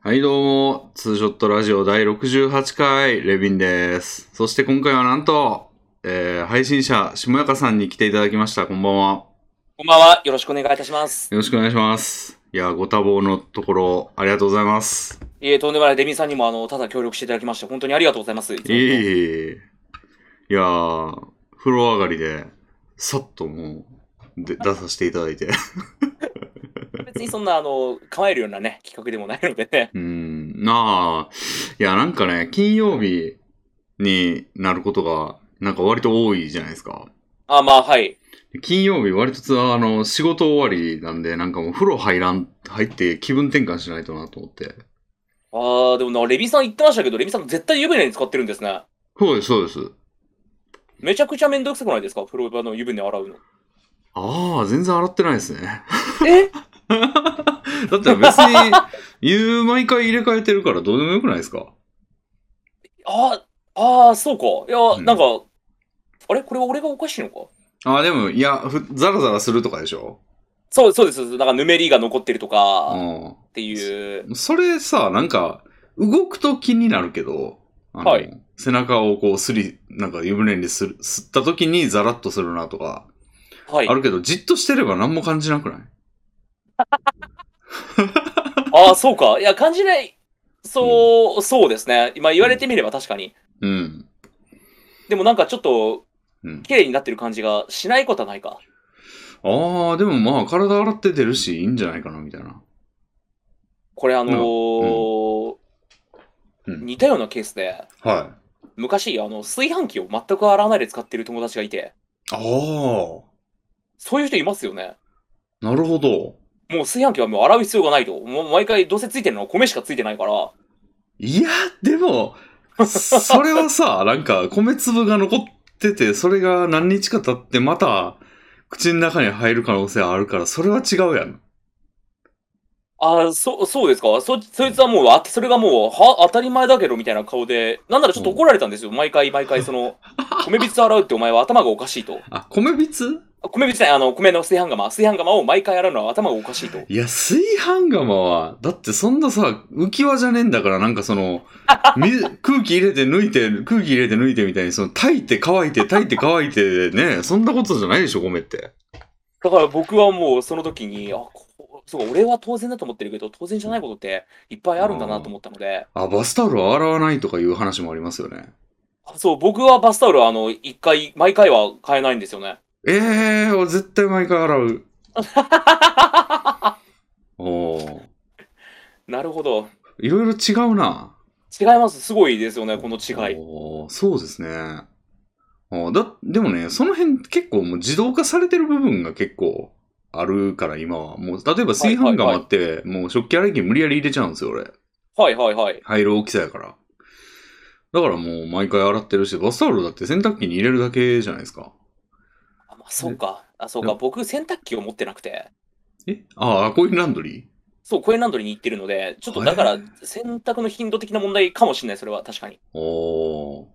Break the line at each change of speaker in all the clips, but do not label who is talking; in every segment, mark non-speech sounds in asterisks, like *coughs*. はい、どうも、ツーショットラジオ第68回、レビンです。そして今回はなんと、えー、配信者、しもやかさんに来ていただきました。こんばんは。
こんばんは。よろしくお願いいたします。
よろしくお願いします。いや、ご多忙のところ、ありがとうございます。
いえ、とんでもない。デミさんにも、あの、ただ協力していただきまして、本当にありがとうございます。いつも
いえいえいえいやー、風呂上がりで、さっともう、で出させていただいて。 *laughs*
別にそんな、あの、構えるようなね、企画でもないのでね。
うん、なあ、いや、なんかね、金曜日になることが、なんか割と多いじゃないですか。
あ、まあ、はい。
金曜日割とつあの、仕事終わりなんで、なんかもう風呂入らん、入って気分転換しないとなと思って。
あー、でもな、レビさん言ってましたけど、レビさん絶対湯船に使ってるんですね。
そうです、そうです。
めちゃくちゃめんどくさくないですか風呂場の湯船洗うの。
ああ、全然洗ってないですね。
え
*laughs* だって別に、言う毎回入れ替えてるからどうでもよくないですか
あー、あー、そうか。いや、
うん
なんか、あれこれ俺がおかしいのか
ああ、でも、いや、ふザラザラするとかでしょ
そう、そうです。そうですなんか、ぬめりが残ってると
う
か、
ん。
っていう。
それさ、なんか、動くと気になるけど、あの、
はい
背中をこうすり、なんか湯船にする、吸った時にザラッとするなとか、
はい。
あるけど、じっとしてれば何も感じなくない
ああ、そうか。いや、感じない。そう、そうですね。今言われてみれば確かに。
うん。
でもなんかちょっと
うん、
綺麗になってる感じがしないことはないか。
ああ、でもまあ、体洗って出るし、いいんじゃないかな、みたいな。
これあの
うんう
ー
ん
似たようなケースで、
はい。
昔、あの、炊飯器を全く洗わないで使ってる友達がいて、
ああ、
そういう人いますよね。
なるほど。
もう炊飯器はもう洗う必要がないと。もう毎回どうせついてるのは米しかついてないから。
いや、でも、それはさ、 *laughs* なんか、米粒が残ってて、それが何日か経って、また、口の中に入る可能性あるから、それは違うやん。
ああ、そ、そうですか。そ、そいつはもう、あ、それがもう、は、当たり前だけど、みたいな顔で、なんならちょっと怒られたんですよ。毎回、毎回、その、米びつ洗うってお前は頭がおかしいと。
あ、米びつ
あ米びつじゃないあの、米の炊飯釜、炊飯釜を毎回洗うのは頭がおかしいと。
いや、炊飯釜は、だってそんなさ、浮き輪じゃねえんだから、なんかその、水空気入れて抜いて、空気入れて抜いてみたいに、その、炊いて乾いて、炊いて乾いて、ね、そんなことじゃないでしょ、米って。
だから僕はもう、その時に、あ、こそう、俺は当然だと思ってるけど、当然じゃないことって、いっぱいあるんだなと思ったので、
あ、バスタオルを洗わないとかいう話もありますよね。
あそう、僕はバスタオルは、あの、一回、毎回は買えないんですよね。
ええー、俺絶対毎回洗う。おー
なるほど。
いろいろ違うな。
違います。すごいですよね、この違い。
おーそうですね。あーだ、でもね、その辺結構もう自動化されてる部分が結構あるから今は。もう、例えば炊飯釜って、もう食器洗い機に無理やり入れちゃうんですよ、俺。
はいはいはい。
入る大きさやから。だからもう毎回洗ってるし、バスタオルだって洗濯機に入れるだけじゃないですか。
あまあ、そうか。あ、そうか。
ね
僕、洗濯機を持ってなくて、
えああ、コインランドリー
そう、コインランドリーに行ってるので、ちょっとだから、洗濯の頻度的な問題かもしれない、それは確かに。
おー。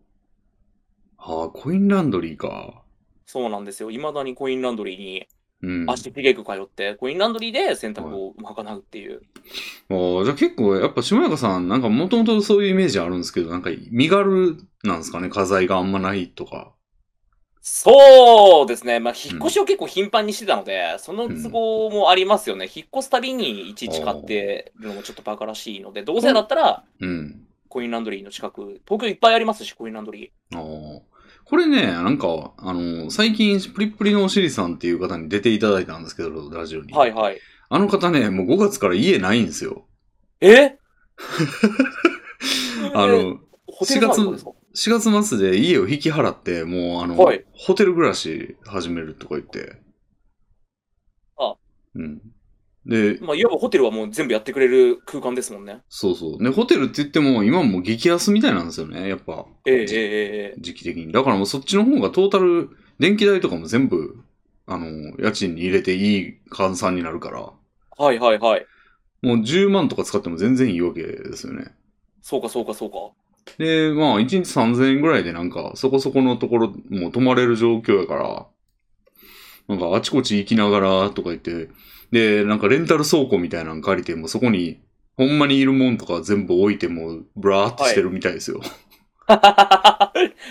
ああ、コインランドリーか。
そうなんですよ。未だにコインランドリーに
うん。あ
足ピレク通って、コインランドリーで洗濯を賄うっていう。
ーじゃあ結構、やっぱ、下中さん、なんかもともとそういうイメージあるんですけど、なんか身軽なんですかね、家財があんまないとか。
そうですね。まあ、引っ越しを結構頻繁にしてたので、その都合もありますよね。引っ越すたびにいちいち買ってるのもちょっとバカらしいので、どうせだったら、
うん。
コインランドリーの近く、東京いっぱいありますし、コインランドリー。
ああ。これね、なんか、あの最近、プリップリのおしりさんっていう方に出ていただいたんですけど、ラジオに。
はいはい。
あの方ね、もう5月から家ないんですよ。
え
*laughs* あの、
ホテルマンとかですか
4月末で家を引き払って、もうあの、
はい
ホテル暮らし始めるとか言って。
あ。
うん。で、
まあ、いわばホテルはもう全部やってくれる空間ですもんね。
そうそう。ね、ホテルって言っても、今もう激安みたいなんですよね、やっぱ、
ええええええ
時期的に。だからもうそっちの方がトータル、電気代とかも全部、あの、家賃に入れていい換算になるから、
はいはいはい。
もう10万とか使っても全然いいわけですよね。
そうかそうかそうか。
で、まあ、1日3000円ぐらいでなんか、そこそこのところ、もう泊まれる状況やから、なんか、あちこち行きながらとか言って、で、なんか、レンタル倉庫みたいなの借りて、もうそこに、ほんまにいるもんとか全部置いてもう、ブラーってしてるみたいですよ。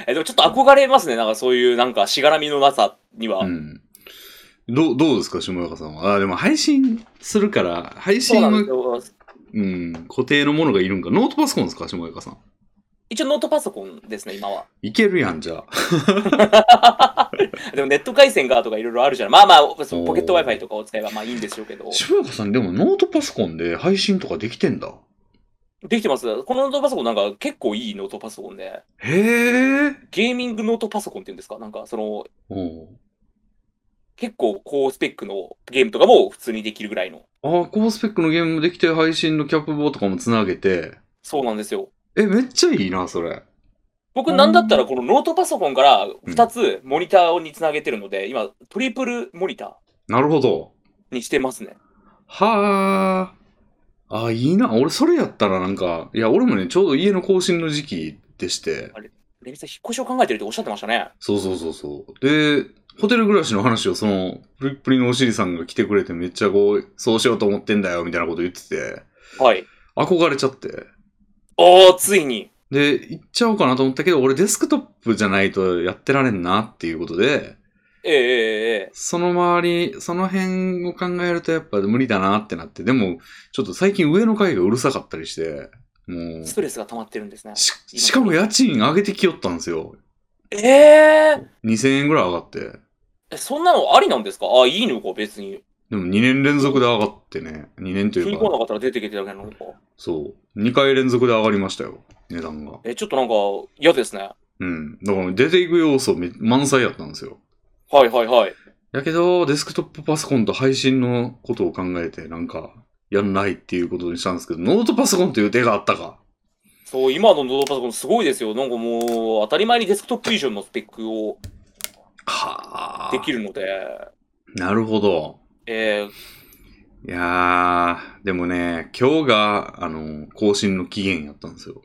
えでもちょっと憧れますね。なんかそういうなんかしがらみのなさには。
うん。どう、どうですか、下中さんは。あ、でも配信するから、配
そう
信
なん
は
で、すよ。
うん、固定のものがいるんか。ノートパソコンですか、下中さん。
一応ノートパソコンですね、今は。
いけるやん、じゃあ。
*laughs* でもネット回線がとかいろいろあるじゃん。まあまあ、そのポケット Wi-Fi とかを使えばまあいいんでしょうけど。
下中さん、でもノートパソコンで配信とかできてんだ。
できてます。このノートパソコンなんか結構いいノートパソコンで、
へえ。
ゲーミングノートパソコンっていうんですかなんかその、
おう
結構高スペックのゲームとかも普通にできるぐらいの。
ああ、高スペックのゲームできて、配信のキャップ棒とかもつなげて。
そうなんですよ。
え、めっちゃいいな、それ。
僕なんだったらこのノートパソコンから2つモニターにつなげてるので、今トリプルモニタ
なるほど。
ーにしてますね。
はあ。ああ、いいな。俺、それやったらなんか、いや、俺もね、ちょうど家の更新の時期でして、
レミさん引っ越しを考えてるっておっしゃってましたね。
そうそうそうそう。で、ホテル暮らしの話を、その、プリップリのおしりさんが来てくれて、めっちゃこう、そうしようと思ってんだよ、みたいなこと言ってて、
はい。
憧れちゃって。
おー、ついに。
で、行っちゃおうかなと思ったけど、俺デスクトップじゃないとやってられんなっていうことで、
えええええ
その周り、その辺を考えるとやっぱ無理だなってなって、でも、ちょっと最近上の階がうるさかったりして、も
え
う、
ストレスが溜まってるんですね。
ししかも家賃上げてきよったんですよ。
ええ
2000円ぐらい上がって。
えそんなのありなんですかあ、いいのか、別に。
でも2年連続で上がってね。2年と
気
い
に
う
食わ
か、
なかったら出てきてだけなのか。
そう。2回連続で上がりましたよ。値段が。
え、ちょっとなんか嫌ですね。
うん。だから出ていく要素め満載やったんですよ。
はいはいはい。
やけど、デスクトップパソコンと配信のことを考えて、なんか、やんないっていうことにしたんですけど、ノートパソコンという手があったか。
そう、今のノートパソコンすごいですよ。なんかもう、当たり前にデスクトップ以上のスペックを
はあ。
できるので、
なるほど。
え
い
ー、
やー、でもね、今日が、あの、更新の期限やったんですよ。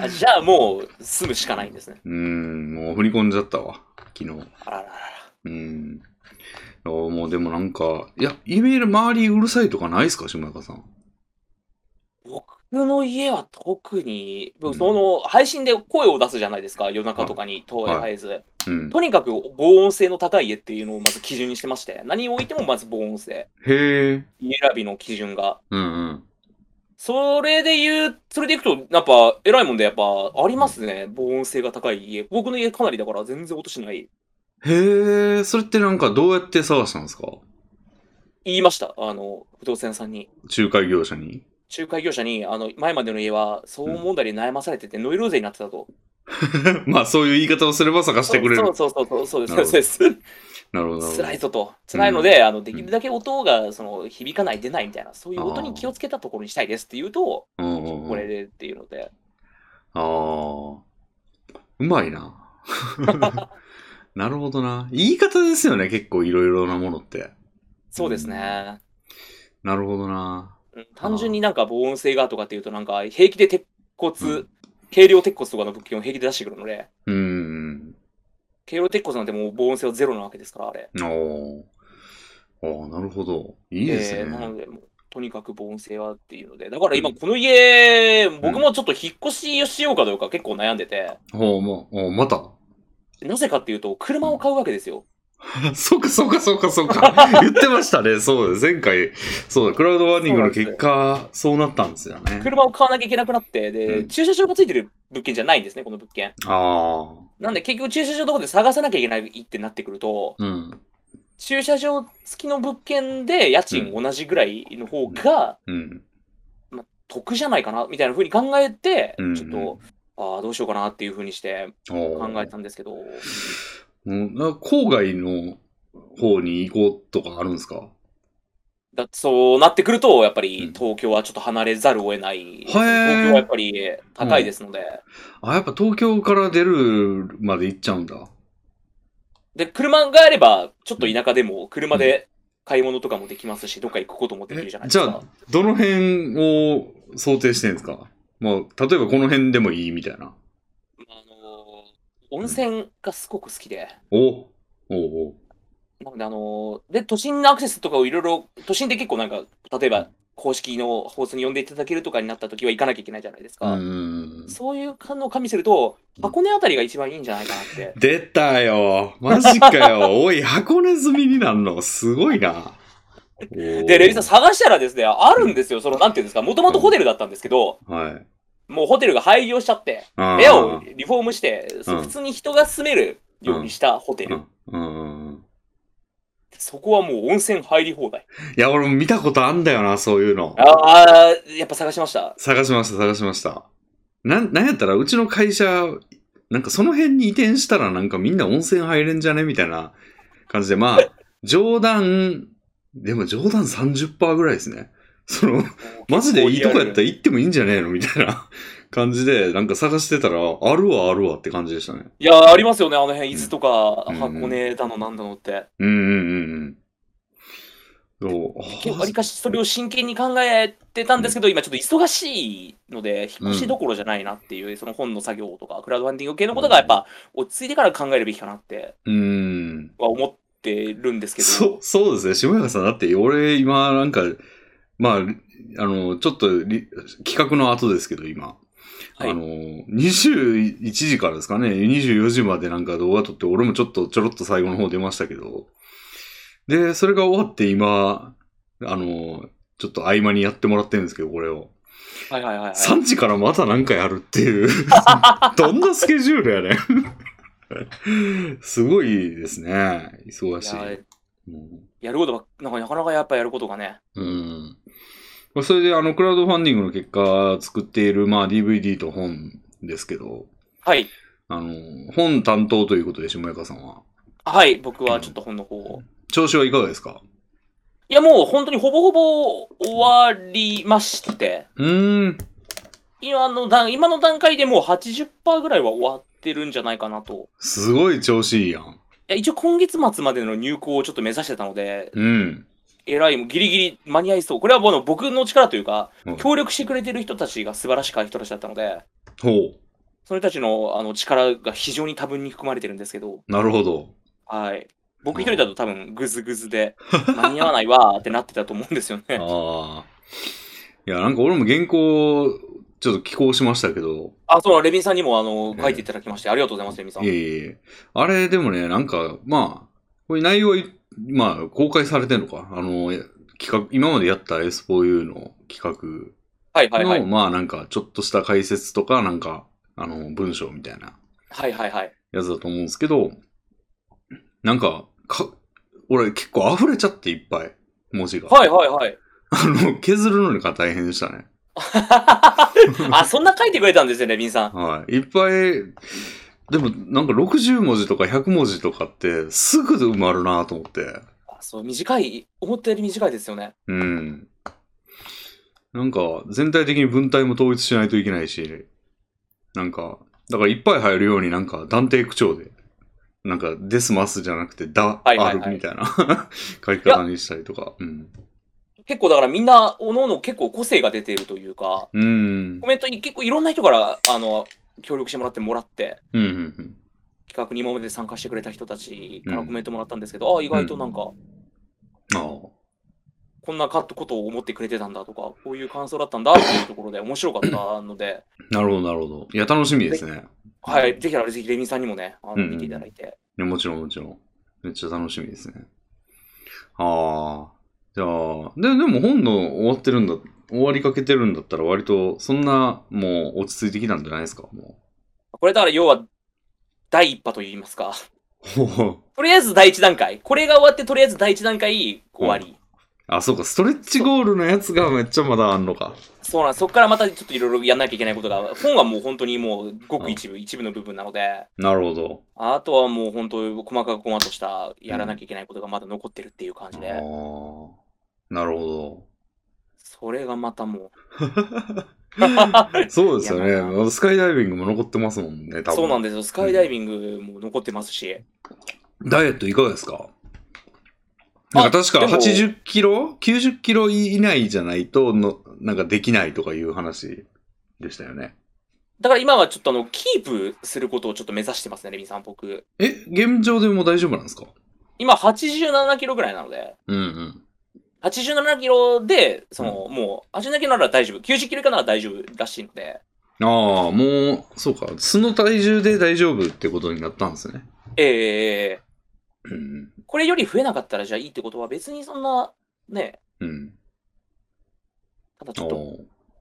あじゃあもう、住むしかないんですね。
うーん、もう振り込んじゃったわ、昨日。
あらららら。
うん。あーもうでもなんか、いや、イメール周りうるさいとかないですか、島中さん。
僕の家は特に、
うん
その配信で声を出すじゃないですか、夜中とかに、と
はい
りあえず、
うん。
とにかく防音性の高い家っていうのをまず基準にしてまして、何を置いてもまず防音性、
へえ。
家選びの基準が。
うんうん。
それで言う、それでいくと、やっぱ、偉いもんで、やっぱ、ありますね、防音性が高い家。僕の家かなりだから、全然音しない。
へえ、それってなんかどうやって探したんですか
言いました、あの、不動産屋さんに。
仲介業者
*laughs*
に。
仲介業者に、あの、前までの家は、騒音問題に悩まされてて、ノイローゼになってたと。
まあそういう言い方をすれば探してくれる。
そうそうそうそう、そうです、
なるほど
そうです。
なるほど。なるほど
辛いぞと。辛いので、あの、できるだけ音が、その、響かない、出ないみたいな、そういう音に気をつけたところにしたいですって言うと、
うんうんうん
これでっていうので。
ああ。うまい
*laughs*
な。なるほどな。言い方ですよね、結構いろいろなものって。
そうですね。
なるほどな。
うん単純になんか防音性がとかっていうと、なんか、平気で鉄骨、軽量鉄骨とかの物件を平気で出してくるので、
うん。
軽量鉄骨なんてもう防音性はゼロなわけですから、あれ。
おーあーなるほど。いいですね。
えーなので、もうとにかく防音性はっていうので、だから今この家、僕もちょっと引っ越しをしようかどうか結構悩んでて、
ほう、もう、おうまた。
なぜかっていうと、車を買うわけですよ。
そうか、そうか、そうか、そうか。
*laughs*
言ってましたね。そうだ、前回、そうだ、クラウドワーディングの結果、そうなったんですよね。
車を買わなきゃいけなくなって、で、
うん
駐車場がついてる物件じゃないんですね、この物件。
ああ。
なんで結局駐車場とかで探さなきゃいけないってなってくると、
うん。
駐車場付きの物件で家賃同じぐらいの方が
うん。
得じゃないかな、みたいな風に考えて、
うん
ちょっと、ああ、どうしようかなっていう風にして考
考
えたんですけど、
うん、なんか郊外の方に行こうとかあるんですか
だそうなってくると、やっぱ
うん
り東京はちょっと離れざるを得ないですね。
へー
東京はやっぱり高いですので、
あ、やっぱ東京から出るまで行っちゃうんだ。
で、車があれば、ちょっと田舎でも車で買い物とかもできますし、どっか行くこともできるじゃないで
じ
す
ゃ
か。
あ、どの辺を想定してるんですかもう、例えばこの辺でもいいみたいな。
あのー温泉がすごく好きで、
おおお
なんで、あのーで、都心のアクセスとかをいろいろ、都心で結構なんか、例えば、公式の放送に呼んでいただけるとかになった時は行かなきゃいけないじゃないです
う
か。
ん。
そういう感の加味すると、箱根あたりが一番いいんじゃないか
*laughs*
なって。
出たよ。マジかよ。 *laughs* おい、箱根済みになんの。すごいな。
*laughs* で、
で
レビさん探したらですね、あるんですよ。その、なんていうんですか、もともとホテルだったんですけど、
ん。はい。
もうホテルが廃業しちゃって、
あー
部屋をリフォームして、そう
うん
普通に人が住めるようにしたホテ
う
ル。
んうんうん。
そこはもう温泉入り放題。
いや、俺も見たことあんだよな、そういうの。
ああ、やっぱ探しました。
探しました、探しました。なん、なんやったら、うちの会社、なんかその辺に移転したらなんかみんな温泉入れんじゃねみたいな感じで、まあ、
*laughs*
冗談、でも冗談30%ぐらいですね。その、マジでいいとこやったら行ってもいいんじゃねえのみたいな *laughs* 感じで、なんか探してたら、あるわ、あるわって感じでしたね。
いや、ありますよね、あの辺、伊豆とか、
うん
箱根だの、なんだのって。
うんうんうんうん。そう
結構
あ
わりかしそれを真剣に考えてたんですけど、今ちょっと忙しいので、引っ越しどころじゃないなっていう、その本の作業とか、クラウドファンディング系のことがやっぱ、落ち着いてから考えるべきかなって
うん。
は思ってるんですけ
そ
ど
う、、そうですね。下山さん、だって、俺、今、なんか、まあ、あの、ちょっとり、企画の後ですけど、今。
はい
あの、21時からですかね、24時までなんか動画撮って、俺もちょっとちょろっと最後の方出ましたけど、で、それが終わって今、あの、ちょっと合間にやってもらってるんですけど、これを。
はいはいはいはい。
3時からまた何かやるって
*laughs*
いう、どんなスケジュールやねん。すごいですね。忙し
い
い
や。
うん
やることばっなんかなかなかやっぱやることがね。
うん。まあそれで、あの、クラウドファンディングの結果、作っている、まあ、DVD と本ですけど、
はい。
あの、本担当ということで、下中さんは。
はい、僕はちょっと本の方を。
調子はいかがですか
いや、もう本当にほぼほぼ終わりまして、
うーん。
今の段今の段階でもう80%ぐらいは終わってるんじゃないかなと。
すごい調子いいやん。
いや一応今月末までの入稿をちょっと目指してたので、
うん。
えらいもうギリギリ間に合いそう。これはもう僕の力というか
うん、
協力してくれてる人たちが素晴らしい人たちだったので、
ほう。
その人たちのあの力が非常に多分に含まれてるんですけど、
なるほど。
はい。僕一人だと多分グズグ
*laughs*
ズで、間に合わないわーってなってたと思うんですよね。
ああ。いや、なんか俺も原稿、ちょっと寄稿しましたけど、
あ、そう、レビンさんにもあの
ええ
書いていただきまして、ありがとうございます、レビンさん。
いえいえ。あれ、でもね、なんか、まあ、これ内容い、まあ、公開されてんのか。あの、企画、今までやったエスポ u の企
はい
画
はい
の、
はい。
まあなんか、ちょっとした解説とか、なんか、あの、文章みたいな
はいはいはい。
やつだと思うんですけど、なんか、か、俺結構溢れちゃっていっぱい、文字が。
はいはいはい。
*laughs* あの、削るのが大変でしたね。 *laughs*
あ、そんな書いてくれたんですよ、レビンさん。
はい。いっぱい、でもなんか60文字とか100文字とかって、すぐ埋まるなと思って。
あそう、短い、思ったより短いですよね。
うん。なんか、全体的に文体も統一しないといけないし、なんか、だからいっぱい入るようになんか断定口調で、なんかデスマスじゃなくてダ、
はいはいはい
あるみたいな *laughs* 書き方にしたりとか。うん。
結構だからみんな、おのおの結構個性が出ているというか、
うん。
コメントに結構いろんな人から、あの、協力してもらってもらって、
うんうん
企画に今まで参加してくれた人たちから
うん
コメントもらったんですけど、あ、意外となんか、
うん。ああ。
こんなかことを思ってくれてたんだとか、こういう感想だったんだっていうところで面白かったので、
なるほど、なるほど。いや、楽しみですね。
はい、ぜひあれ、ぜひレミさんにもね、あ
うんう
の
ん
見ていただいて。
ね、もちろん、もちろん。めっちゃ楽しみですね。ああ。じゃあ、で、でも本の終わってるんだ、終わりかけてるんだったら割と、そんな、もう落ち着いてきたんじゃないですか、も
これだから要は、第一波といいますか。
う。 *laughs* ほほ
とりあえず第一段階。これが終わって、とりあえず第一段階終わり。
あ、そうか、ストレッチゴールのやつがめっちゃまだあんのか。
そうなんそこからまたちょっといろいろやんなきゃいけないことが、本はもう本当にもう、ごく一部、一部の部分なので、
なるほど。
あとはもう本当、細かく細かとした、やらなきゃいけないことがまだ残ってるっていう感
ああ
じで、。
なるほ
それがまたも
ど。そうですよ
い
ね。
やま
まだスカイダイビングも残ってますもんね、多
う、
分。
そうなん
で
ですよ、スカイダイビングも残ってますし、
ダイエットいかがですか
あ
なんか確か
でも
80キロ ?90 キロ以内じゃないとの、なんかできないとかいう話でしたよね。
だから今はちょっとあの、キープすることをちょっと目指してますね、レミさん、僕。
え、現状でも大丈夫なんですか
今87キロぐらいなので、
うんうん。
87キロで、その、もう、87キロなら大丈夫、90キロ以下なら大丈夫らしいので、
ああ、もう、そうか。素の体重で大丈夫ってことになったんですね。
えー、
うん。
これより増えなかったらじゃあいいってことは別にそんな、ね、
うん。
ただち
あ
ょっと、
ー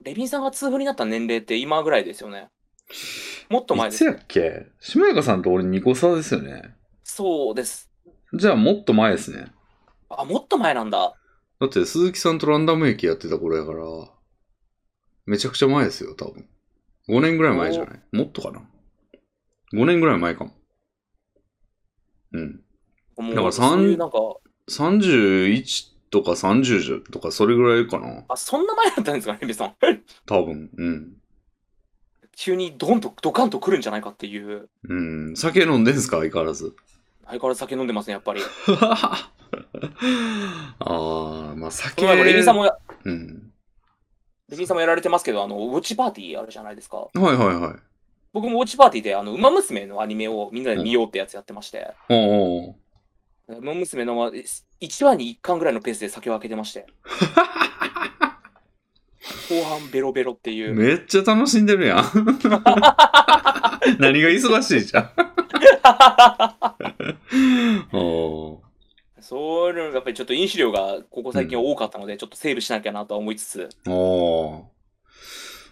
レビンさんが痛風になった年齢って今ぐらいですよね。もっと前
い
で
つ
す。
やっけしもやかさんと俺2個差ですよね。
そうです。
じゃあもっと前ですね。
あ、もっと前なんだ。
だって鈴木さんとランダム駅やってた頃やから、めちゃくちゃ前ですよ、多分。5年ぐらい前じゃないもっとかな ?5 年ぐらい前かも。うん。
もう
だから三
そういうなんか、
31とか30とかそれぐらいかな
あ、そんな前だったんですかね、レビンさん。 *laughs*
多分。うん。
急にドンと、ドカンと来るんじゃないかっていう。
うん。酒飲んでんすか相変わらず。 *laughs*
相変わらず酒飲んでますね、やっぱり。
ああ、まあ酒。
この前もレビンさんもや、
うん。
レビンさんもやられてますけど、あの、ウォッチパーティーあるじゃないですか。
はいはいはい。
僕もウォッチパーティーで、あの、ウマ娘のアニメをみんなで見ようってやつやってまして、
おうおう
ウマ娘の1話に1巻ぐらいのペースで酒を開けてま
*laughs*
して。後半ベロベロっていう。
めっちゃ楽しんでる
*laughs*
やん。何が忙しいじゃ
*laughs*
ん。おー
そういうのがやっぱりちょっと飲酒量がここ最近多かったので、ちょっとセーブしなきゃなとは思いつつ、
おー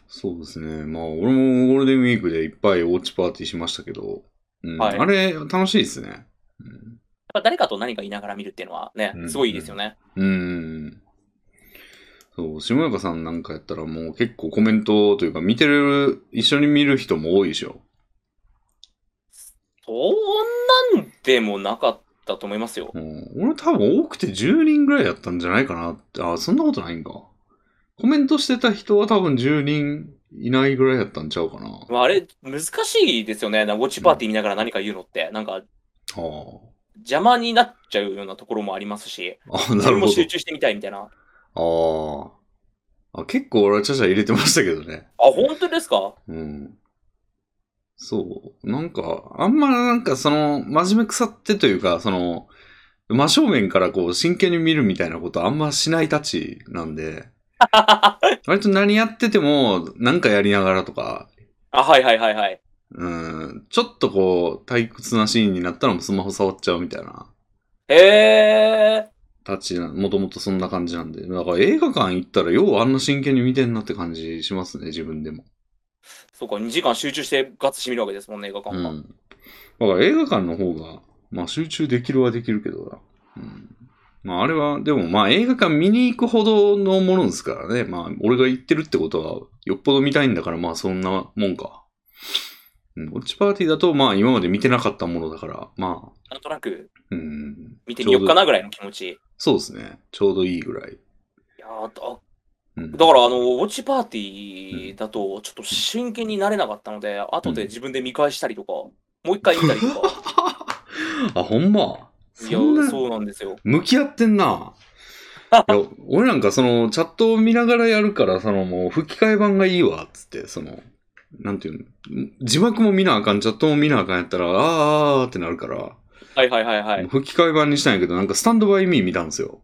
そうですね。まあ、俺もゴールデンウィークでいっぱいウォッチパーティーしましたけど、うん
はい
あれ、楽しいですね。うん
やっぱ誰かと何か言いながら見るっていうのはね
う、ん
すごいいいですよね。
うん。そう、下中さんなんかやったらもう結構コメントというか見てる、一緒に見る人も多いでしょ。
そんなんでもなかったと思いますよ。
うん、俺多分多くて10人ぐらいやったんじゃないかなって。あ、そんなことないんか。コメントしてた人は多分10人いないぐらいやったんちゃうかな。あ
まあ、あれ、難しいですよね。なんかウォッチパーティー見ながら何か言うのって、なんか
あ。
邪魔になっちゃうようなところもありますし、
あ、な
*laughs* それ
る
も
ほ
集中してみたいみたいな。
*laughs*
あ、
ど。あーあ。結構俺はちゃちゃ入れてましたけどね。
本当ですか
うん。そう。なんか、あんまなんかその、真面目腐ってというか、その、真正面からこう、真剣に見るみたいなことあんましないたちなん
*laughs*
で、割と何やってても、なんかやりながらとか、
あ、はいはいはいはい。
うん、ちょっとこう、退屈なシーンになったらもうスマホ触っちゃうみたいな、
へえ。
たちな、もともとそんな感じなんで、だから映画館行ったら、ようあんな真剣に見てんなって感じしますね、自分でも。
そうか、2時間集中してガッツしてみるわけですもんね、映画館は。
うん。だから映画館の方が、まあ集中できるはできるけどな。うん。まああれは、でもまあ映画館見に行くほどのものですからね。まあ俺が行ってるってことは、よっぽど見たいんだからまあそんなもんか。うん。ウォッチパーティーだとまあ今まで見てなかったものだから、まあ、
なんとなく
うん。
見てみようかなぐらいの気持ち。
そうですね。ちょうどいいぐらい。
いやーだ
うん、
だから、あの、ウォッチパーティーだと、ちょっと真剣になれなかったので、後で自分で見返したりとか、もう一回見たりと
*laughs*
か。
あ、ほんま。
い
そ
や
んな、
そうなんですよ。
向き合ってん
*laughs*
な。いや俺なんかそのチャットを見ながらやるから、そのもう吹き替え版がいいわ、っつって、その、なんていうの、字幕も見なあかん、チャットも見なあかんやったら、あーあーってなるから、
はいはいはいはい。
吹き替え版にしたんやけど、なんかスタンドバイミー見たんですよ。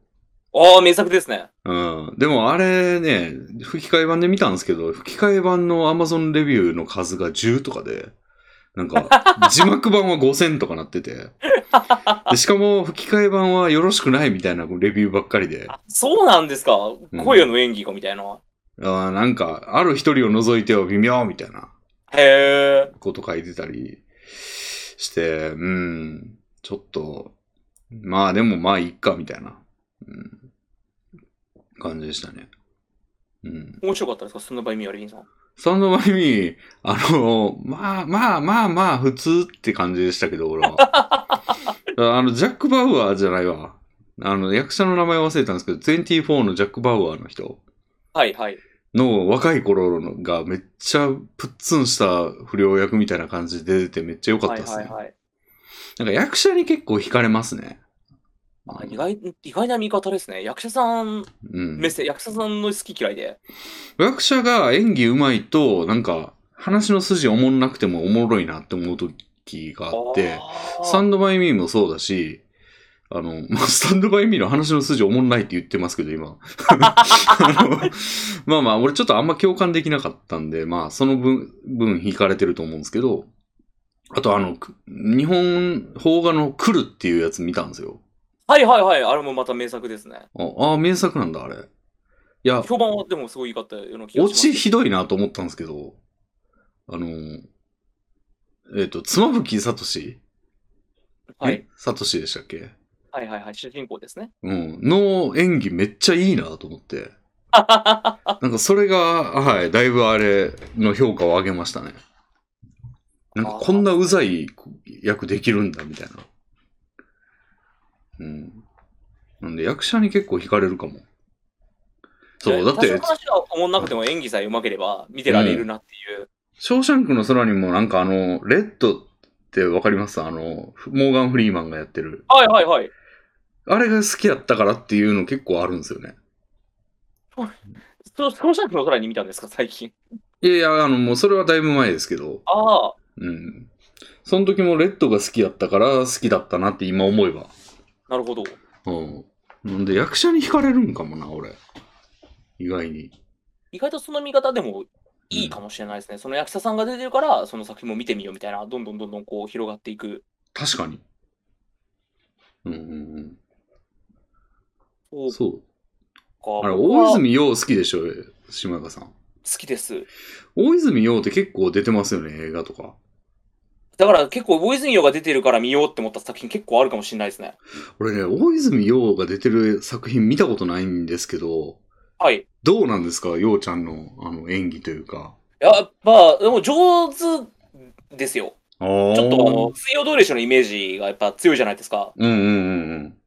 ああ、名作ですね。
うん。でもあれね、吹き替え版で見たんですけど、吹き替え版の Amazon レビューの数が10とかで、なんか、字幕版は5000とかなってて。でしかも、吹き替え版はよろしくないみたいなレビューばっかりで。
あそうなんですか。
ん
声の演技かみたいな。
あーなんか、ある一人を除いては微妙みたいな
へえ。
こと書いてたりして、うん、ちょっと、まあでもまあいっかみたいな、うん、感じでしたね。うん。
面白かったですかそんな場合、ミヤリンさん。
スタンドバイミー、あの、まあまあまあまあ普通って感じでしたけど、俺は。 *laughs* あの、ジャック・バウアーじゃないわ。あの、役者の名前忘れたんですけど、24のジャック・バウアーの人。
はいはい。
の若い頃のがめっちゃプッツンした不良役みたいな感じで出ててめっちゃ良かった
はい
ですね。
はいはい。
なんか役者に結構惹かれますね。
あ意外意外な見方ですね。役者さん、
うん
目、線、役者さんの好き嫌いで。
役者が演技うまいと、なんか話の筋おもんなくてもおもろいなって思う時があって、
あー
サンドバイミーもそうだし、あの、 *laughs* まあ、スタンドバイミーの話の筋おもんないって言ってますけど、今。 *laughs* あのまあまあ、俺ちょっとあんま共感できなかったんで、まあ、その分、分引かれてると思うんですけど、あとあの、く日本邦画の来るっていうやつ見たんですよ。
はいはいはい。あれもまた名作ですね。
ああ、名作なんだ、あれ。いや、
評判はでもすごい良かったような気が
落
し
ち
ます。
ひどいなと思ったんですけど、あの、えっ、と、妻夫木聡
は
え
い。
聡でしたっけ
はいはいはい。主人公ですね。
うん。の演技めっちゃいいなと思って。なんかそれが、はい、だいぶあれの評価を上げましたね。なんかこんなうざい役できるんだみたいな。うん。なんで役者に結構惹かれるかも。そう、だっ
多
て
少、話は思んなくても演技さえ上手ければ見てられるなっていう。
ショーシャンクの空にもなんかあの、レッドってわかりますあの、モーガン・フリーマンがやってる。
はいはいはい。
あれが好きやったからっていうの結構あるんですよね。
そソーシャンクの空に見たんですか、最近。
いやいや、あの、もうそれはだいぶ前ですけど。
ああ。
うん。その時もレッドが好きやったから好きだったなって今思えば。
なるほど。
うん。なんで役者に惹かれるんかもな、俺。意外に。
意外とその見方でもいいかもしれないですね。その役者さんが出てるから、その作品も見てみようみたいな、どんどんどんどんこう広がっていく。
確かに。うんうん
そ
うん。
うか。
そう。あれ、
僕
大
は
泉洋好きでしょ、島岡さん。
好きです。
大泉洋って結構出てますよね、映画とか。
だから結構、大泉洋が出てるから見ようって思った作品結構あるかもしれないですね。
俺ね、大泉洋が出てる作品見たことないんですけど、
はい。
どうなんですか洋ちゃんのあの演技というか。
やっぱ、でも上手ですよ。
ちょ
ちょっとあの、水曜どうでしょうのイメージがやっぱ強いじゃないですか。
うんうんうん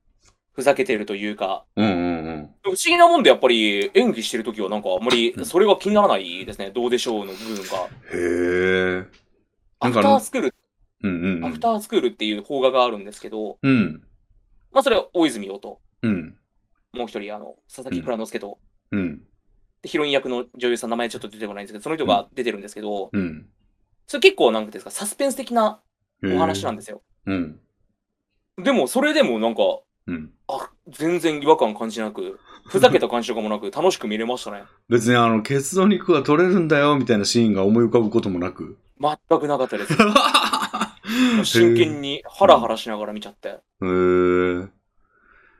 ふざけてるというか。
うん。うんうんうん。
不思議なもんでやっぱり演技してるときはなんかあんまりそれが気にならないですね。どうでしょうの部分が。
へえ。な
ア
んか
フ
あ
タ
の
ースクール、
うんうんう
ア
ん
フ。タースクールっていう邦画があるんですけど、
うん。
まあそれは大泉洋と、
うん。
もう一人あの、佐々木蔵之介と、
うん。
でヒロイン役の女優さん名前ちょっと出てこないんですけど、その人が出てるんですけど、
うん。
それ結構なんていうんですか、サスペンス的なお話なんんですよ。
うん。
でもそれでもなんか、
うん。
あ、全然違和感感じなく、ふざけた感じとかも
*laughs*
なく楽しく見れましたね。
別にあの、ケツの肉が取れるんだよ、みたいなシーンが思い浮かぶこともな
*laughs*
く。
全くなかっ
*laughs*
たです。
へえ
真剣にハラハラしながら見ちゃって。
へえ。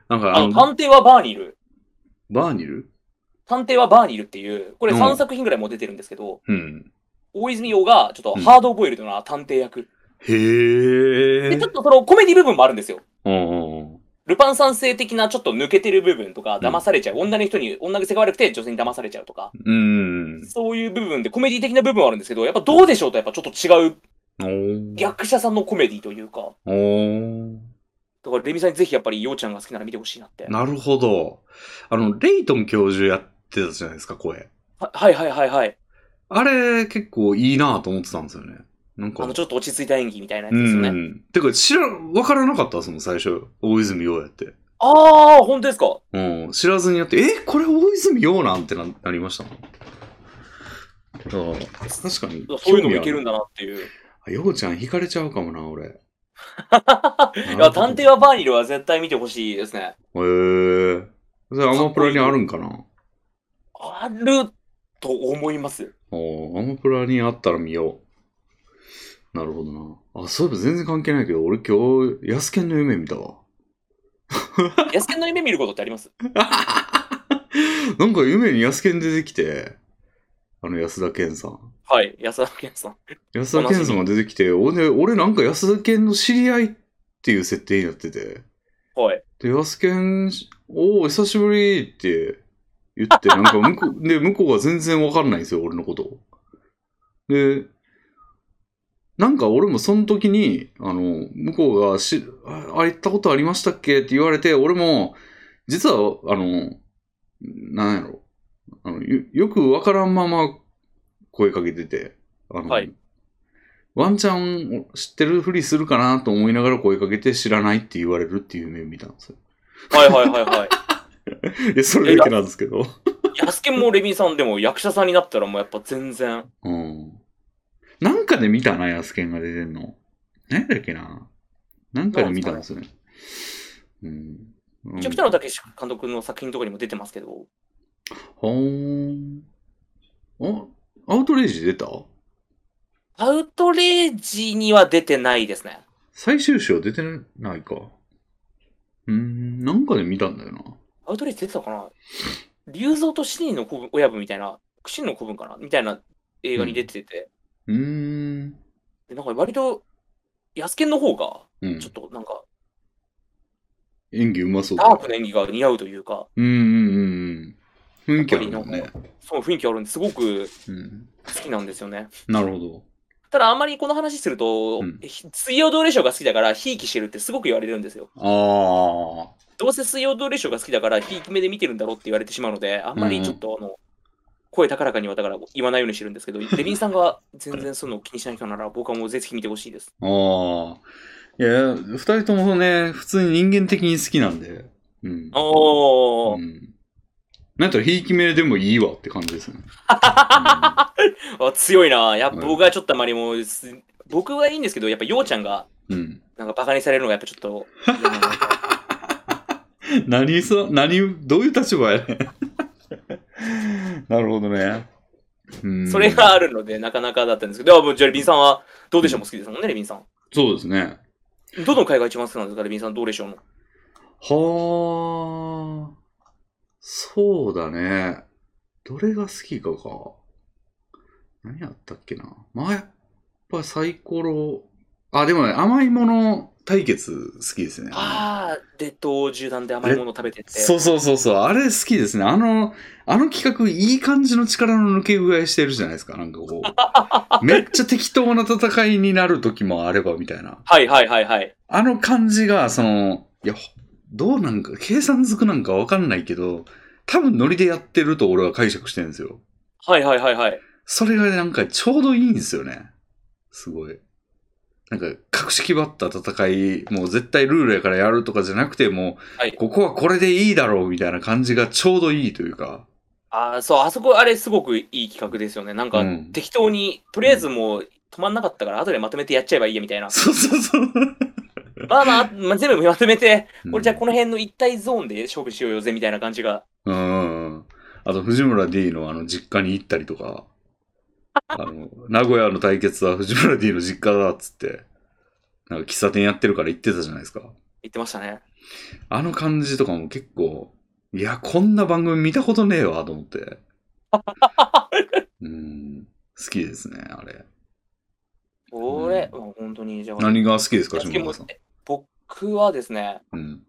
なんかあ
あ
の、
の、探偵はバーにいる。
バーニル
探偵はバーにいるっていう、これ
うん
3作品ぐらいもう出てるんですけど、
うん。
大泉洋がちょっとハードボイルドな探偵役。
へ
で、
え
ちょ。っとそのコメディ部分もあるんですよ。
うんうんうん。
ルパン三世的なちょっと抜けてる部分とか、
うん
騙されちゃう。女の人に、女癖が悪くて女性に騙されちゃうとか、
うん。
そういう部分でコメディ的な部分はあるんですけど、やっぱどうでしょうとやっぱちょっと違う
おー
役者さんのコメディというか、
おー
だからレミさんにぜひやっぱりようちゃんが好きなら見てほしいなって。
なるほど。あの、レイトン教授やってたじゃないですか、声。
ははいはいはいはい。
あれ、結構いいなと思ってたんですよね。なんか。
あの、ちょっと落ち着いた演技みたいなや
う
つですよね。
ん。てか、知ら、わからなかったですもん、最初。大泉洋やって。
ああ、本当ですか。
うん。知らずにやって、え、これ大泉洋なんてななりましたもん。ああ確かに。
そういうのもいけるん
ん
だなっていう。
洋ちゃん惹かれちゃうかもな、
*laughs*
俺。
いや、探偵
は。
はバーニルは絶対見てほしいですね。
へえ。それアマプラにあるんかな
あると思い *laughs* ます。
おーアマプラにあったら見よう。なるほどな。あ、そういえば全然関係ないけど、俺今日、ヤスケンの夢見たわ。
安健の夢見ることってあります
*laughs* なんか夢にヤスケン出てきて、あの安田健さん。
はい、安田健さん。
安田健さんが出てきて、俺ね、俺なんか安田健の知り合いっていう設定になってて、
はい。
で、安健、おー、久しぶりって言
*laughs*
って、なんか向こう、で、向こうが全然わかんないんですよ、俺のこと。で、なんか俺もその時に、あの、向こうがし、あ、あ行ったことありましたっけって言われて、俺も、実は、あの、なんやろ、あの、よよくわからんまま声かけてて、あの、
はい
ワンチャン知ってるふりするかなと思いながら声かけて知らないって言われるっていう夢見たんですよ。
はいはいはいはい
や、それだけ *laughs* なんですけど。
い。 *laughs* 安健もレビンさんでも役者さんになったらもうやっぱ全然。
うん。なんかで見たな、ヤスケンが出てんの。何やったっけな。なんかで見たんですよね。うん。うん
一応北野武監督の作品とかにも出てますけど、
ほーん。あ、アウトレイジ出た
アウトレイジには出てないですね。
最終章出てないか。うーん、なんかで見たんだよな。
アウトレイジ出てたかな竜蔵とシニの子分親分みたいな、シニの子分かなみたいな映画に出てて、
うーん。
でなんか割と、ヤスケンの方が、
うん
ちょっ。となんか、
演技うまそう
ダ
だ
ー。クの演技が似合うというか、
うんうんうん。雰囲気あるもんね
やっ。その雰囲気あるんですごく
うん。
好きなんですよね。
なるほど。
ただあんまりこの話すると、
うん
水曜どうでしょうが好きだから、ひいきしてるってすごく言われるんですよ。
ああ。
どうせ水曜どうでしょうが好きだから、ひいき目で見てるんだろうって言われてしまうので、あんまりちょっとあの、声高らかにはだから言わないようにしてるんです
*laughs*
けど、デビンさんが全然そういうのを気にしない人なら、僕はもうぜひ見てほしいです。
ああ。いや、二人ともね、普通に人間的に好きなんで。うん。
おー、
うん。なんやったら、ひいき目でもいいわって感じです
*laughs*
ね。
あ強いな。やっぱ
うん
僕はちょっとあまりもう、す僕はいいんですけど、やっぱようちゃんが
うん。
なんかバカにされるのがやっぱちょ
*laughs*
っと嫌なので。
うん、何そ、何、どういう立場やねん。
*laughs*
なるほどね。うん。
それがあるので、なかなかだったんですけど、でももうじゃあレビンさんは、どうでしょうも好きですもんね、レビンさん。
そうですね。
どの回が一番好きなんですか、レビンさん、どうでしょうの。
はあ。そうだね。どれが好きかか。何やったっけな。まあ、やっぱサイコロ。あ、でもね、甘いもの対決好きですね。
ああ、で、同銃弾で甘いもの食べてって。
そうそうそうそう。あれ好きですね。あの、あの企画、いい感じの力の抜け具合してるじゃないですか。なんかこう。めっちゃ適当な戦いになる時もあれば、みたいな。
はいはいはいはい。
あの感じが、その、いや、どうなんか、計算づくなんかわかんないけど、多分ノリでやってると俺は解釈してるんですよ。
はいはいはいはい。
それがなんかちょうどいいんですよね。すごい。なんか、格式ばった戦い、もう絶対ルールやからやるとかじゃなくて、もう、
はい
ここはこれでいいだろうみたいな感じがちょうどいいという
*laughs*
か。
ああ、そう、あそこ、あれ、すごくいい企画ですよね。なんか
うん、
適当に、とりあえずもう、止まんなかったから、後でまとめてやっちゃえばいいや、みたいな。
そうそうそう。
まあまあ、まあ、全部まとめて、俺じゃあこの辺の一体ゾーンで勝負しようよぜ、みたいな感じが。
うんうんうん。あと、藤村 D のあの、実家に行ったりと
*laughs*
か、あの、名古屋の対決は藤村 D の実家だっつって、なんか喫茶店やってるから行ってたじゃないですか。
言ってましたね。
あの感じとかも結構、いや、こんな番組見たことねえわ、と思っ
*laughs*
て。うん。好きですね、あれ。
俺、もう本当に、じゃあ、
何が好きですか、
やっつ
下
けも
村さん。
僕はですね、
うん。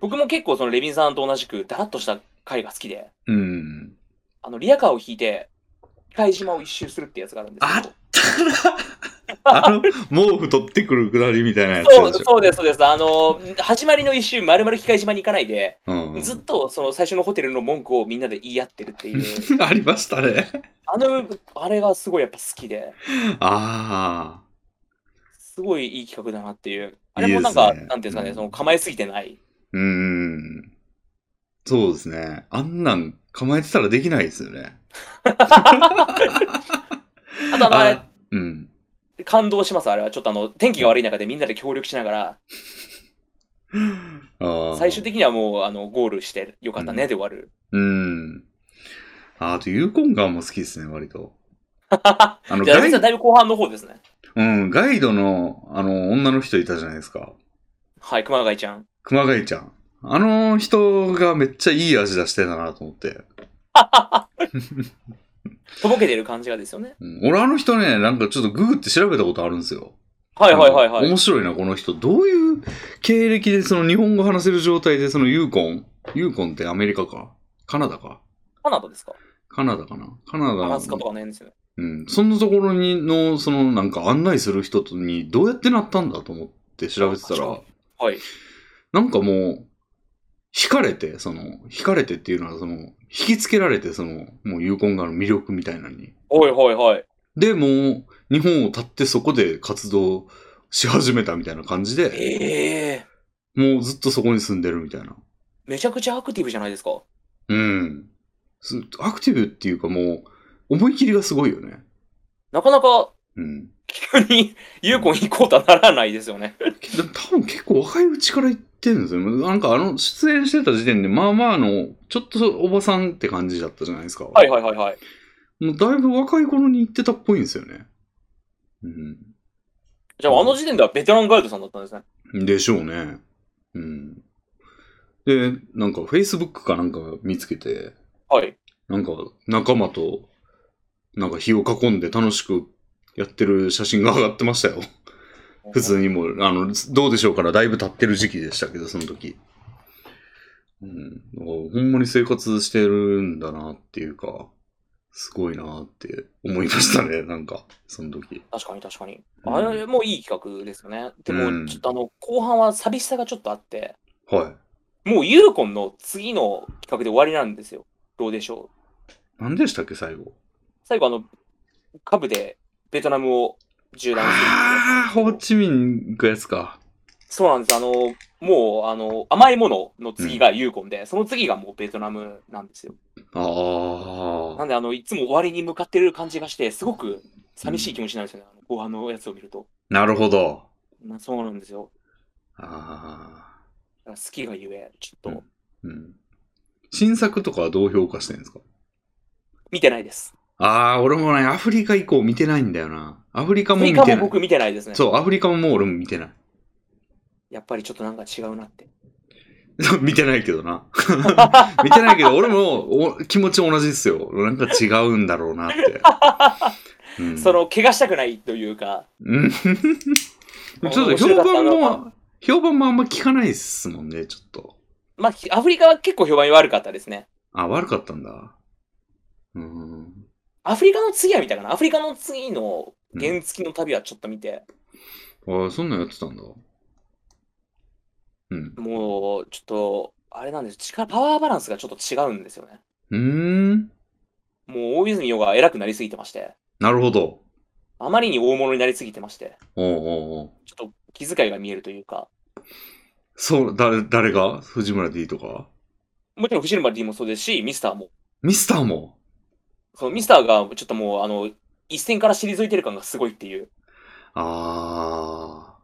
僕も結構そのレビンさんと同じく、だらっとした回が好きで、
うん。
あの、リアカーを引いて、機械島を一周するってやつがあるんですけど。
あ
*laughs*
の、毛布取ってくるくだりみたいなやつ
そう
でしょ。
そうです、そうです。あの、始まりの一周、まるまる機械島に行かないで、
うん。
ずっとその最初のホテルの文句をみんなで言い合ってるって *laughs* いう、
*laughs* ありましたね。
あの、あれがすごいやっぱ好きで、
ああ。
すごいいい企画だなっていう。あれもなん
い
か、
いですね
なんていうんですかね、
うん
その構えすぎてない。
うーん。そうですね。あんなん構えてたらできないですよね。
あとあの、あ
あうん。
れ、感動します、あれは。ちょっとあの、天気が悪い中でみんなで協力しながら、
あー
最終的にはもう、あの、ゴールして、よかったね、で終わる。
うん。ああと、ユーコンガンも好きですね、割
*laughs*
と。あの、
じゃあ、
ガ
レ
イ
ミさんだいぶ後半の方ですね。
うん、ガイドの、あの、女の人いたじゃないですか。
はい、熊谷ちゃん。
熊谷ちゃん。あの人がめっちゃいい味出してたなと思って。
とぼけてる感じがですよね。
うん俺あの人ね、なんかちょっとググって調べたことあるんですよ。
はいはいはいは
面
い。
白いな、この人。どういう経歴で、その日本語話せる状態で、そのユーコン。ユーコンってアメリカか。カナダか。
カナダですか
カナダかな。カナ
ア
ダ
ラスカとかの辺ですよね。
うん。そんなところにの、そのなんか案内する人とに、どうやってなったんだと思って調べてたら、
はい。
なんかもう、惹かれて、その、惹かれてっていうのは、その、引きつけられて、その、もうユーコンガの魅力みたいなのに。
はいはいはい。
で、もう、日本を立ってそこで活動し始めたみたいな感じで、
ええ
もうずっとそこに住んでるみたいな。
めちゃくちゃアクティブじゃないですか。
うん。すアクティブっていうかもう、思い切りがすごいよね。
なかなか
うん。
*laughs* 急にユーコン行こうとはならないですよね。
でも多分結構若いうちから行っってるんですよ。なんかあの、出演してた時点で、まあまああの、ちょっとおばさんって感じだったじゃないですか。
はいはいはいはい。
もうだいぶ若い頃に行ってたっぽいんですよね。う
じゃあ、あの時点ではベテランガイドさんだったんですね。
ん。でしょうね。うん。で、なんか Facebook かなんか見つけて、
はい。
なんか仲間と、なんか火を囲んで楽しくやってる写真が上がってました *laughs* よ。普通にもう、あの、どうでしょうからだいぶ経ってる時期でしたけど、その時。うん。だからほんまに生活してるんだなっていうか、すごいなって思いましたね、 *laughs* なんか、その時。
確かに確かに。
うん
あれもいい企画ですよね。で
う
も、
ん
ちょっとあの、後半は寂しさがちょっとあって、
は
もうユーコンの次の企画で終わりなんですよ。どうでしょう。
い。何でしたっけ、最後。
最後、あの、カブでベトナムを縦断
ああ、
する
ホー
んですけど。
チミン行くやつか。
そうなんです。あの、もう、あの、甘いものの次がユーコンで、その次がもうベトナムなんですよ。
あ
な
あ
ん。で、あの、いつも終わりに向かってる感じがして、すごく寂しい気持ちになるんですよね。あの後半のやつを見ると。
なるほど。
まあそうなんですよ。
ああ。
だから好きがゆえ、ちょっと
うん。新作とかはどう評価してるんですか
見てないです。
ああ、俺もね、アフリカ以降見てないんだよな。アフリカも
追
見
加
て
も
ない。
僕見てないですね。
そう、アフリカももう俺も見てない。 *laughs*
やっぱりちょっとなんか違うなって。
見てないけどな。 *laughs* 見てないけど、俺もお気持ち同じですよ。なんか違うんだろうな
*laughs*
って。うん
その、怪我したくないというか、
うん *laughs* ちょっと評判も、評判もあんま聞かないですもんね、ちょっと。
まあ、ひアフリカは結構評判悪かったですね。
あ、悪かったんだ。うん。
アフリカの次は見たかなアフリカの次の原付きの旅はちょっと見て、
ああ、そんなんやってたんだ。うん。
もう、ちょっと、あれなんです力、パワーバランスがちょっと違うんですよね。
うーん。
もう、大泉洋が偉くなりすぎてまして、
なるほど。
あまりに大物になりすぎてまして、
おうおうおう
ちょっと気遣いが見えるというか、
そう、誰、誰が藤村 D とか
もちろん藤森 D もそうですし、ミスターも。
ミスターも
そのミスターがちょっともう、あの、一線から退いてる感がすごいっていう。
ああ。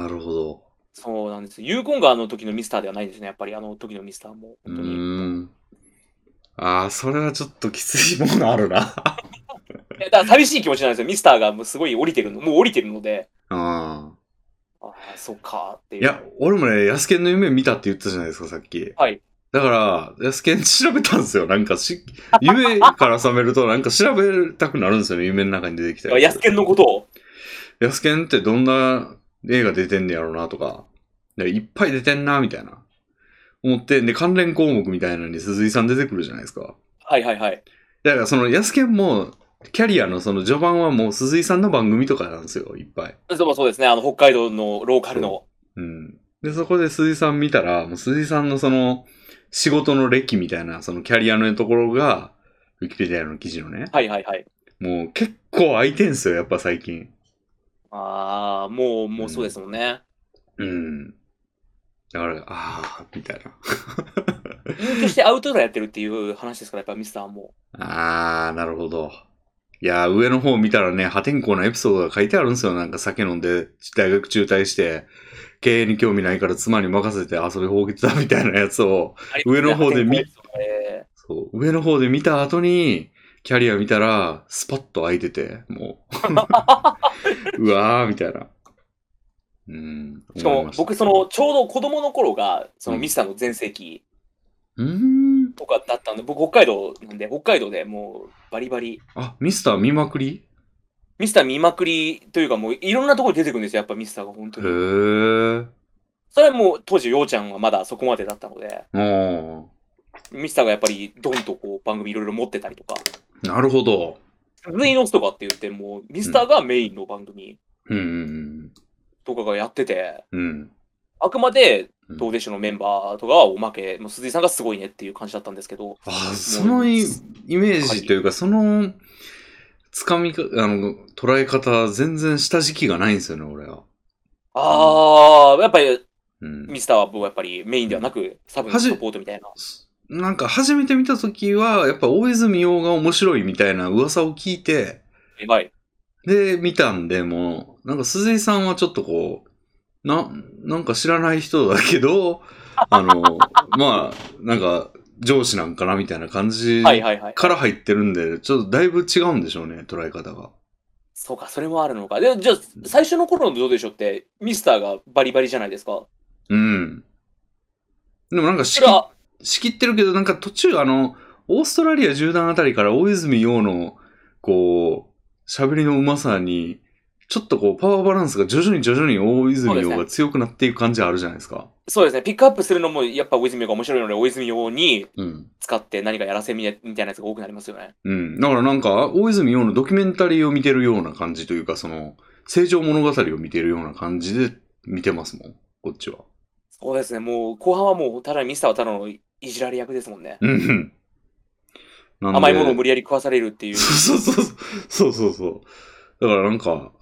なるほど。
そうなんです。ユーコンガーの時のミスターではないんですね。やっぱりあの時のミスターも。
う
本当に。
ーん。ああ、それはちょっときついものある
*laughs*
な。あ
いやだから寂しい気持ちなんですよ。ミスターがもうすごい降りてるの、もう降りてるので、
あ。
ああ、そっかーっていう。
いや、俺もね、ヤスケンの夢見たって言ったじゃないですか、さっき。
はい。
だから、ヤスケン調べたんですよ。なんか
*laughs*
し、夢から覚めると、なんか調べたくなるんですよね、夢の中に出てきた
ヤスケンのことを。
ヤスケンってどんな映画出てんねやろうなとか、でいっぱい出てんな、みたいな。思って、で、関連項目みたいなのに鈴井さん出てくるじゃないですか。
はいはいはい。
だからそのヤスケンも、キャリアのその序盤はもう鈴井さんの番組とかなんですよ、いっぱい。
そうそうですね。あの、北海道のローカルの。
うん。で、そこで鈴井さん見たら、もう鈴井さんのその、仕事の歴みたいな、そのキャリアのところが、ウィキペディアの記事のね、
はいはいはい。
もう結構空いてんすよ、やっぱ最近。
ああ、もう、もうそうですもんね。
うん。だから、あー、みたいな。
入居してアウトドアやってるっていう話ですから、やっぱミスターも。
あー、なるほど。いやー、上の方見たらね、破天荒なエピソードが書いてあるんですよ。なんか酒飲んで、大学中退して、経営に興味ないから妻に任せて遊び放棄だみたいなやつを、上の方で見
え
そう、上の方で見た後に、キャリア見たら、スパッと空いてて、も
*laughs*
う。うわー、みたいな。うん。
ーしか
思い
も
ま、た
僕、その、、ちょうど子供の頃が、その
うん
ミスターの全盛期
うーん。
とかだったんで、僕、北海道なんで、北海道でもう、バリバリ。
あ、ミスター見まくり
ミスター見まくりというか、もう、いろんなところに出てくるんですよ、やっぱミスターが、本
へ
当に。
ー。
それはもう当時、ようちゃんはまだそこまでだったので、
あー。
ミスターがやっぱりドンとこう番組いろいろ持ってたりとか、
なるほど。
鈴井のスとかって言ってもう、ミスターがメインの番組
うんうん
とかがやってて、
うん。うん。
あくまで
うん
どうでしょうのメンバーとかはおまけ、もう鈴井さんがすごいねっていう感じだったんですけど、
あーそのイイメージというか、その、つかみか、あの、捉え方、全然下敷きがないんですよね、俺は。
あー、やっぱり
うん。
ミスターはもうやっぱりメインではなく、サブのサポートみたいな。
なんか初めて見たときは、やっぱ大泉洋が面白いみたいな噂を聞いて、
やばい。
で、見たんで、もう、なんか鈴井さんはちょっとこう、な、なんか知らない人だけど、あ
*laughs*
の、まあ、なんか、上司なんかなみたいな感じ
はいはいはい。
から入ってるんで、ちょっとだいぶ違うんでしょうね、捉え方が。
そうか、それもあるのか。で、じゃあ、最初の頃のどうでしょうって、ミスターがバリバリじゃないですか。
うん。でもなんか仕
そ
切
れ、は、
仕切ってるけど、なんか途中、あの、オーストラリア縦断あたりから大泉洋の、こう、喋りのうまさに、ちょっとこう、パワーバランスが徐々に徐々に大泉
そう
洋
です
が強くなっていく感じあるじゃないですか。
そうですね、ピックアップするのも、やっぱ大泉が面白いので、大泉用に
うん。
使って何かやらせみたいみたいなやつが多くなりますよね。
うん。だからなんか、大泉洋のドキュメンタリーを見てるような感じというか、その、成長物語を見てるような感じで見てますもん、こっちは。
そうですね、もう、後半はもう、ただミスターはただのいじられ役ですもんね。
うん。なんで
甘いものを無理やり食わされるっていう。
そうそうそう。そうそうそう。だからなんか、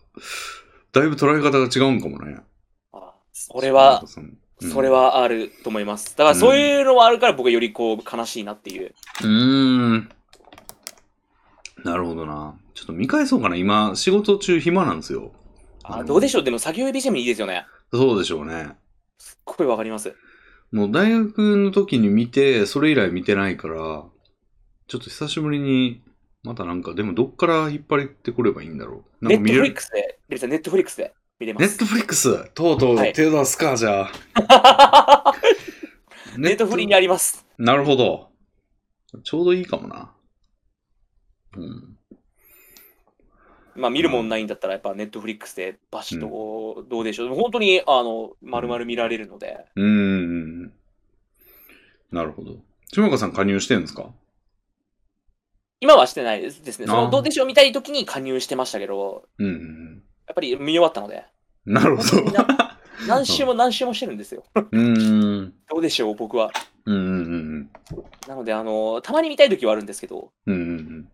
だいぶ捉え方が違うんかもね。
あそれは、
そ
それ。はあると思います。だから、そういうのはあるから、僕はよりこう、悲しいなっていう。
うん。うーんなるほどな。ちょっと見返そうかな。今、仕事中暇なんですよ。
あ
うん
どうでしょうでも、作業用 BGM いいですよね。
そうでしょうね。
すっごいわかります。
もう大学の時に見て、それ以来見てないから、ちょっと久しぶりに、またなんか、でもどっから引っ張ってくればいいんだろう。な
ネ
んか
ッ
見
トフ
れ
リッ
る。
クスで、レビさん、ネットフリックスで見れま
ネッ
す
ト。フリックスとうとう
はい
手出すか、じゃあ。
*laughs* ネットフリにあります。
なるほど。ちょうどいいかもな。うん。
まあ、見るもんないんだったら、やっぱネットフリックスでバシッとこう、どうでしょう。でも本当に、あの、丸々見られるので。
うーん。なるほど。島岡さん加入してるんですか
今はしてないですですね。そ
あー
の、どうでしょう見たい時に加入してましたけど、
うんうん
やっぱり見終わったので。
うん。なるほど。
みん
う
な何周も何周もしてるんですよ。
ーん。
どうでしょう、僕は。
うんうんうん
なので、あの、たまに見たい時はあるんですけど。
うん。うんうんうん。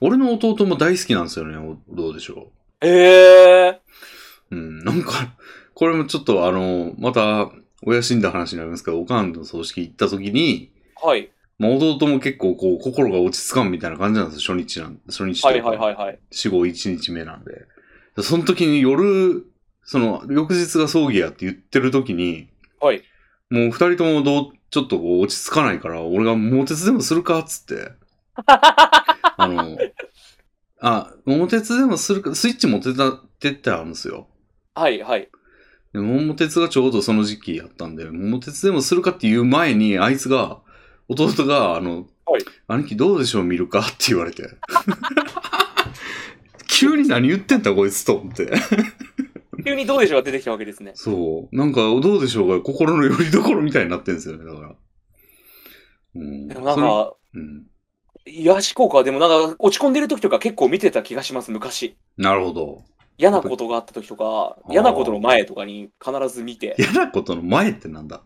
俺の弟も大好きなんですよね。おどうでしょ
ええ
う。うん。なんか、これもちょっとあの、また、親死んだ話になりますけど、おかんの葬式行った時に、
ー、はい。
まあ、弟も結構こう、心が落ち着かんみたいな感じなんですよ。初日なん、初日と
は
いう
い
か
はいはいはい。
死後1日目なんで。その時に夜、その、翌日が葬儀やって言ってる時に、
はい。
もう二人ともどう、ちょっとこう落ち着かないから、俺が桃鉄でもするかっつ
*laughs*
って。あの、あ、桃鉄でもするか、スイッチ持ってたってったんですよ。
はいはい。
で桃鉄がちょうどその時期やったんで、桃鉄でもするかっていう前に、あいつが、弟が、あの、
はい
兄貴どうでしょう見るかって言われて。 *laughs* 急に何言ってんだこいつと思って。
急にどうでしょうが出てきたわけですね。
そう。なんか、どうでしょうが心の拠り所みたいになってんですよね、だから。うん。
でもなん
それ
か、
うん。
癒やし効果はでもなんか落ち込んでる時とか結構見てた気がします、昔。
なるほど。
嫌なことがあった時とか、
あー
嫌なことの前とかに必ず見て、
嫌なことの前ってなんだ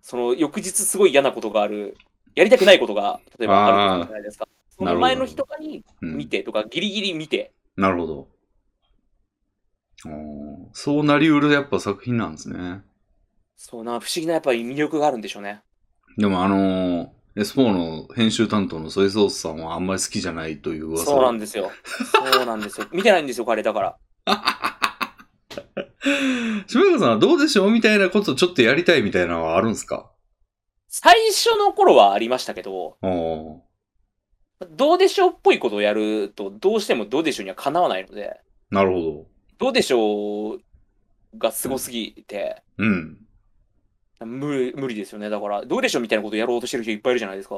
その翌日すごい嫌なことがある、やりたくないことが、例えばあるじゃないですか。その前の日とかに
うん
見てとか、ギリギリ見て、
なるほど。おーそうなりうるやっぱ作品なんですね。
そうな、不思議なやっぱり魅力があるんでしょうね。
でもあのー、S4 の編集担当のソイソースさんはあんまり好きじゃないという噂
そうなん
だ。
ですよ。そうなんですよ。見てないんですよ、彼だから。
しめかさんはどうでしょうみたいなことちょっとやりたいみたいなのはあるんですか
最初の頃はありましたけど、
おー
どうでしょうっぽいことをやると、どうしてもどうでしょうにはかなわないので、
なるほど。
どうでしょうがすごすぎて、
うん。
無無理ですよね。だから、どうでしょうみたいなことをやろうとしてる人いっぱいいるじゃないですか。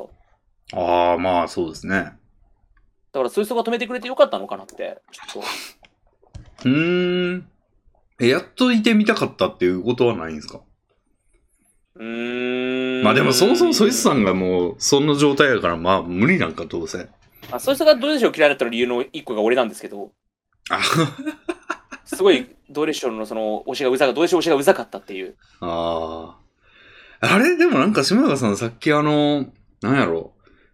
ああ、まあそうですね。
だから、そういう人が止めてくれてよかったのかなって、ちょっと。
うーん。えやっといてみたかったっていうことはないんですか
うーん。
まあでもそもそもソイスさんがもうそんな状態やからまあ無理なんかどうせ。
まあ、そういう人がどうでしょう嫌いだった理由の一個が俺なんですけど、
あ
すごい、どうでしょうのその、推しがうざか、どうでしょう推しがうざかったっていう。
ああ。あれでもなんか島川さんさっきあの、なんやろ。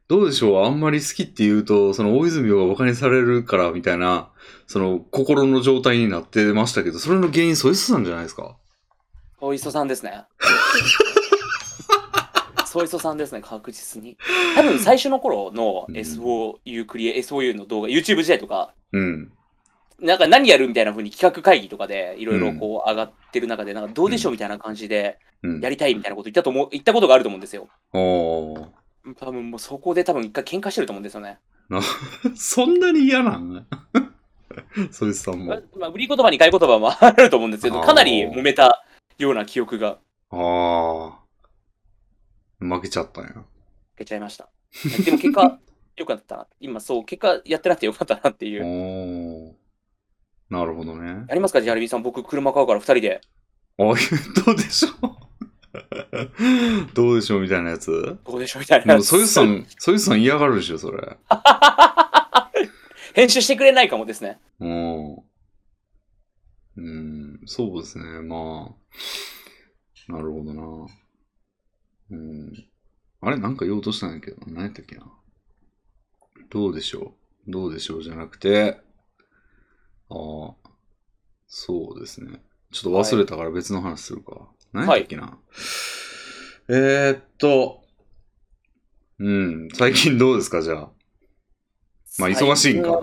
どうでしょうあんまり好きって言うと、その大泉洋が馬鹿にされるからみたいな、その心の状態になってましたけど、それの原因ソイスさんじゃないですか
ソイソさんですね。 *laughs* ソイソさんですね、確実に。多分最初の頃の
うん
SOU クリエ、SOU の動画、YouTube 時代とか、
うん。
なんか何やるみたいな風に企画会議とかでいろいろこう上がってる中で、なんかどうでしょうみたいな感じで
うん
や。りたいみたいなこと言ったと思う、言ったことがあると思うんですよ。
おー。 *laughs*
多分もうそこで多分一回喧嘩してると思うんですよね。
そんなに嫌なん *laughs* そいつさんも。
まあ、売り言葉に買い言葉もあると思うんですけど、
あー
かなり揉めたような記憶が
ああ。負けちゃったんや。
出ちゃいました。でも結果、良かったな。今そう、結果やってなくて良かったなっていう。
おー。なるほどね。
やりますか、ジャルビンさん。僕、車買うから2人で。
あどうでしょうどうでしょうみたいなやつ
どうでしょうみたい
で
な。
も、そいつさん、そいつさん嫌がるでしょ、それ。
編集してくれないかもですね。
うん。うん、そうですね。まあ。なるほどな。うん。あれなんか言おうとしたんやけど、何やったっけな。どうでしょうどうでしょうじゃなくて、ああ、そうですね。ちょっと忘れたから別の話するか。何やったっけな。えー、っと、うん、最近どうですかじゃあ。まあ忙しいんか
最近は。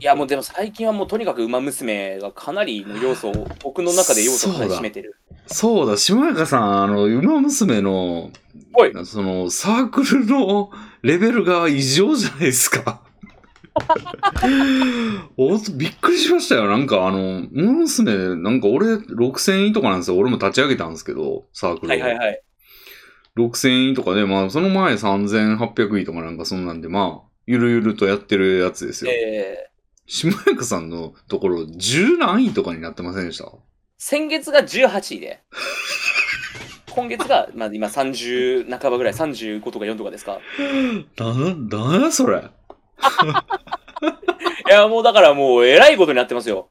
いや、もうでも最近はもうとにかく馬娘がかなりの要素を、僕の中で要素をかなり占めてる。
そうだ、島中さん、あの、馬娘の、
はい
その、サークルのレベルが異常じゃないですか。 *laughs* おびっくりしましたよ。なんか、あの、馬娘、なんか俺、6000位とかなんですよ。俺も立ち上げたんですけど、サークルを。
はいはいはい。
6000位とかで、まあ、その前3800位とかなんかそんなんで、まあ、ゆるゆるとやってるやつですよ。
えー、
島中さんのところ、10何位とかになってませんでした
先月が18位で。今月が、まあ、今30半ばぐらい、35とか4とかですか。
だ、だやそれ。
いや、もうだからもう、えらいことになってますよ。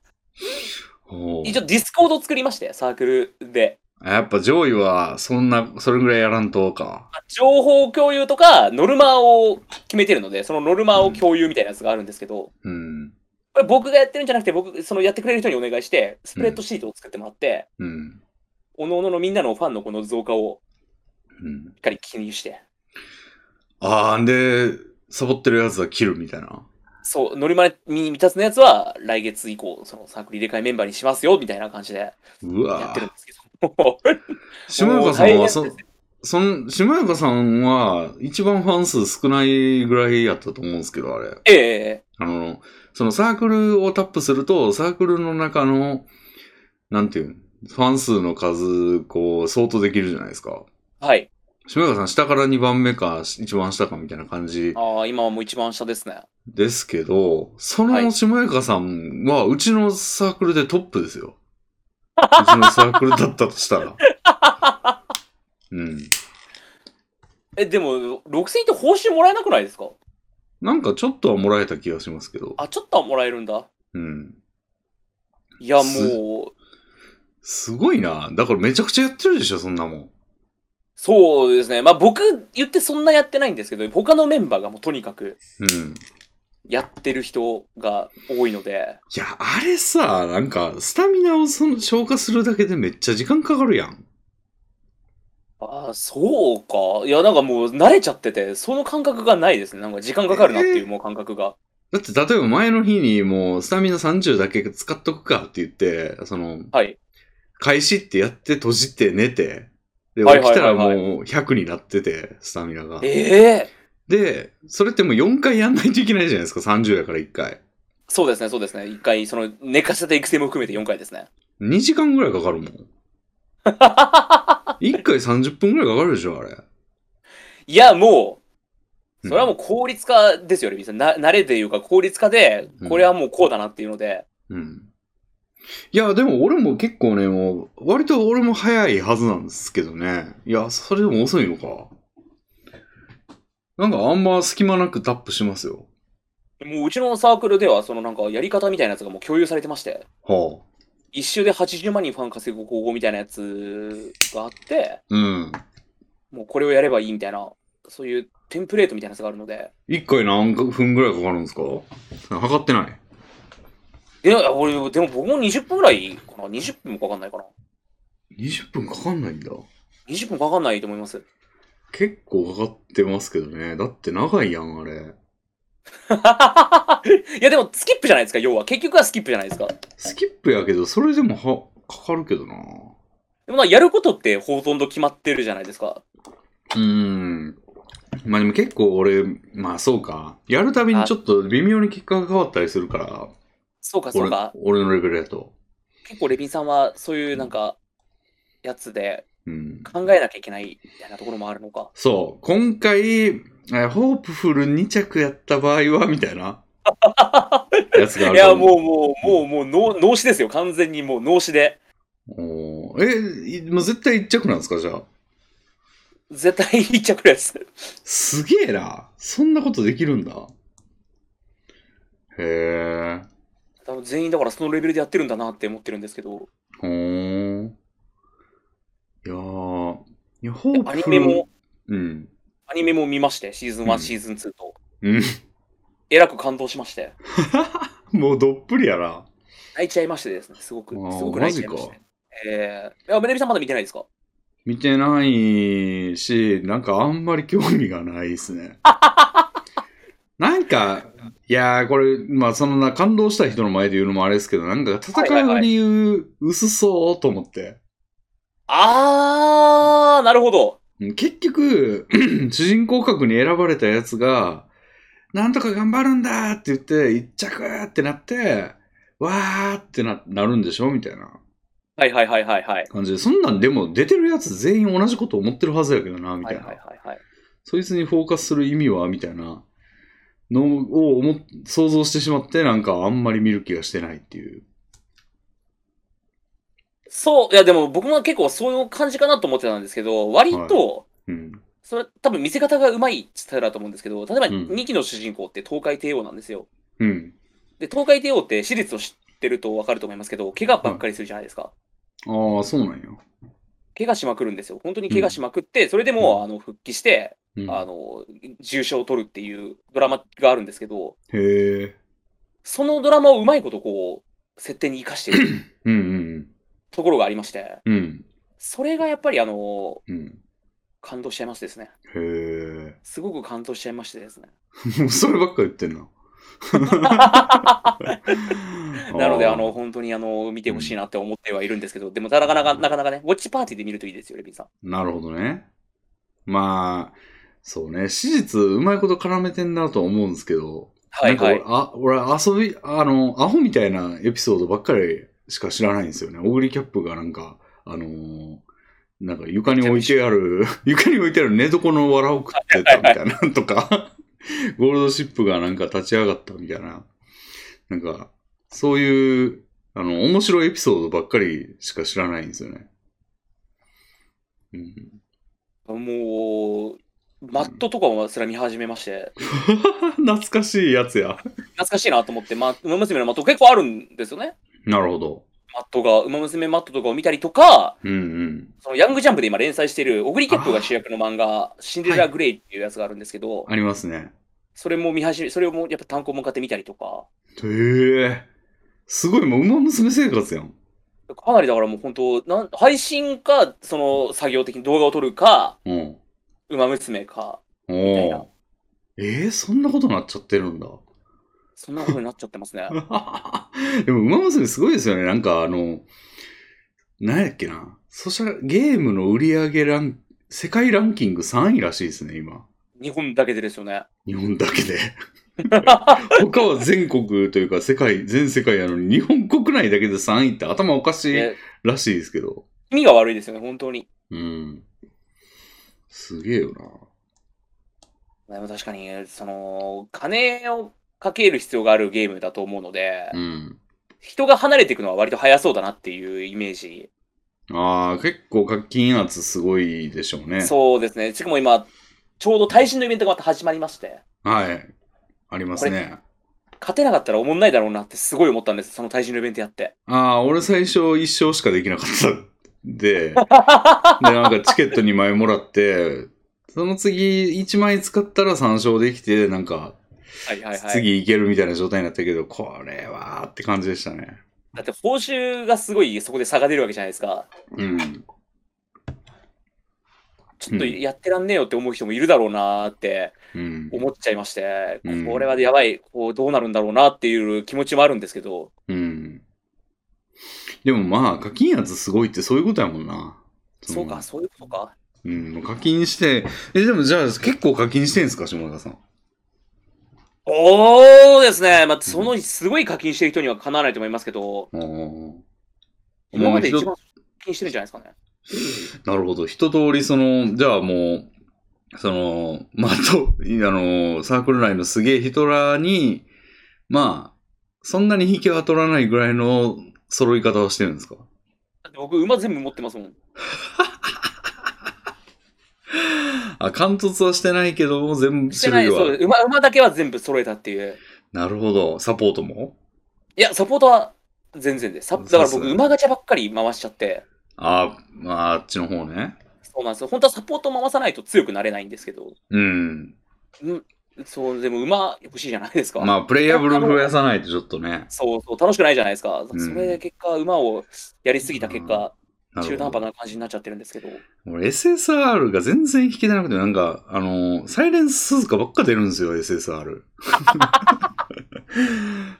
おー
一応、ディスコード作りまして、サークルで。
やっぱ上位は、そんな、それぐらいやらんとか。
情報共有とか、ノルマを決めてるので、そのノルマを共有みたいなやつがあるんですけど、
うん。
これ僕がやってるんじゃなくて、僕、そのやってくれる人にお願いして、スプレッドシートを作ってもらって、
うん。
おのおののみんなのファンのこの増加を
うん。
しっかり記入して、
ああ、んで、サボってるやつは切るみたいな。
そう、ノルマに満たすのやつは来月以降、そのサークル入れ替えメンバーにしますよ、みたいな感じで
う
やっ
わ
てるん
ぁ。
ですけど、もう
島中さん
もう大変
は、そ、その、島中さんは、一番ファン数少ないぐらいやったと思うんですけど、あれ。
*laughs* ええ
あの、そのサークルをタップすると、サークルの中の、なんていうん、ファン数の数、こう、相当できるじゃないですか。
はい。
島中さん、下から2番目か、一番下かみたいな感じ
ああ、今はもう一番下ですね。
ですけど、そ
はい
のしもやかさんは、うちのサークルでトップですよ。
*laughs*
うちのサークルだったとしたら。
*laughs*
うん。
え、でも、6000円って報酬もらえなくないですか
なんかちょっとはもらえた気がしますけど。
あ、ちょっとはもらえるんだ。
うん。
いや、
す
もう、
すごいな。だからめちゃくちゃやってるでしょ、そんなもん。
そうですね。まあ僕言ってそんなやってないんですけど、他のメンバーがもうとにかく
うん。
やってる人が多いので、
いや、あれさ、なんか、スタミナをその消化するだけでめっちゃ時間かかるやん。
ああ、そうか。いや、なんかもう慣れちゃってて、その感覚がないですね。なんか時間かかるなってい
え
うもう感覚が。
だって、例えば前の日にもう、スタミナ30だけ使っとくかって言って、その、
はい。
開始ってやって閉じて寝て、で、起
はいは
き
い
た
は
ら
いはい
もう100になってて、スタミナが。
ええ
で、それってもう4回やんないといけないじゃないですか、30やから1回。
そうですね、そうですね。一回、その、寝かせた育成も含めて4回ですね。
2時間ぐらいかかるもん。1回30分ぐらいかかるでしょ、あれ。
いや、もう、それはも
う
う効率化ですよ、レビンさん。な、慣れというか効率化で、これはもうこうだなっていうので、
ん。うん。いや、でも俺も結構ね、もう、割と俺も早いはずなんですけどね。いや、それでも遅いのか。なんかあんま隙間なくタップしますよ。
もううちのサークルでは、そのなんかやり方みたいなやつがもう共有されてまして、
はあ。
一周で80万人ファン稼ぐ方法みたいなやつがあって、
うん。
もうこれをやればいいみたいな、そういうテンプレートみたいなやつがあるので、
一回何分ぐらいかかるんですか測ってない。
いや、俺、でも僕も20分ぐらいかな ?20 分もかかんないかな
20分かかんないんだ。
?20 分かかんないと思います。 *laughs*
結構かかってますけどね。だって長いやん、あれ。
いやでもスキップじゃないですか要は結局はスキップじゃないですか
スキップやけど、それでもは、かかるけどな。う
でもまあやることってほとんど決まってるじゃないですか
ーん。まあでも結構俺、まあそうか。やるたびにちょっと微妙に結果が変わったりするから、
そうかそう
俺
か
俺のレベルやと。
結構レビンさんはそういうなんかやつで
うん。
考えなきゃいけないみたいなところもあるのか
そう、今回、えホープフル2着やった場合は、みたい
*laughs*
な。やつがあ
い
ると
や
思う。
もうもうもうもう脳脳死ですよ完全にもう脳死で
おーえ、いもう絶対1着なんですか、じゃあ。
絶対一着です
すげえな。そんなことできるんだ。へえ。
多分全員だからそのレベルでやってるんだなって思ってるんですけど
ほーん。いやー。いや、ホー
ア
プ
ニ
フ
メ
ル。
も
うん。
アニメも見ましてシーズン1、
うん
シーズン2と
うん。
えらく感動しまして
もうどっぷりやな。
泣いちゃいましてですねすごく
あー
すごく泣いちゃいました
マジ
ねえー、いやメレビさんまだ見てないですか
見てないし、なんかあんまり興味がないです
*laughs*
ね。なんか、いやーこれ、まあそのな、感動した人の前で言うのもあれですけど、なんか戦いの理由、薄そうと思って。
あーなるほど
結局、主人公格に選ばれたやつが、なんとか頑張るんだって言って、一着ってなって、わーってななるんでしょみたいな
はいはいはいはいはい
感じで、そんなんでも出てるやつ全員同じこと思ってるはずやけどな、み
は
たい
い
な。
はいはいはい
そいつにフォーカスする意味はみたいなのを思っ想像してしまって、なんかあんまり見る気がしてないっていう。
そういやでも僕も結構そういう感じかなと思ってたんですけど割と、
うん。
それ多分見せ方がうまいスタイルだと思うんですけど例えば
うん
2期の主人公って東海帝王なんですよ
うん。
で東海帝王って私立を知ってると分かると思いますけど怪我ばっかりするじゃないですか、
ああ、そうなんや。
怪我しまくるんですよ。本当に怪我しまくって、それでも、あの復帰して、
うん、
あの重傷を取るっていうドラマがあるんですけど、
へえ。
そのドラマをうまいことこう設定に生かして
*coughs*
る
うんうん
ところがありまして、
うん。うん。
それがやっぱりあの
うん。
感動しちゃいましてですね。
へ
すごく感動しちゃいましてですね。
え。もうそればっか言ってんな。
なので、
ー
あの、本当にあの見てほしいなって思ってはいるんですけど、でもなかなかなかなかね、ウォッチパーティーで見るといいですよ、レビンさん。
なるほどね。まあ、そうね。史実、うまいこと絡めてんなとは思うんですけど、
はいは
なん
い。
か俺、あ、俺遊び、あの、アホみたいなエピソードばっかりしか知らないんですよね。オグリキャップがなんか、あのーなんか床に置いてある、 *laughs* 床に置いてある寝床の藁を食ってたみたいなのとか、 *laughs* ゴールドシップがなんか立ち上がったみたいな、なんか、そういう、あの、面白いエピソードばっかりしか知らないんですよね。うん、 *laughs*
もう、マットとかもすら見始めまして、
懐かしいやつや。
懐かしいなと思って、ま、ウマ娘のマット結構あるんですよね。
なるほど。
マットが、ウマ娘マットとかを見たりとか、
うんうん。
そのヤングジャンプで今連載している、小栗キャップが主役の漫画、シンデレラ・グレイっていうやつがあるんですけど、
ありますね。
それも見始め、それをもうやっぱ単行本買って見たりとか、
へえ。すごい、もう、馬娘生活やん。
かなりだからもう本当、なん配信か、その作業的に動画を撮るか、
うん。
ウマ娘か、
お
たいな
お。えー、そんなことなっちゃってるんだ。 *laughs*
そんなことになっちゃってますね。
でも、馬娘すごいですよね。なんか、あの、なんやっけな。そしゃ、ゲームの売り上げラン、世界ランキング3位らしいですね、今。
日本だけでですよね。
日本だけで。 *laughs* 他は全国というか、世界、全世界やのに、日本国内だけで3位って頭おかしい
で
らしいですけど。
意味が悪いですよね、本当に。
うん。すげえよな。
でも確かに、その、金をかける必要があるゲームだと思うので、
うん。
人が離れていくのは割と早そうだなっていうイメージ。
ああ、結構課金圧すごいでしょうね。
そうですね。しかも今、ちょうど耐震のイベントがまた始まりまして、
はい。ありますね。
勝てなかったらおもんないだろうなってすごい思ったんです、その耐震のイベントやって。
ああ、俺最初一生しかできなかったん
*laughs*
で、で、なんかチケット2枚もらって、その次1枚使ったら3勝できて、なんか
はいはいはい。
次いけるみたいな状態になったけど、これはーって感じでしたね。
だって報酬がすごいそこで差が出るわけじゃないですか。
うん。
ちょっとやってらんねえよって思う人もいるだろうなーって
うん。
思っちゃいまして、
うん
これはやばい、こうどうなるんだろうなっていう気持ちもあるんですけど、
うん。でもまあ、課金圧すごいってそういうことやもんな。
そう
の
か、。そういうことか。
うん、課金して、え、でもじゃあ結構課金してんすか、下田さん。
おーですね、まあ、そのすごい課金してる人にはかなわないと思いますけど、
あー
今まで
まあ
一番課金してるんじゃないですかね。
なるほど。一通り、その、じゃあもう、その、まあ、と、あの、サークル内のすげえ人らに、まあ、そんなに引けは取らないぐらいの揃い方をしてるんですか
だって僕、馬全部持ってますもん。
あ、貫突はしてないけども、全部
してな
種
い、
類
そう
は。
馬馬だけは全部揃えたっていう。
なるほど。サポートも
いや、サポートは全然で。サだか
そう
ら
っす
僕、
ね
馬ガチャばっかり回しちゃって、
あー、まあ、あっちの方ね。
そうなんですよ。本当はサポート回さないと強くなれないんですけど、
うん。
そう、でも馬欲しいじゃないですか。
まあ、プレイヤブル増やさないとちょっとね。
そうそう、楽しくないじゃないですか。
うん
それで結果、馬をやりすぎた結果、
なるほ
中
ど
途半端な感じになっちゃってるんですけど。
俺 SSR が全然弾けてなくて、なんか、あのーサイレンス鈴鹿ばっか出るんですよ、SSR。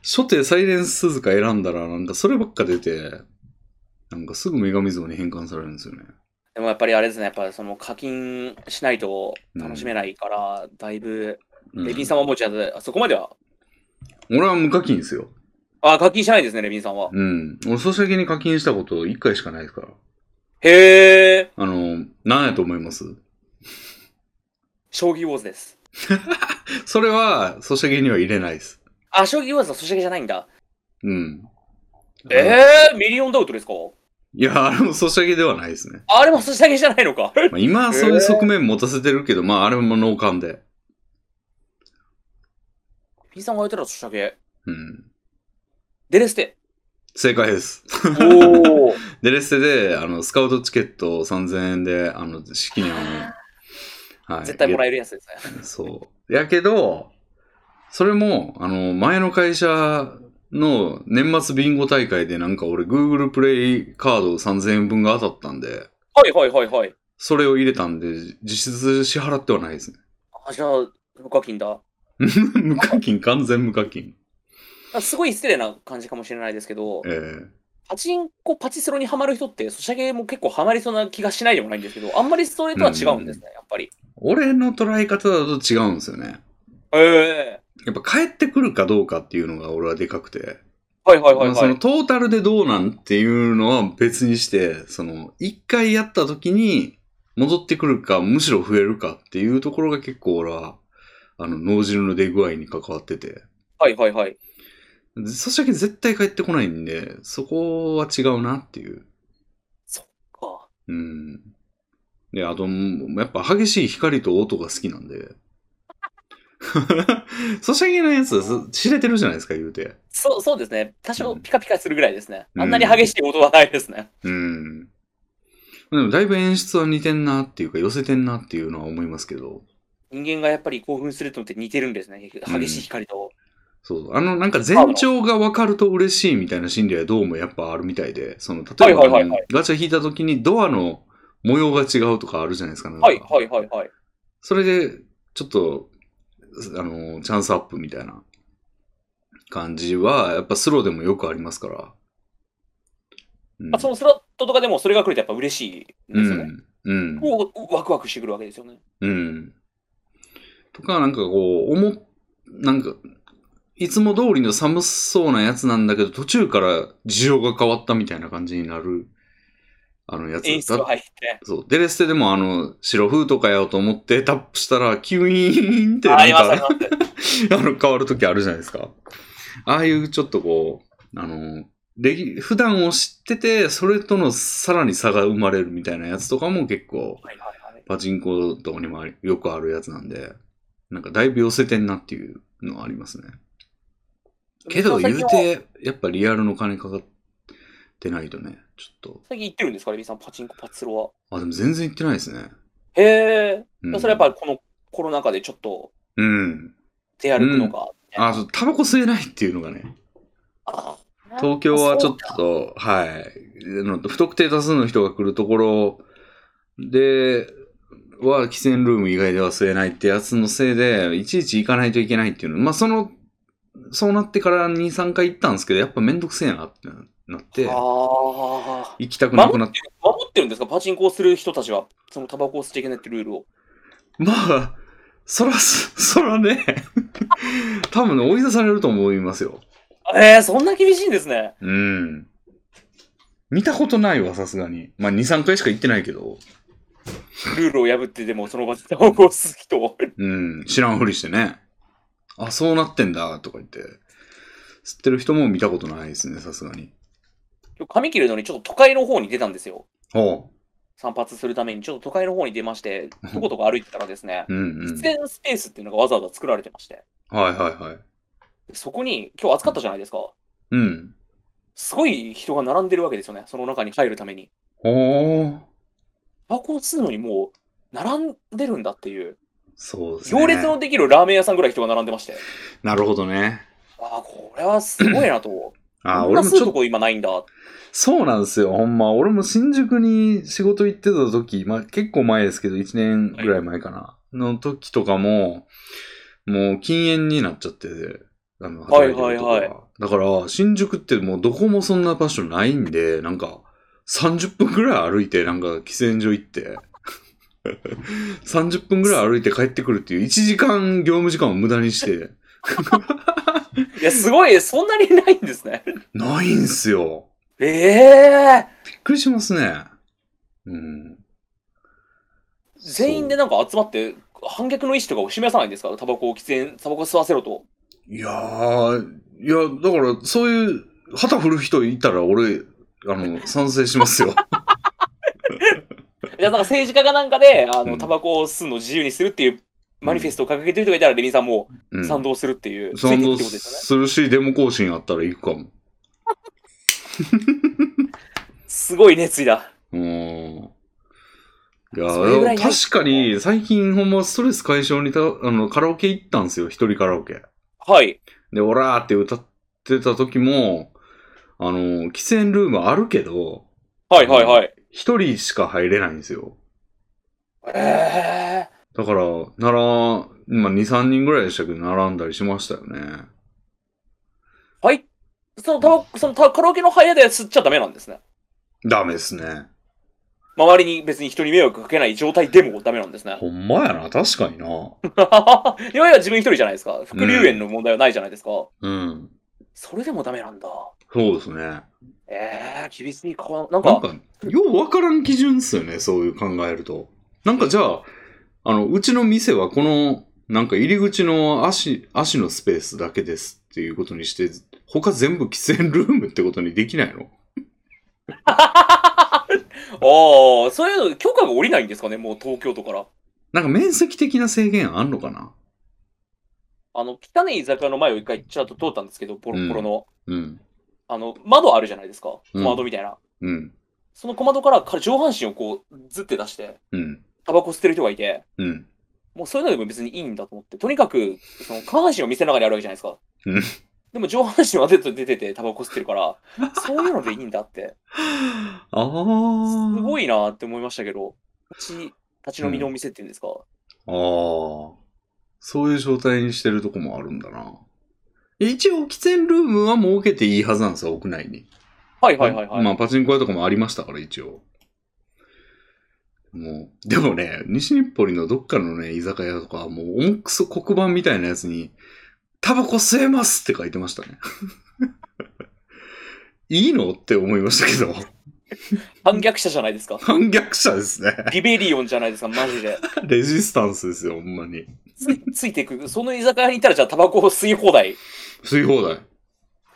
初手サイレンス鈴鹿選んだら、なんかそればっか出て、なんかすぐ女神像に変換されるんですよね。
でもやっぱりあれですね、やっぱりその課金しないと楽しめないから、だいぶ、
うん
レビンさんはもうじゃあ、そこまでは、
俺は無課金ですよ。
あ、課金しないですね、レビンさんは。
うん。俺、ソシャゲに課金したこと1回しかないですから。
へー、
あのー、何やと思います
将棋ウォーズです。
それは、ソシャゲには入れないです。
あ、将棋ウォーズはソシャゲじゃないんだ。
うん。え
えー、ミリオンダウトですか
いや、あれもソシャゲではないですね。
あれもソシャゲじゃない
*laughs*
のか。
まあ、今はそういう側面持たせてるけど、まあ、あれも脳幹で。
レビンさんが言ってたらソシャゲ。
うん。
デレス
*laughs*
テ。
正解です。 *laughs*
おー。
デレステで、あの、スカウトチケットを3000円で、あの、式にあの、はい。
絶対もら
え
えるやつですね。
そう。やけど、それも、あの、前の会社の年末ビンゴ大会でなんか俺 Google プレイカード3000円分が当たったんで、
はいはいはいはい。
それを入れたんで、実質支払ってはないですね。 *laughs*
あ、じゃあ、無課金だ。
無課金、完全無課金。
あすごい失礼な感じかもしれないですけど
ええ、
パチンコ、パチスロにはまる人って、ソシャゲも結構はまりそうな気がしないでもないんですけど、あんまりそれとは違うんですね、やっぱり。
俺の捉え方だと違うんですよね。
ええ
やっぱ帰ってくるかどうかっていうのが俺はでかくて。
はいはいはい
まあそ
は
の
い。
トータルでどうなんっていうのは別にして、その一回やった時に戻ってくるか、むしろ増えるかっていうところが結構俺は、あの、脳汁の出具合に関わってて。
はいはいはい。
そしたけ絶対帰ってこないんで、そこは違うなっていう。
あ
うん。で、あと、やっぱ激しい光と音が好きなんで。 *laughs* ソシャゲのやつはそ知れてるじゃないですか、言うて。
そうそうですね。多少
うん
ピカピカするぐらいですね。
うん
あんなに激しい音はないですね。
うん。でもだいぶ演出は似てんなっていうか、寄せてんなっていうのは思いますけど。
人間がやっぱり興奮するのって似てるんですね。結
うん
局激しい光と。
そうそう。あの、なんか前兆が分かると嬉しいみたいな心理はどうもやっぱあるみたいで、その、例えば、
はいはいはいは
あのガチャ引いた時にドアの模様が違うとかあるじゃないですか。なんか
はいはいはいはい。
それで、ちょっと、あの、チャンスアップみたいな感じは、やっぱスローでもよくありますから。うん
あそのスロットとかでもそれが来るとやっぱ嬉しいんですよね。
うん。うん。
こうワクワクしてくるわけですよね。
うん。とか、なんかこう、思っ、なんか、いつも通りの寒そうなやつなんだけど、途中から事情が変わったみたいな感じになる、あのやつ
演出が入って。
そう。デレステでもあの、白封とかやと思ってタップしたら、キュイーンって
あ
な
り
ん
ますあり
か、
ます。
*laughs* あの、変わるときあるじゃないですか。ああいうちょっとこう、あの、レギ普段を知ってて、それとのさらに差が生まれるみたいなやつとかも結構、
はいはいはい。
パチンコとかにもありよくあるやつなんで、なんかだいぶ寄せてんなっていうのはありますね。けど言うて、やっぱリアルの金かかってないとね、ちょっ
最近行ってるんですか、レビンさん、パチンコ、パチスロは。
と。あ、でも全然行ってないですね。
へえ、
うん、
それはやっぱりこのコロナ禍でちょっと
うん。
出歩くのか。
あ、そうタバコ吸えないっていうのがね。
あ
東京はちょっ
そうか
と、はい。あの不特定多数の人が来るところで、は喫煙ルーム以外では吸えないってやつのせいで、いちいち行かないといけないっていうの。まあ、その、そうなってから2、3回行ったんですけど、やっぱめんどくせえなってなって、
あ
行
あ。
きたくなくなっ
守ってるんですかパチンコをする人たちは。そのタバコを吸っちゃいけないってルールを。
まあ、そらす、そらね、 *laughs* 多分ね、追い出されると思いますよ。
えー、そんな厳しいんですね。
うん。見たことないわ、さすがに。まあ、2、3回しか行ってないけど。
ルールを破ってでもその場でタバコを吸う人を。
うん、知らんふりしてね。あ、そうなってんだ、とか言って。吸ってる人も見たことないですね、さすがに。
今日 *laughs* 髪切るのにちょっと都会の方に出たんですよ。
ほ
散髪するためにちょっと都会の方に出まして、とことこ歩いてたらですね、
う。うんうん
喫。煙スペースっていうのがわざわざ作られてまして、
はいはいはい。
そこに今日暑かったじゃないですか。
うん。
すごい人が並んでるわけですよね。その中に入るために。
ほー。
タバコを吸うのにもう、並んでるんだっていう。
そうですね。
行列のできるラーメン屋さんぐらい人が並んでまして。
なるほどね。
ああ、これはすごいなと。
あ、
こんな
俺も
吸
ち
う
ょっ
と
と、
こ今ないんだ。
そうなんですよ、ほんま。俺も新宿に仕事行ってた時、まあ結構前ですけど、1年ぐらい前かな。の時とかも、もう禁煙になっちゃってて、あの、
は
働て
い
るとこ
はいはい
がだから、新宿ってもうどこもそんな場所ないんで、なんか、30分ぐらい歩いて、なんか喫煙所行って、30分ぐらい歩いて帰ってくるっていう、1時間業務時間を無駄にして、
いや、すごい、そんなにないんですね。 *laughs*
ないんすよ。
ええ
びっくりしますね。うん。
全員でなんか集まって、反逆の意思とかを示さないんですかタバコを喫煙、タバコ吸わせろと。
いやー、いや、だから、そういう、旗振る人いたら、俺、あの、賛成し
*laughs*
ますよ。
いや、なんか政治家がなんかで、あ
う
の、
ん
タバコを吸うの自由にするっていうマニフェストを掲げてる人がいたら、レミさんも
うん、
賛同するっていう、ついて
賛
いく
同
ってことですよね。
するし、デモ行進あったら行くかも。
すごい熱意だ。
うん。いや
それぐらい
ー、
やり
確かに、最近、ほんま、ストレス解消にた、あの、カラオケ行ったんですよ。一人カラオケ。
はい。
で、オラーって歌ってた時も、あの、喫煙ルームあるけど、
はいはいはい。
一人しか入れないんですよ。
ええ
だから、なら、まあ、2、3人ぐらいでしたけど、並んだりしましたよね。
はい。そのタバコ、そのタカラオケの部屋で吸っちゃダメなんですね。
ダメですね。
周りに別に人に迷惑かけない状態でもダメなんです *laughs* ね。
ほんまやな、確かにな。
いわゆる自分一人じゃないですか。副流炎の問題はないじゃないですか。
うん。
それでもダメなんだ。
そうですね。
ええ厳しいか。なん
なん
か、
か、ようわからん基準っすよね、そういう考えると。なんかじゃあ、あの、うちの店はこの、なんか入り口の足、足のスペースだけですっていうことにして、他全部喫煙ルームってことにできないの
ああ、そういうの許可が下りないんですかね、もう東京都から。
なんか面積的な制限あんのかな
あの、汚い居酒屋の前を一回ちらっと通ったんですけど、ボロボロの。
うん。
あの、窓あるじゃないですか。
うん
小窓みたいな。
うん。
その小窓から彼上半身をこう、ずって出して、
うん。
タバコ吸ってる人がいて、
うん。
もうそういうのでも別にいいんだと思って、とにかく、その、下半身は店の中にあるわけじゃないですか。
うん
でも上半身は出て出ててタバコ吸ってるから、そういうのでいいんだ
*laughs*
って。
あ
す
あ。
ごいなって思いましたけど、立ち、立ち飲みのお店っていうんですか。
ああ。そういう状態にしてるとこもあるんだな。一応、喫煙ルームは設けていいはずなんですよ、屋内に。
はいはいはいはい。
まあ、パチンコ屋とかもありましたから、一応。もう、でもね、西日暮里のどっかのね、居酒屋とか、もう、重くそ黒板みたいなやつに、タバコ吸えますって書いてましたね。 *laughs* いいのって思いましたけど、
反逆者じゃな
*laughs*
いですか。
反逆者ですね。
リベリオンじゃないですか、マジで。
レジスタンスですよ、ほんまに。
ついついていく。その居酒屋にいたら、じゃあタバコを吸い放題。
吸い放題。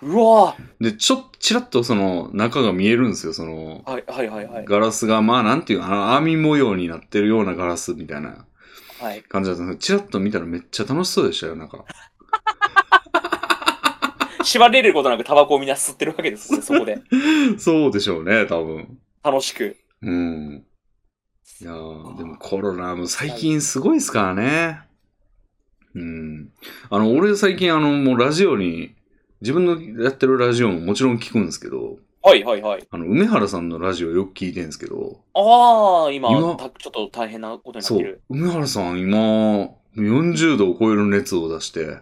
うわ
で、ちょっと、ちらっとその、中が見えるんですよ、その
ー、はいはいはいはい。
ガラスが、まあ、なんていうの、あの、網模様になってるようなガラスみたいな
はい、
感じだったんですけど、ちらっと見たらめっちゃ楽しそうでしたよ、なんか。 *laughs*
縛られることなくタバコをみんな吸ってるわけで
*laughs*
すよ、そこで。
そうでしょうね、多分。
楽しく。
うん。いやーでもコロナも最近すごいですからね。うん。あの、俺最近あの、もうラジオに、自分のやってるラジオももちろん聞くんですけど、
はいはいはい。
あの、梅原さんのラジオよく聞いてるんですけど、
ああ、今
今
たちょっと大変なことになっ
そ
てる
う。、梅原さん今、40度を超える熱を出して、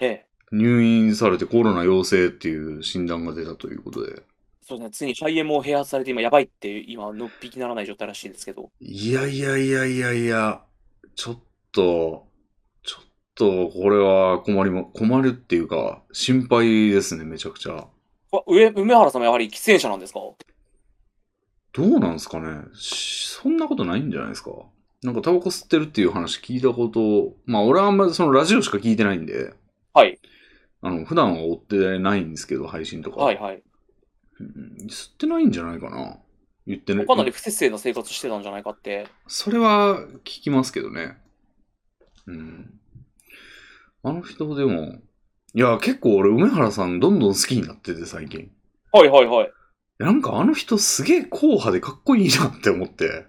ええ。
入院されてコロナ陽性っていう診断が出たということで、
そうですね、ついに肺炎も併発されて今やばいって今のっぴきならない状態らしいんですけど。
いやいやいやいやいや、ちょっと、ちょっと、これは困りも、困るっていうか、心配ですね、めちゃくちゃ。
わ上梅原さんもやはり喫煙者なんですか
どうなんですかねしそんなことないんじゃないですかなんかタバコ吸ってるっていう話聞いたこと、まあ俺はあんまりそのラジオしか聞いてないんで、
はい。
あの、普段は追ってないんですけど、配信とか。
はいはい。
うん吸ってないんじゃないかな言ってね。
かなり不節制な生活してたんじゃないかって。
それは聞きますけどね。うん。あの人でも、いや、結構俺、梅原さんどんどん好きになってて、最近。
はいはいはい。
なんかあの人すげえ硬派でかっこいいなって思って。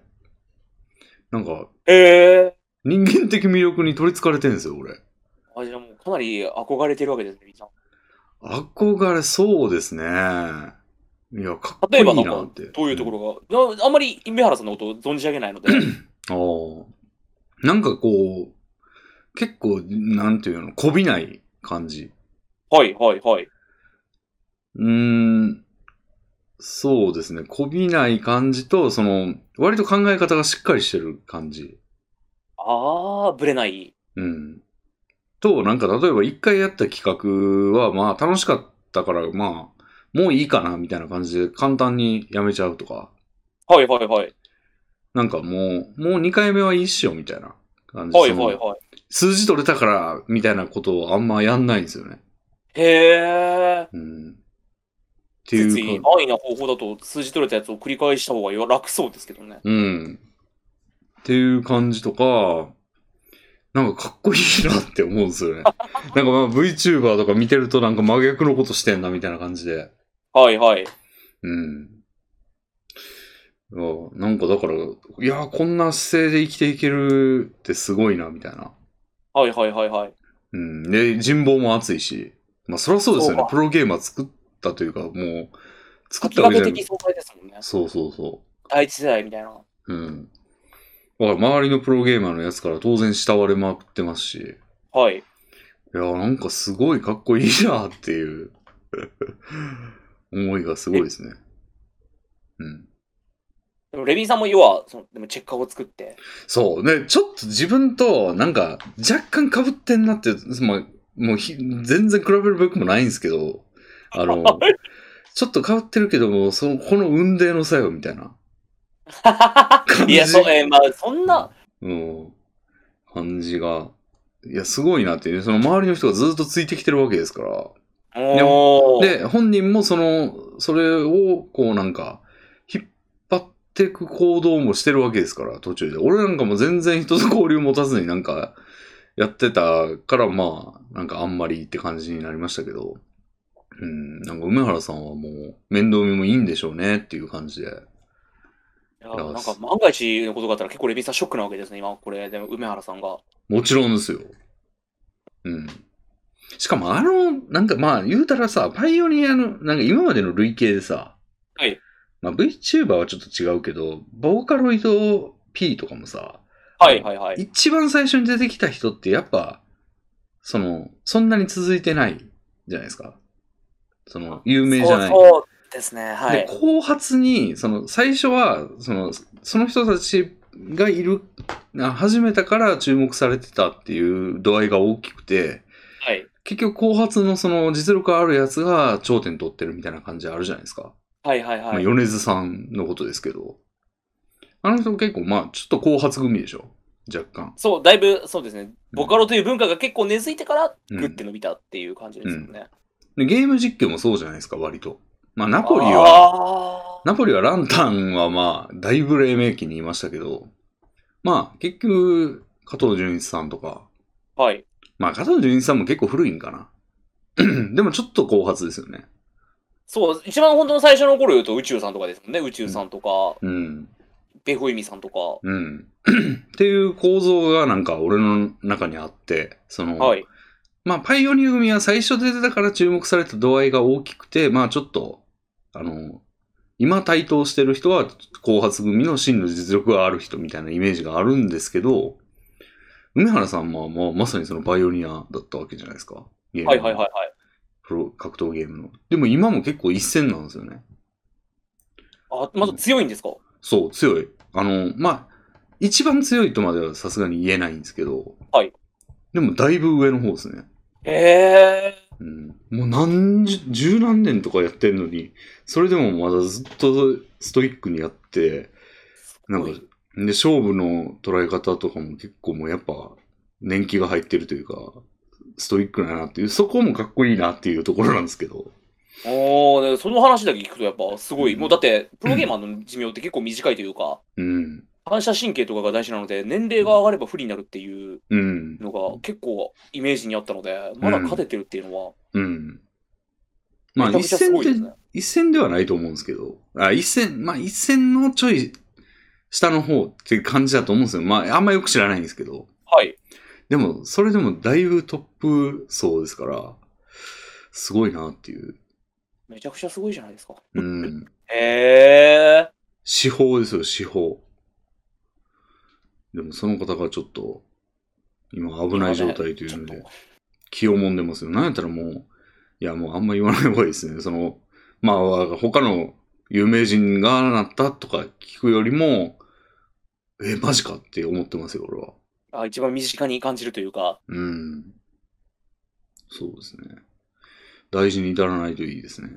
なんか、
ええ
人間的魅力に取り憑かれてるんですよ、俺。
あ、じゃあもうかなり憧れてるわけですね、みんな。
憧れそうですね。いや、かっこい
例えばないんか
なって。
どういうところが、ああんまり梅原さんのことを存じ上げ
*clears throat*
ないので。
ろああ。なんかこう、結構、なんていうの、こびない感じ。
はいはいはい。
うーん、そうですね。こびない感じと、その、割と考え方がしっかりしてる感じ。
ああ、ぶれない。
うん。と、なんか例えば一回やった企画は、まあ楽しかったから、まあ、もういいかな、みたいな感じで簡単にやめちゃうとか、
はいはいはい。
なんかもう、もう2回目はいいっしょ、みたいな感じで。
はい
その
はいはい。
数字取れたから、みたいなことをあんまやんないんですよね。
へえ。
うん。って
つ
い
いう
か、
安易な方法だと数字取れたやつを繰り返した方が楽そうですけどね。
うん。っていう感じとか、なんかかっこいいなって思うんです
*laughs*
よね。なんかまあ VTuber とか見てるとなんか真逆のことしてんなみたいな感じで。
はいはい。
うん。いやなんかだから、いや、こんな姿勢で生きていけるってすごいなみたいな。
はいはいはいはい。
うん。で、人望も厚いし。まあそりゃそうですよ
そう
ね
か。
プロゲーマー作ったというか、もう、作っ
先
たわけじゃ
駆け
ない
的。存在ですもんね。
そうそうそう。
第一世代みたいな。
うん。だから周りのプロゲーマーのやつから当然慕われまくってますし、い
はい。
や、なんかすごいかっこいいなっていう *laughs* 思いがすごいですね。うん。
でもレビンさんも要は、そのでもチェッカーを
*laughs*
作って。
そう。ね、ちょっと自分となんか若干被ってんなって、まあ、もうひ全然比べるべくもないんですけど、あ
*laughs*
の、ちょっと被ってるけども、その、この運命の作用みたいな。
いや、そう、えーまあ、そんな、
うん。感じが。いや、すごいなっていう、その周りの人がずっとついてきてるわけですから。
おー
で、本人もその、それを、こうなんか、引っ張ってく行動もしてるわけですから、途中で。俺なんかも全然人と交流持たずになんか、やってたから、まあ、なんかあんまりって感じになりましたけど。うん、なんか梅原さんはもう、面倒見もいいんでしょうねっていう感じで。
いやなんか万が一のことがあったら結構レビンさんショックなわけですね、今、これ、でも梅原さんが。
もちろんですよ。うん。しかもあの、なんかまあ言うたらさ、パイオニアの、なんか今までの類型でさ、
はい。
まあ VTuber はちょっと違うけど、ボーカロイド P とかもさ、
はいはいはい。
一番最初に出てきた人ってやっぱ、その、そんなに続いてないじゃないですか。その、有名じゃない。
そうそうですね、は
で
い。
後発にその最初はそのその人たちがいるあ始めたから注目されてたっていう度合いが大きくて
はい。
結局後発のその実力あるやつが頂点取ってるみたいな感じあるじゃないですか、
はいはいはい。
まあ、米津さんのことですけどあの人も結構まあちょっと後発組でしょ若干
そう、だいぶ、そうですね、ボカロという文化が結構根付いてから、グッて伸びたっていう感じですよね。
でゲーム実況もそうじゃないですか割とまあナポリは
あー
ナポリはランタンはまあ、だいぶ黎明期にいましたけど、まあ、結局、加藤純一さんとか、
はい。
まあ、加藤純一さんも結構古いんかな。 *clears throat* でもちょっと後発ですよね。
そう、一番本当の最初の頃言うと宇宙さんとかですもんね、宇宙さんとか、
うん。
ベホイミさんとか。
うん。 *clears throat* っていう構造がなんか俺の中にあって、その、
はい。
まあ、パイオニア組は最初出てたから注目された度合いが大きくて、まあ、ちょっと、あの、今対等してる人は後発組の真の実力がある人みたいなイメージがあるんですけど、梅原さんはまあまさにそのバイオリアだったわけじゃないですか。ゲーム
は
の
いはいはいはい。
プロ格闘ゲームの。でも今も結構一線なんですよね。
あ、まず強いんですか
そう、強い。あの、まあ、一番強いとまではさすがに言えないんですけど、
はい。
でもだいぶ上の方ですね。
へえ。
うん。もう何十、十何年とかやってんのに、それでもまだずっとストイックにやって、なんか、
す
で、勝負の捉え方とかも結構もうやっぱ、年季が入ってるというか、ストイックだなっていう、そこもかっこいいなっていうところなんですけど。
おーでその話だけ聞くとやっぱすごい、
うん
もうだって、プロゲーマーの寿命って結構短いというか、
うん。
反射神経とかが大事なので、年齢が上がれば不利になるっていう
うん。
のが結構イメージにあったので、まだ勝ててるっていうのは、
うん。まあ、
めち
一
ゃくちゃす
戦
ご
っ
いです
て
ね。
一戦ではないと思うんですけど、あ一戦、まあ一戦のちょい下の方って感じだと思うんですよ。まああんまよく知らないんですけど。
はい。
でも、それでもだいぶトップ層ですから、すごいなっていう。
めちゃくちゃすごいじゃないですか。
うん。
へえ。
司法ですよ、司法。でもその方がちょっと、今危ない状態というの
ちょっ
で
と、
気をもんでますよ。なんやったらもう、いやもうあんま言わない方がいいですね。そ *laughs* の、まあ他の有名人がなったとか聞くよりも、え、マジかって思ってますよ、俺は。
あ一番身近に感じるというか、
うん。そうですね。大事に至らないといいですね。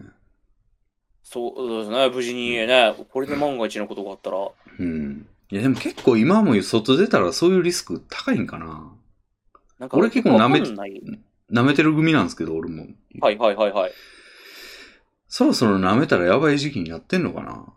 そうですね、無事にね、これで万が一のことがあったら、
うん。いやでも結構今も外出たらそういうリスク高いんかな。
なんか、
俺結構舐め
わかんない。
舐めてる組なんですけど、俺も。
はいはいはいはい。
そろそろ舐めたらやばい時期になってんのかな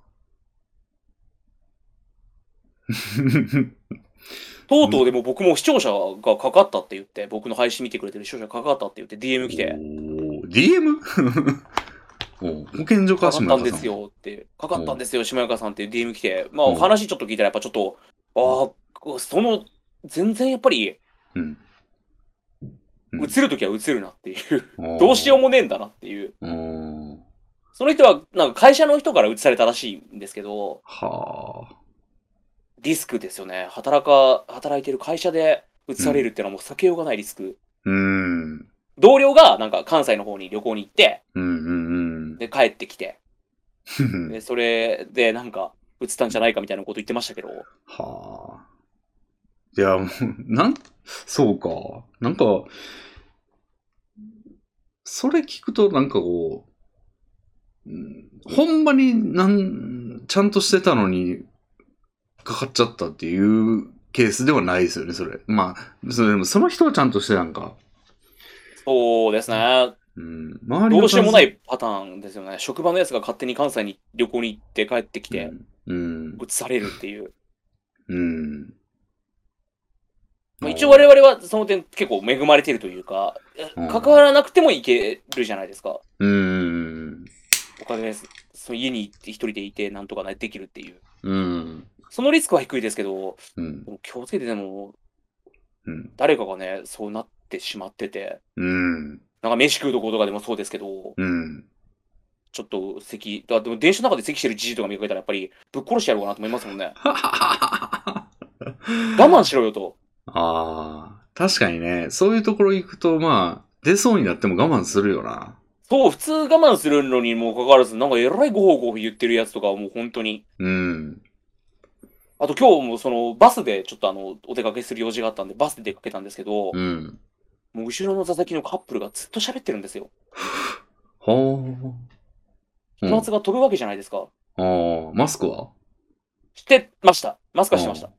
とうとうでも僕も視聴者がかかったって言って、僕の配信見てくれてる視聴者がかかったって言って DM *laughs* 来て、
おー DM? *laughs* おう保健所
か
か
か
し
っ
も
たんですよって、かかったんですよ、島岡さんっていう DM 来て、ま
うん
あ話ちょっと聞いたらやっぱちょっと、ああ、その、全然やっぱり、
うん。うん
映るときは映るなっていう、どうしようもねえんだなっていう。
う。おー
その人は、なんか会社の人から映されたらしいんですけど、
はあ。
リスクですよね。働か、働いてる会社で移されるっていうのはもう避けようがないリスク。
うん。うん
同僚がなんか関西の方に旅行に行って、
うん
で帰ってきて、
うん。
で、それでなんか映ったんじゃないかみたいなこと言ってましたけど、
はあ。いや、もう、 *laughs* なん、そうか。なんか、それ聞くとなんかこう、うんほんまになん、ちゃんとしてたのに、かかっちゃったっていうケースではないですよね、それ。まあ、それでもその人はちゃんとしてなんか、
そうですね。
うん、周り。
どうしようもないいパターンですよね。職場のやつが勝手に関西に旅行に行って帰ってき
う
て、
んうん
移されるっていう。
うん。
まあ、一応我々はその点結構恵まれてるというか、
うん
関わらなくても行けるじゃないですか。
うん。
おかげです。その家に行って一人でいてなんとかなできるっていう。
うん。
そのリスクは低いですけど、
うん
で。も気をつけてでも、
うん。
誰かがね、そうなってしまってて、
うん。
なんか飯食うとことかでもそうですけど、
うん。
ちょっと咳、だでも電車の中で咳してるじじとか見かけたらやっぱりぶっ殺してやろうかなと思いますもんね。
我
我慢しろよと。
ああ、確かにね、そういうところ行くと、まあ、出そうになっても我慢するよな。
そう、普通我慢するのにもかかわらず、なんかえらいごほごほ言ってるやつとかはもう本当に。
うん。
あと今日もそのバスでちょっとあの、お出かけする用事があったんで、バスで出かけたんですけど、
うん。
もう後ろの座席のカップルがずっと喋ってるんですよ。
ほう。
飛沫が飛ぶわけじゃないですか。
うん、ああ、マスクは
してました。マスクはしてました。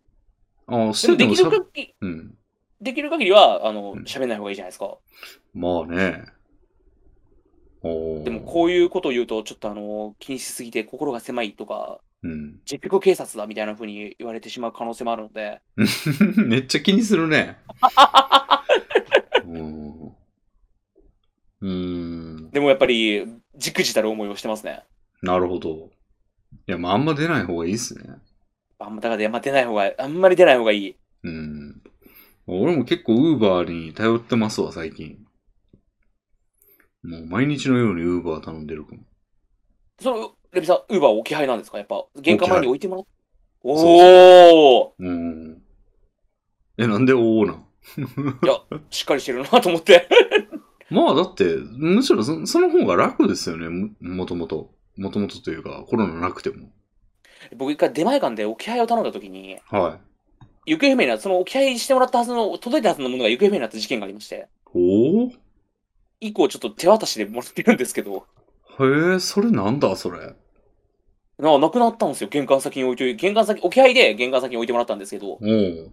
ああ、し
で
て
も
て
で
も
き
しゃ
る限り、
うん。
できる限りは、あの
うん、
喋んない方がいいじゃないですか。
まあね。おー
でもこういうことを言うと、ちょっとあの、気にしすぎて心が狭いとか、
うん。 *laughs*
実況警察だみたいな風に言われてしまう可能性もあるので、
めっちゃ気にする
*laughs*
ね。うん。うーん。
でもやっぱり、じくじたる思いをしてますね。
なるほど。いや、まあ、あんま出ない方がいいっすね。
あんま、だから、まあ、出ない方が、あんまり出ない方がいい。
うん。俺も結構ウーバーに頼ってますわ、最近。もう毎日のようにウーバー頼んでるかも。
その、レビさん、ウーバー置き配なんですかやっぱ、玄関前に置いてもらうお
配
お
うん。え、なんでおおなん
ーしっかりしてるなと思って。 *laughs*
まあだって、むしろそその方が楽ですよね、ももともと。もともとというか、コロナなくても。
僕一回出前館で置き配を頼んだ時に、
はい。
行方不明な、その置き配してもらったはずの、届いたはずのものが行方不明になった事件がありまして、
おお
以降ちょっと手渡しでもらってるんですけど、
へえ、それなんだ、それ。
ななくなったんですよ、玄関先に置いといて、玄関先、置き配で玄関先に置いてもらったんですけど、
おう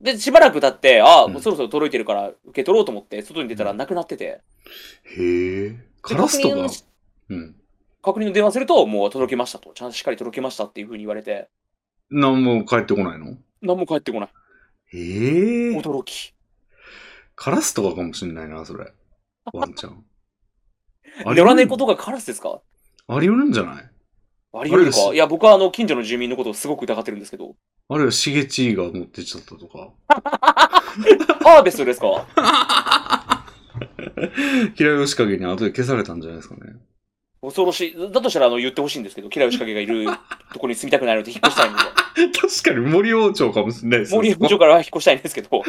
で、しばらく経って、ああ、
うん
そろそろ届いてるから受け取ろうと思って、外に出たらなくなってて、
へえ。
で
カラスと
確認
か
をし
うん。
確認の電話すると、もう届きましたと、ちゃんとしっかり届きましたっていうふうに言われて、
なんも帰ってこないの
何も返ってこない。
ええ。
驚き。
カラスとかかもしんないな、それ。ワンちゃ
*laughs*
ん。あ
野良
う
猫
ん
とかカラスですか
あり得るんじゃない
あり
あ
得る
れで
か
す
いや、僕はあの、近所の住民のことをすごく疑ってるんですけど。
あるいは、しげちが持ってっちゃったとか。 *laughs*
ハーベストですか
平吉影に後で消されたんじゃないですかね。
恐ろしい。だとしたら、あの、言ってほしいんですけど、キラヨシカゲがいるところに住みたくないので、引っ越
*laughs*
したいんで。
確かに森王朝かもしれないですね
森部長からは引っ越したいんで
*laughs*
すけど、
ほん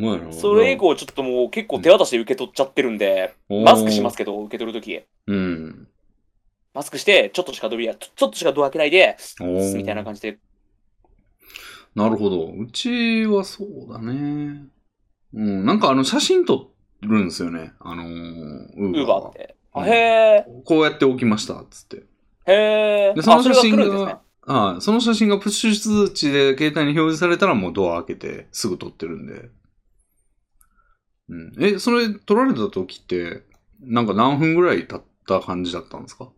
まやな。。
それ以降、ちょっともう結構手渡しで受け取っちゃってるんで、マスクしますすけど、受け取るとき。
うん。
マスクして、ちょっとしかドア、ちょちょっとしかドア開けないで、
おー
みたいな感じで。
なるほど。うちはそうだね。うん。なんかあの、写真撮るんですよね。あのー、ウ
ウー
ー
バ
バ
ーっ
ー
て。
う
あ
ん
へ
はこうやって置きました、つって。
ーへー
で、その
あそ
写
れが
真
来るん
が、
ですね。
あその写真がプッシュ通知で携帯に表示されたらもうドア開けてすぐ撮ってるんで。うん。え、それ撮られた時って、なんか何分ぐらい経った感じだったんですか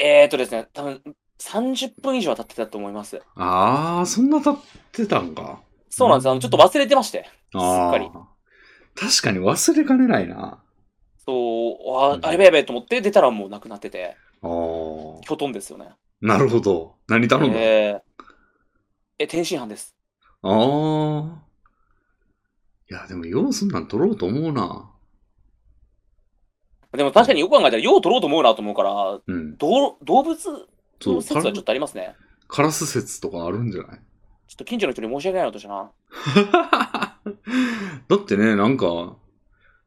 えーとですね、多分30分以上は経ってたと思います。
ああ、そんな経ってたんか。
そうなんです。あの、ちょっと忘れてまして。
あ
すっかり
あ。確かに忘れかねないな。
そう、
う
あ、
ん
あやべやべと思って出たらもうなくなってて、
ああ。
きょとんですよね。
なるほど。何頼んだ、
えーえ、天津飯です。
ああ。いや、でも、ようそんなん取ろうと思うな。
でも確かによく考えたら、よう取ろうと思うなと思うから、
うん。
どう動物
そ
の
う、
説
カ
はち
ラ
ょっとありますね。
カラス説とかあるんじゃない
ちょっと近所の人に申し訳ないなとしたな。
*laughs* だってね、なんか、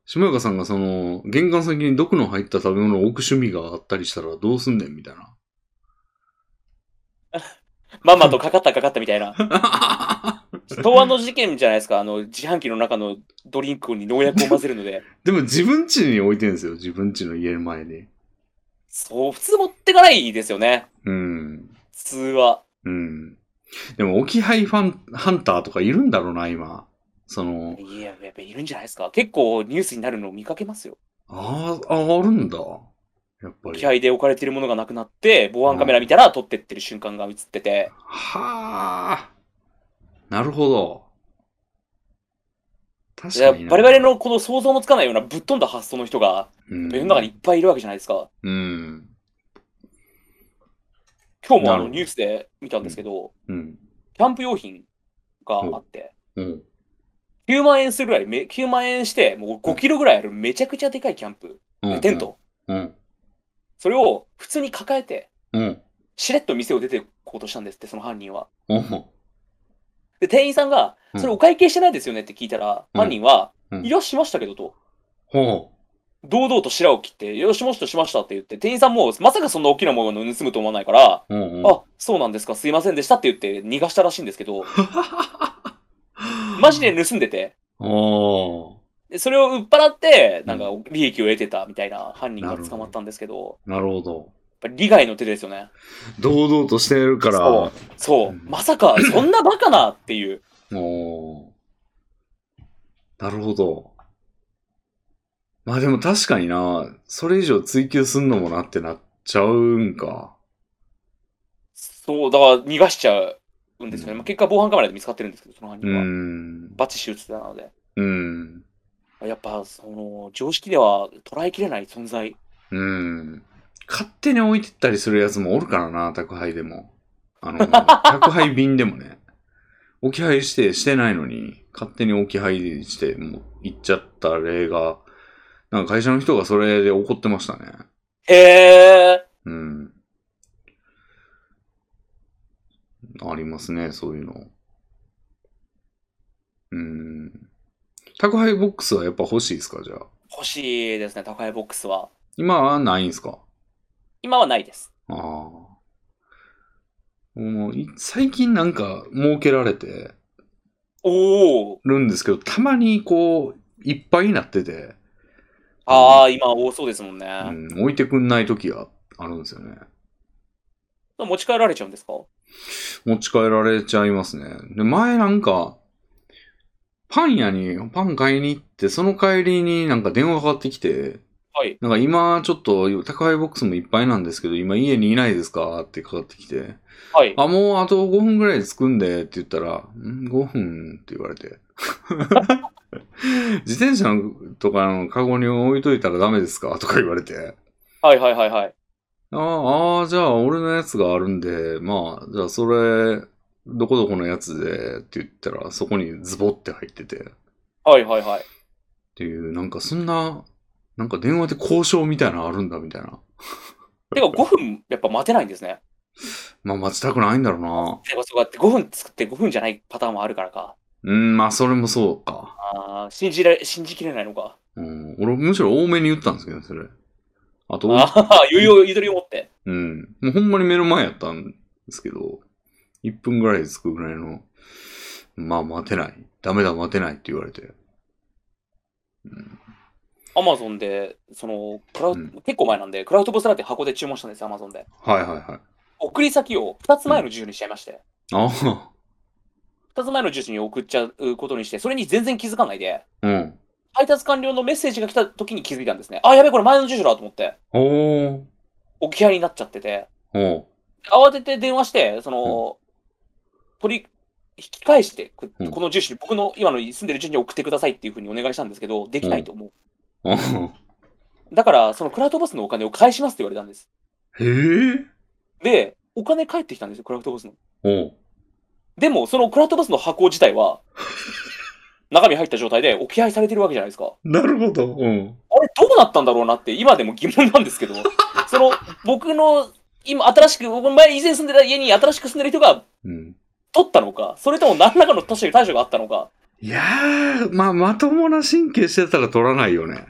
島岡さんがその、玄関先に毒の入った食べ物を置く趣味があったりしたらどうすんねんみたいな。
まんまとかかったかかったみた
*laughs*
いな。東和の事件じゃないですか、あの、自販機の中のドリンクに農薬を混ぜるので。
でも自分家に置いてんですよ。自分家の家の前に。
そう、普通持ってかないですよね。
うん。
普通は。
うん。でも、置き配ファン、ハンターとかいるんだろうな、今。その、
いや、やっぱいるんじゃないですか。結構ニュースになるのを見かけますよ。
あーあ、あるんだ。やっぱり
気。配で置かれてるものがなくなって、防犯カメラ見たら撮ってってる瞬間が映ってて、
はあ。なるほど。確
いや
かにな。
我々のこの想像もつかないようなぶっ飛んだ発想の人が、
うん、
世の中にいっぱいいるわけじゃないですか。
うん。
今日もあ
なる
の
ほど
ニュースで見たんですけど、
うん。
キャンプ用品があって、
うん。
9万円するぐらいめ、9万円して、もう5キロぐらいあるめちゃくちゃでかいキャンプ、
うん。
テント、
うん。
それを普通に抱えて、
うん。
しれっと店を出てこうとしたんですって、その犯人は。
うん。
で、店員さんが、
うん
それお会計してないですよねって聞いたら、
うん
犯人は、
うん
いや、しましたけどと。
ほ
堂々と白を切って、よしもしとしましたって言って、店員さんも、まさかそんな大きなものを盗むと思わないから、
う。うん。
あ、そうなんですか、すいませんでしたって言って逃がしたらしいんですけ
*laughs*
ど、マジで盗んでて、
ああ。
でそれを売っ払って、なんか
う
利益を得てたみたいな犯人が捕まったんですけど、
なるほど。
やっぱり利害の手ですよね。
堂々としてるから。
そうそう、
うん
まさか、そんなバカなっていう。
おーなるほど。まあでも確かにな、それ以上追求すんのもなってなっちゃうんか。
そう、だから逃がしちゃうんですよね。
うん
まあ、結果、防犯カメラで見つかってるんですけど、その犯
う
人は。
ん。
バチ手術なので。
うん。
やっぱ、その、常識では捉えきれない存在。
うん。勝手に置いてったりするやつもおるからな、宅配でも。あの、 *laughs* 宅配便でもね。置き配して、してないのに、勝手に置き配して、もう行っちゃった例が、なんか会社の人がそれで怒ってましたね。
へえ。
うん。ありますね、そういうの。うん。宅配ボックスはやっぱ欲しいですか、じゃあ。
欲しいですね、宅配ボックスは。
今はないんですか
今はないです。
ああ。もうい最近なんか設けられて
おお。
るんですけど、たまにこう、いっぱいになってて、
ああ、今多そうですもんね。
うん、置いてくんない時があるんですよね。
持ち帰られちゃうんですか
持ち帰られちゃいますね。で、前なんか、パン屋にパン買いに行って、その帰りになんか電話かかってきて、
はい。
なんか今ちょっと宅配ボックスもいっぱいなんですけど、今家にいないですかってかかってきて、
はい。
あ、もうあと5分ぐらいで着くんでって言ったら、ん ?5 分って言われて。 *laughs* 自転車とかのカゴに置いといたらダメですかとか言われて。
はいはいはいはい。
あーあー、じゃあ俺のやつがあるんで、まあ、じゃあそれ、どこどこのやつでって言ったら、そこにズボって入ってて、っ
はいはいはい。
ていう、なんかそんな、なんか電話で交渉みたいなのあるんだみたいな。 *laughs*
てか5分やっぱ待てないんですね。
まあ待ちたくないんだろうな。
てかそうかって5分作って5分じゃないパターンもあるからか。
うん、まあそれもそうか。
ああ、信じられ、信じきれないのか。
うん、俺むしろ多めに言ったんですけどね、それ。あと、
ああ、余裕を、ゆとりを持って。
うん。もうほんまに目の前やったんですけど、1分ぐらいで着くぐらいの、まあ待てない。ダメだ待てないって言われて。うん、
アマゾンで、その、クラウ
うん
結構前なんで、クラウトボスラーって箱で注文したんですよ、アマゾンで。
はいはいはい。
送り先を2つ前の住所にしちゃいまして。
あ
2つ前の住所に送っちゃうことにして、それに全然気づかないで、
あ、うん。
配達完了のメッセージが来た時に気づいたんですね。あ、やべえ、これ前の住所だと思って、
おー。
置き配になっちゃってて、
おう
慌てて電話して、その、取り、引き返して、こ
うん
この住所に、僕の今の住んでる住所に送ってくださいっていうふうにお願いしたんですけど、できないと思う。
あ
だから、そのクラウトボスのお金を返しますって言われたんです。
へえ
で、お金返ってきたんですよ、クラウトボスの。
おう
でも、そのクラウトボスの箱自体は、 *laughs* 中身入った状態で置き配されてるわけじゃないですか。
なるほど。うん。
あれ、どうなったんだろうなって、今でも *laughs* 疑問なんですけど、その、僕の、今、新しく、僕の前、以前住んでた家に新しく住んでる人が
うん。
取ったのか、それとも何らかの確かに対処があったのか、
いやー、まあ、まともな神経してたら取らないよね。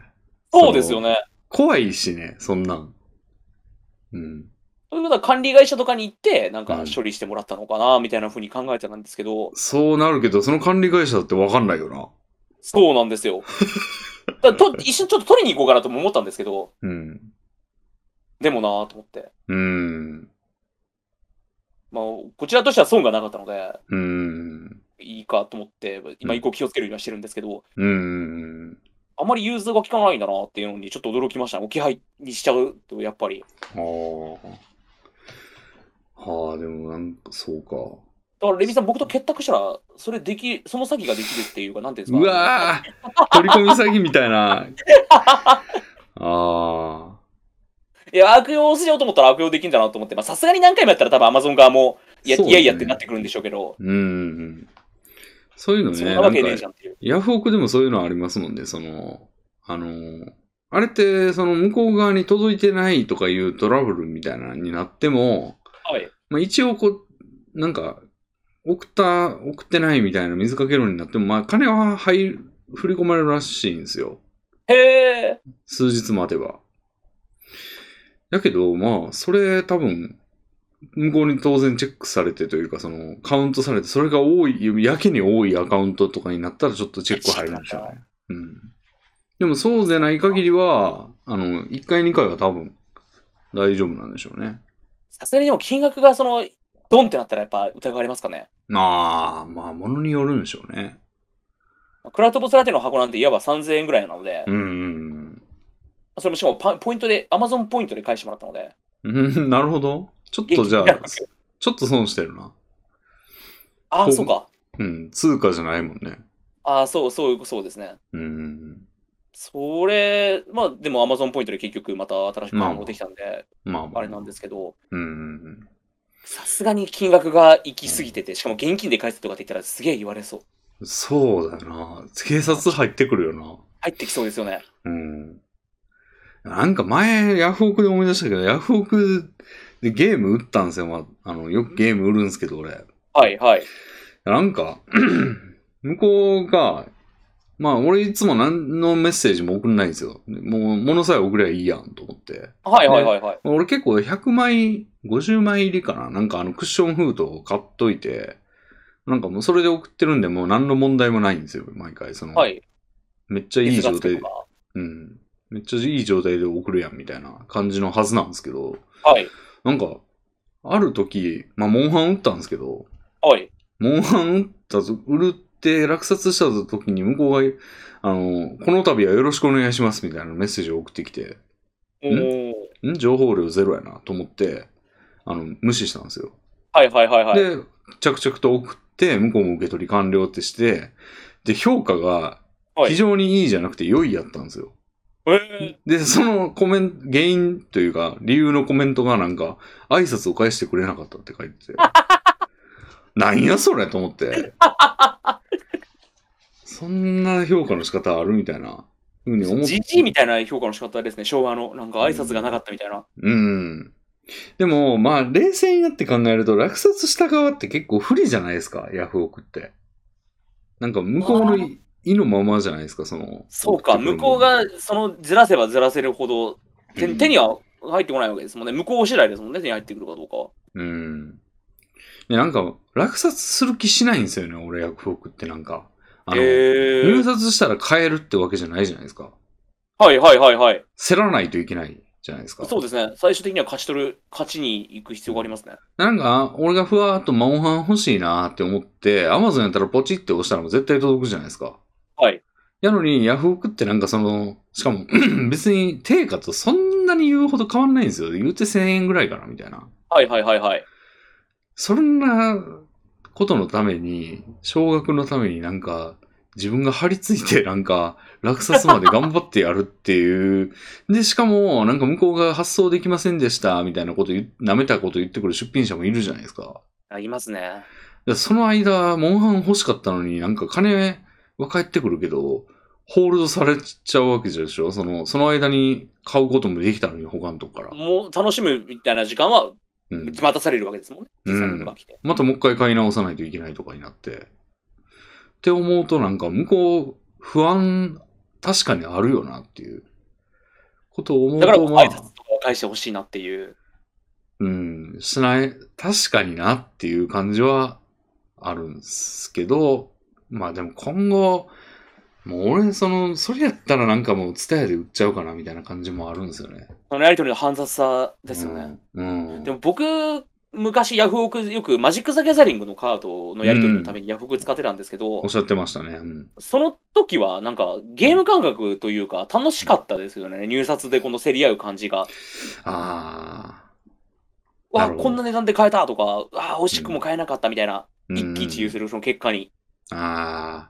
そうですよね。
怖いしね、そんなん。うん。
ということは管理会社とかに行って、なんか
うん
処理してもらったのかな、みたいな風に考えてたんですけど、
そうなるけど、その管理会社だってわかんないよな。
そうなんです
*laughs*
よ。だと一瞬ちょっと取りに行こうかなとも思ったんですけど、
うん。
でもなぁと思って。
うん。
まあ、こちらとしては損がなかったので、
うん。
いいかと思って、今以降気をつけるようにはしてるんですけど、
うん。
あまり融通が効かないんだなっていうのにちょっと驚きましたね。置き配にしちゃうと、やっぱり。
ああ。はあ、でもなんか、そうか。
だから、レミさん、僕と結託したら、それでき、その先ができるっていうか、なんていうんです
う
か。
わー取り込み詐欺みたいな。 *laughs* ああ。
いや、悪用しようと思ったら悪用できるんだなと思って、まあ、さすがに何回もやったら多分 Amazon 側も、いや、
そう
い
です
や
ね
いやってなってくるんでしょうけど、
うんうん。そういうの
そ
ね、
ん
な
なわけねえ
ん
じ
か、
ゃんっていう。
ヤフオクでもそういうのありますもんね、その、あのー、あれって、その向こう側に届いてないとかいうトラブルみたいなのになっても、
はい。
まあ、一応こう、なんか、送った、送ってないみたいな水かけ論になっても、まあ、金は入る、振り込まれるらしいんですよ。
へえ。
数日待てば。だけど、まあ、それ多分、向こうに当然チェックされてというか、その、カウントされて、それが多い、やけに多いアカウントとかになったらちょっとチェック入るんでしょうね。うん。でもそうでない限りは、あの、1回2回は多分、大丈夫なんでしょうね。
さすがにでも金額がその、ドンってなったらやっぱ疑われますかね。
まあ、まあ、ものによるんでしょうね。
クラウトボスラテの箱なんていわば3000円ぐらいなので、
うん
それもしかもパポイントで、Amazon ポイントで返してもらったので、
うんうん。うん、なるほど。ちょっとじゃ
現金になる
あ
わ、け
ちょっと損してるな。
あ
ほ
あ、
ん
そうか。
うん、通貨じゃないもんね。
ああ、そう、そう、そうですね。
うん。
それ、まあでも Amazon ポイントで結局また新しく買い物できたんで、
まあまあ。
あれなんですけど、
うん。
さすがに金額が行き過ぎてて、しかも現金で返すとかって言ったらすげえ言われそう。
そうだよな。警察入ってくるよ
入ってきそうですよね。
な。うん。なんか前、ヤフオクで思い出したけど、ヤフオクでゲーム売ったんですよ。まあ、あの、よくゲーム売るんですけど、俺。
はいはい。
なんか、 *clears throat* 向こうが、まあ、俺いつも何のメッセージも送んないんですよ。もう、物さえ送りゃいいやんと思って。
はいはいはいはい。
俺結構100枚、50枚入りかななんかあのクッション封筒を買っといて、なんかもうそれで送ってるんで、もう何の問題もないんですよ、毎回。その、
はい。
めっちゃいい状態
水がつくとか
うん。めっちゃいい状態で送るやん、みたいな感じのはずなんですけど、
はい。
なんか、ある時、まあ、モンハン打ったんですけど、
はい。
モンハン打ったぞ、売るって落札した時に向こうが、あの、この度はよろしくお願いします、みたいなメッセージを送ってきて、
お
ん
ー
ん情報量ゼロやな、と思って、あの、無視したんですよ。
はいはいはいはい。
で、着々と送って、向こうも受け取り完了ってして、で、評価が
はい
非常にいいじゃなくて良いやったんですよ。
え
で、そのコメント、原因というか、理由のコメントがなんか、挨拶を返してくれなかったって書いて
*laughs*
て。なんやそれと思って。そんな評価の仕方あるみたいな。ふうに思
ー、
っ
じじいみたいな評価の仕方ですね、昭和の。なんか挨拶がなかったみたいな。
うん。でも、まあ、冷静になって考えると、落札した側って結構不利じゃないですか、ヤフオクって。なんか、向こうのい意のままじゃないですか、その。
そうか、向こうが、その、ずらせばずらせるほど、手
うん
手には入ってこないわけですもんね。向こう次第ですもんね、手に入ってくるかどうかは。
うん。でなんか、落札する気しないんですよね、俺、ヤフオクってなんか。あの、
え
入
ー、
札したら買えるってわけじゃないじゃないですか。
はいはいはいはい。
競らないといけないじゃないですか。
そうですね、最終的には勝ち取る、勝ちに行く必要がありますね。
なんか、俺がふわーっとモンハン欲しいなーって思って、アマゾンやったらポチって押したらもう絶対届くじゃないですか。
はい。
やのに、ヤフオクってなんかその、しかも *clears throat* 別に定価とそんなに言うほど変わんないんですよ。言うて1000円ぐらいかな、みたいな。
はいはいはいはい。
そんなことのために、少額のためになんか、自分が張り付いてなんか、落札まで頑張ってやるっていう。で、しかも、なんか向こうが発送できませんでした、みたいなこと言う、舐めたこと言ってくる出品者もいるじゃないですか。
あいますね。
でその間、モンハン欲しかったのになんか金は返ってくるけど、ホールドされちゃうわけでしょその、その間に買うこともできたのに、他のとこから。
もう楽しむみたいな時間は
うん。
待たされるわけですもんね。
うん
実際の人が来て
またもう一回買い直さないといけないとかになって。って思うとなんか向こう、不安、確かにあるよなっていうことを思う
だから
と、
こう
ま
挨拶と
あ、
か返してほしいなっていう。
うん、しない、確かになっていう感じはあるんですけど、まあでも今後、もう俺、その、それやったらなんかもう、ツタヤで売っちゃうかなみたいな感じもあるんですよね。
そのやりとりの煩雑さですよね。
うん。うん。
でも僕、昔ヤフオクよくマジック・ザ・ギャザリングのカードのやりとりのためにヤフオク使ってたんですけど、
おっしゃってましたね。うん。
その時はなんかゲーム感覚というか楽しかったですよね。入札でこの競り合う感じが。
ああ。な
わあ、
るほど
こんな値段で買えたとか、わあ、惜しくも買えなかったみたいな、
うん
一喜一憂するその結果に。
ああ。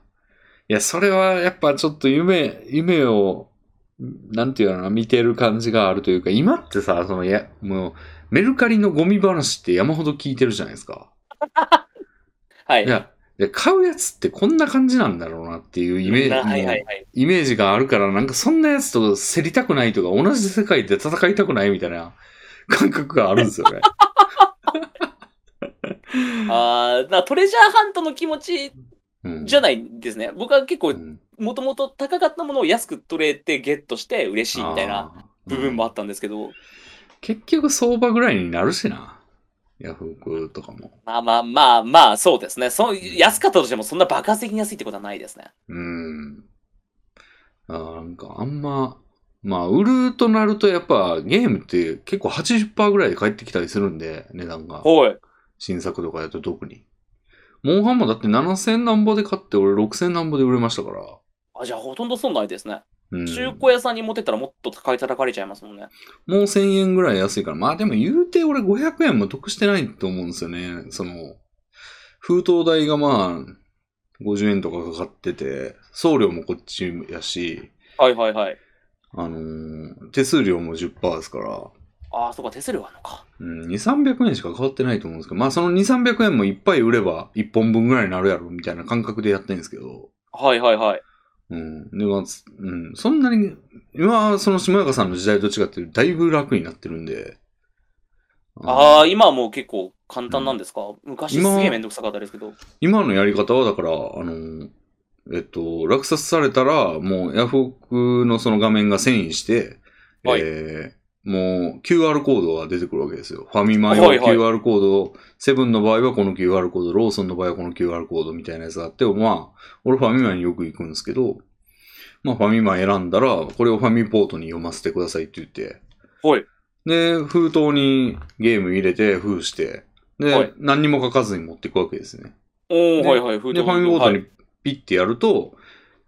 いや、それはやっぱちょっと夢、夢を、なんていうのかな、見てる感じがあるというか、今ってさ、その、や、もう、メルカリのゴミ話って山ほど聞いてるじゃないですか。
はい。
いや、で買うやつってこんな感じなんだろうなっていうイメージ、
なはいは
もう
いはい。
イメージがあるから、なんかそんなやつと競りたくないとか、同じ世界で戦いたくないみたいな *laughs* 感覚があるんです
*laughs*
よね。
あーだからトレジャーハントの気持ち
うん、
じゃないんですね。僕は結構
うん
もともと高かったものを安く取れてゲットして嬉しいみたいな
あー
部分もあったんですけど、
結局相場ぐらいになるしな。ヤフオクとかも。
まあまあまあまあ、そうですねそう。安かったとしてもそんな爆発的に安いってことはないですね。
うん。あーなんかあんま、まあ、売るとなるとやっぱゲームって結構80%ぐらいで返ってきたりするんで、値段が。
はい。
新作とかやと特に。モンハンもだって7000何ぼで買って俺6000何ぼで売れましたから。
あじゃあほとんど損ないですね。
うん、
中古屋さんに持ってったらもっと買い叩かれちゃいますもんね。
もう1000円ぐらい安いから。まあでも言うて俺500円も得してないと思うんですよね。その、封筒代がまあ50円とかかかってて、送料もこっちやし、
はいはいはい。
あのー手数料も10%ですから、
ああ、そうか、手数料あるのか。
うん、2、300円しか変わってないと思うんですけど、まあその2、300円もいっぱい売れば1本分ぐらいになるやろみたいな感覚でやってるんですけど、
はいはいはい。
うん。で、まあ、つうん。そんなに、今、その下中さんの時代と違って、だいぶ楽になってるんで。
ああ
あ
ー、今はもう結構簡単なんですか、昔すげえめんどくさかったですけど。
今のやり方は、だから、あの、えっと、落札されたら、もうヤフオクのその画面が遷移して、
はい
えーもう QR コードが出てくるわけですよ。ファミマ用
はいはい
QR コード、セブンの場合はこの QR コード、ローソンの場合はこの QR コードみたいなやつがあって、まあ、俺ファミマによく行くんですけど、まあファミマ選んだら、これをファミポートに読ませてくださいって言って、
はい。
で、封筒にゲーム入れて、封して、で、
はい
何にも書かずに持っていくわけですね。
おー、
で
はいはい、封筒
で、ファミボート
は
に
い
ピッてやると、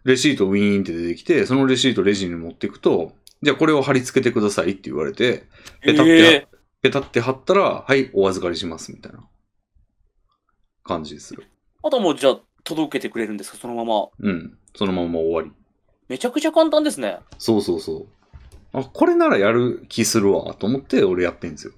レシートウィーンって出てきて、そのレシートレジに持っていくと、じゃあこれを貼り付けてくださいって言われて、ペタってや
え
ペタって貼ったら、はい、お預かりしますみたいな感じでする。
ーあとはもうじゃあ届けてくれるんですか、そのまま。
うん。そのまま終わり。
めちゃくちゃ簡単ですね。
そうそうそう。あ、これならやる気するわ、と思って俺やってん
*laughs*
ですよ。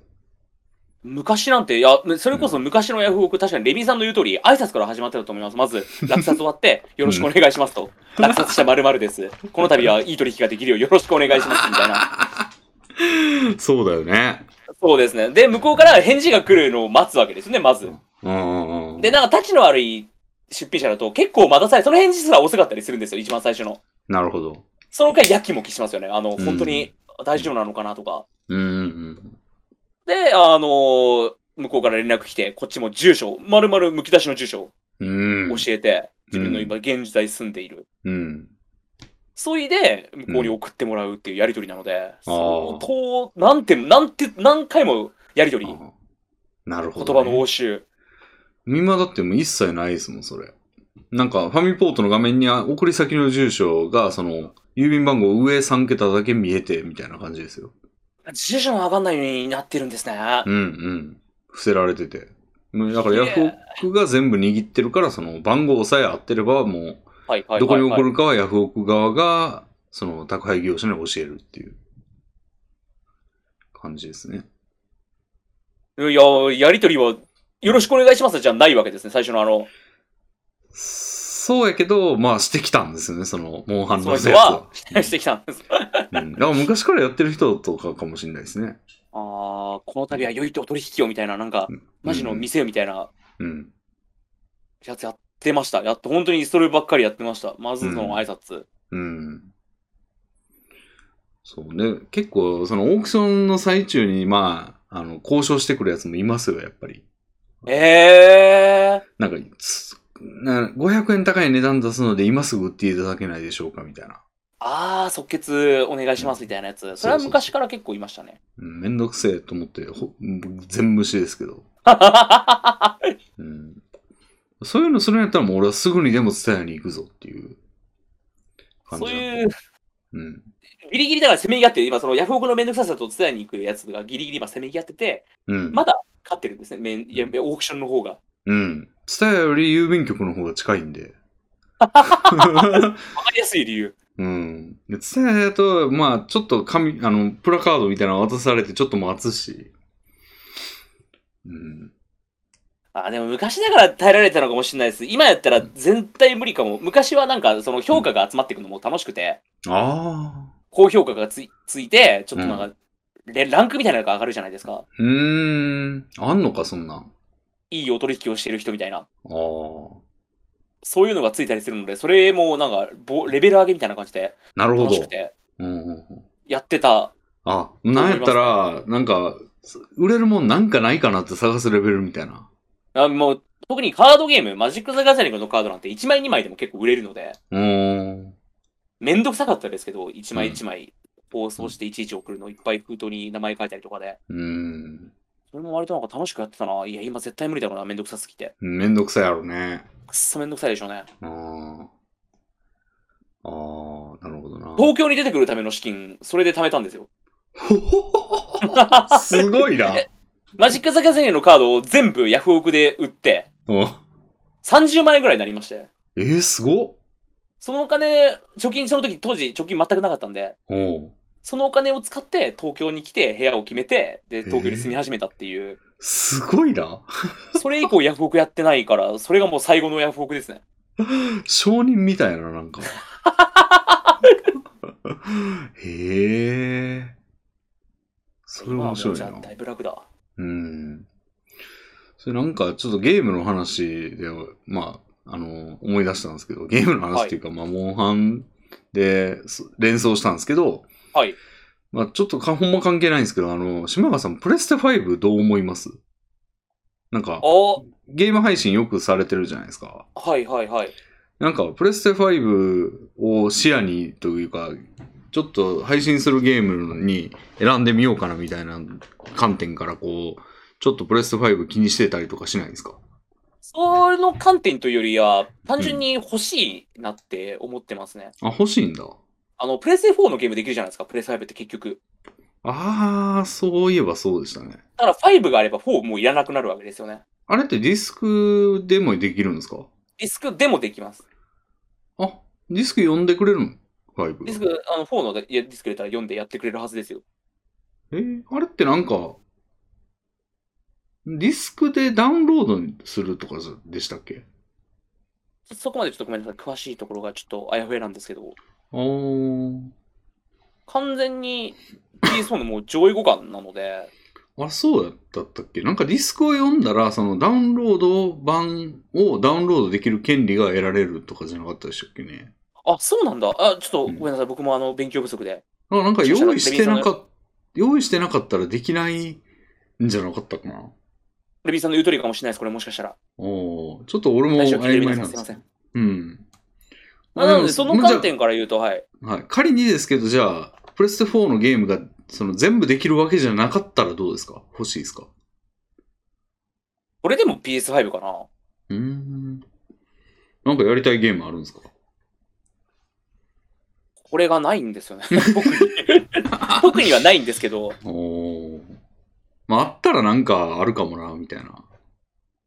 昔なんて、いや、それこそ昔のヤフオク、確かにレミさんの言う通り、挨拶から始まってたと思います。まず、落札終わって、よろしくお願いします
*laughs*
と。落札した〇〇です。この度はいい取引ができるようよろしくお願いします、みたいな。
そうだよね。
そうですね。で、向こうから返事が来るのを待つわけですね、まず。
うんうんうん。
で、なんか、立ちの悪い出品者だと、結構待たされ、その返事すら遅かったりするんですよ、一番最初の。
なるほど。
その回、やきもきしますよね。あの、
うん
本当に大丈夫なのかなとか。
うんうん
で、あのー向こうから連絡来て、こっちも住所、丸々むき出しの住所を
うん。うん。
教えて、
うん
自分の今現在住んでいる。
うん。
そいで、向こうに送ってもらうっていうやりとりなので、
あー
相当、なんて、なんて、何回もやりとり、言
あなるほど、ね。
葉の応酬。
今だってもう一切ないですもん、それ。なんか、ファミポートの画面にあ送り先の住所が、その、郵便番号上3桁だけ見えて、みたいな感じですよ。
住所がわかんないようになってるんですね。
うんうん。伏せられてて。もうだから、
いや
ヤフオクが全部握ってるから、その、番号さえ合ってれば、も
はい
う、
はいはい、はい。
どこに送るかはヤフオク側が、その、宅配業者に教えるっていう感じですね。
いや、やりとりは、よろしくお願いしますじゃないわけですね、最初のあの、
そうやけど、まあ、してきたんですよね、その、モンハン
そ
の
の
やつ
人は
は。、
*laughs* してきたんです。
うん。だから昔からやってる人とかかもしれないですね。
ああ、この度は良いとお取引をみたいな、なんか
うん、
マジの店みたいな
うん。
やつやってました。やっと本当にそればっかりやってました。まずその挨拶。
うん。そうね。結構、そのオークションの最中に、まあ、あの、交渉してくるやつもいますよ、やっぱり。
ええ
なんか、つな500円高い値段出すので、今すぐ売っていただけないでしょうか、みたいな。
ああ、即決お願いしますみたいなやつ。それは昔から結構いましたね。
うん、めんどくせえと思って、ほ全無視ですけど。うん。そういうのするんやったら、もう俺はすぐにでも伝えに行くぞっていう感じ
そ
な
う
んで
いう、
うん。
ギリギリだからせめぎ合って、今そのヤフオクのめんどくささと伝えに行くやつがギリギリ今せめぎ合ってて、
うん。
まだ勝ってるんですね。めんいやオークションの方が。
うん。伝えより郵便局の方が近いん
*laughs*
で。
わかりやすい理由。
うん。で、ツタヤだと、まあ、ちょっと紙、あの、プラカードみたいなの渡されて、ちょっと待つし。うん。
あーでも昔だから耐えられてたのかもしれないです。今やったら全体無理かも。昔はなんかその評価が集まってくのも楽しくて、
ああ。
高評価がついついて、ちょっとなんか、でランクみたいなのが上がるじゃないですか。
うーん。あんのか、そんなん。あ
いいお取引をしてる人みたいな。
あ。
そういうのがついたりするので、それもなんかぼレベル上げみたいな感じで
なるほ
楽し
ど
く。て
うんうんうん。
やってた。
あ、なんやったら、なんか、売れるもんなんかないかなって探すレベルみたいな。
あもう特にカードゲーム、マジック・ザ・ガザリングのカードなんて1枚2枚でも結構売れるので、
うーん。
めんどくさかったですけど、1枚1枚放送していちいち送るの、いっぱい封筒に名前書いたりとかで、
うーん。
それも割となんか楽しくやってたな。いや、今絶対無理だろうな、めんどくさすぎて。
めんどくさいやろね。
くっそめんどくさいでしょうね。
ああ。ああ、なるほどな。
東京に出てくるための資金、それで貯めたんですよ。
*laughs* すごいな。
マジック・ザ・ガザリングのカードを全部ヤフオクで売って、
うん
30万円ぐらいになりまして。
えー、すごっ
そのお金、貯金、その時当時貯金全くなかったんで、
おう
そのお金を使って東京に来て部屋を決めて、で、東京に住み始めたっていう、
すごいな。
それ以降ヤフオクやってないから、それがもう最後のヤフオクですね。
商人みたいな、なんか。 *laughs* へえ。それ面白い
今はも
な
うじゃあ。だいぶ楽だ。
うん。それなんかちょっとゲームの話で、まあ、あの、思い出したんですけど、ゲームの話っていうか、まあ、モンハンでそ連想したんですけど、
はい。
まあ、ちょっとかほんま関係ないんですけど、あの、島川さん、プレステ5どう思いますなんか、
お
ゲーム配信よくされてるじゃないですか。
はいはいはい。
なんか、プレステ5を視野にというか、ちょっと配信するゲームに選んでみようかなみたいな観点から、こう、ちょっとプレステ5気にしてたりとかしないんですか
その観点というよりは、単純に欲しいなって思ってますね。
あ、欲しいんだ。
あの、プレステ4のゲームできるじゃないですか、プレス5って結局。
あー、そういえばそうでしたね。
だから5があれば4もういらなくなるわけですよね。
あれってディスクでもできるんですか
ディスクでもできます。
あ、ディスク読んでくれるの ?5。
ディスク、あの4のでいやディスク入れたら読んでやってくれるはずですよ。
えーあれってなんか、ディスクでダウンロードするとかでしたっけ
ちょそこまでちょっとごめんなさい。詳しいところがちょっとあやふやなんですけど、
あー。
完全に PS4 のもう上位互換なので、
あ、そうだったっけなんかディスクを読んだら、そのダウンロード版をダウンロードできる権利が得られるとかじゃなかったでしたっけね
あ、そうなんだ。あ、ちょっとごめんなさい。僕もあの、勉強不足で。
あなんか用意してなかった、用意してなかったらできないんじゃなかったかな
レビーさんの言う通りかもしれないです、これもしかしたら。
おーちょっと俺も
大丈夫、聞いて
曖
る皆
昧
さ
なんんで
すいます
う
せん。
ん。
まあなので、その
まあじゃ
観
あ
点から言うと、はい。
はい。仮にですけど、じゃあ、プレステ4のゲームが、その全部できるわけじゃなかったらどうですか欲しいですか
これでも PS5 かな。
うーん。なんかやりたいゲームあるんですか
これがないんですよね。僕に。僕にはないんですけど、
おーまあ、あったらなんかあるかもな、みたいな。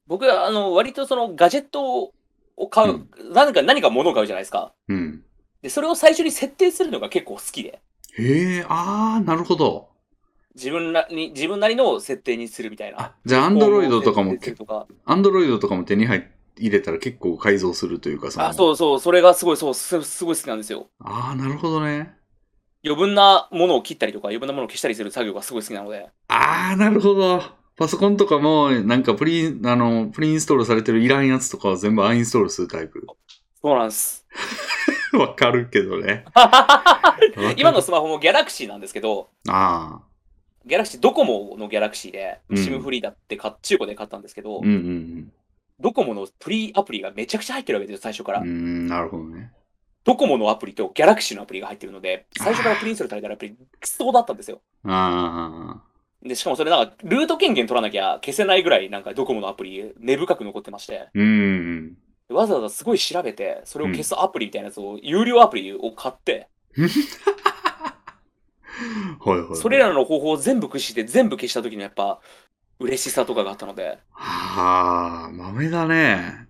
僕は、あの、割とそのガジェットを買う、何か、何か物を買うじゃないですか。
うん。
で、それを最初に設定するのが結構好きで。
へえ、あー、なるほど。
自分らに、自分なりの設定にするみたいな。
あ、じゃあ、アンドロイドとかも
設定する、とか
アンドロイドとかも手に入入れたら結構改造するというか、その
あ、そうそう、それがすごい、そう、すすごい好きなんですよ。
あー、なるほどね。
余分なものを切ったりとか、余分なものを消したりする作業がすごい好きなので。
あー、なるほど。パソコンとかも、なんかプリン、あの、プリインストールされてるいらんやつとかは全部アンインストールするタイプ。 *laughs*
そうなんです。
わかるけどね。
今のスマホもギャラクシーなんですけど、
ああ。
ギャラクシー、ドコモのギャラクシーで、
うん
シムフリーだって買っ、中古で買ったんですけど、
うんうん
ドコモのフリーアプリがめちゃくちゃ入ってるわけですよ、最初か
うん。
ら。
うーん、なるほどね。
ドコモのアプリとギャラクシーのアプリが入ってるので、最初からプリンストールされたらアプリ、クソだったんですよ。
あ
で、しかもそれなんか、ルート権限取らなきゃ消せないぐらい、なんかドコモのアプリ、根深く残ってまして、
あ。うん
わざわざすごい調べて、それを消すアプリみたいなやつを、有料アプリを買って、
うん。はいはい。
それらの方法を全部駆使して、全部消した時のやっぱ、嬉しさとかがあったの *laughs* で、
はあ、豆だね。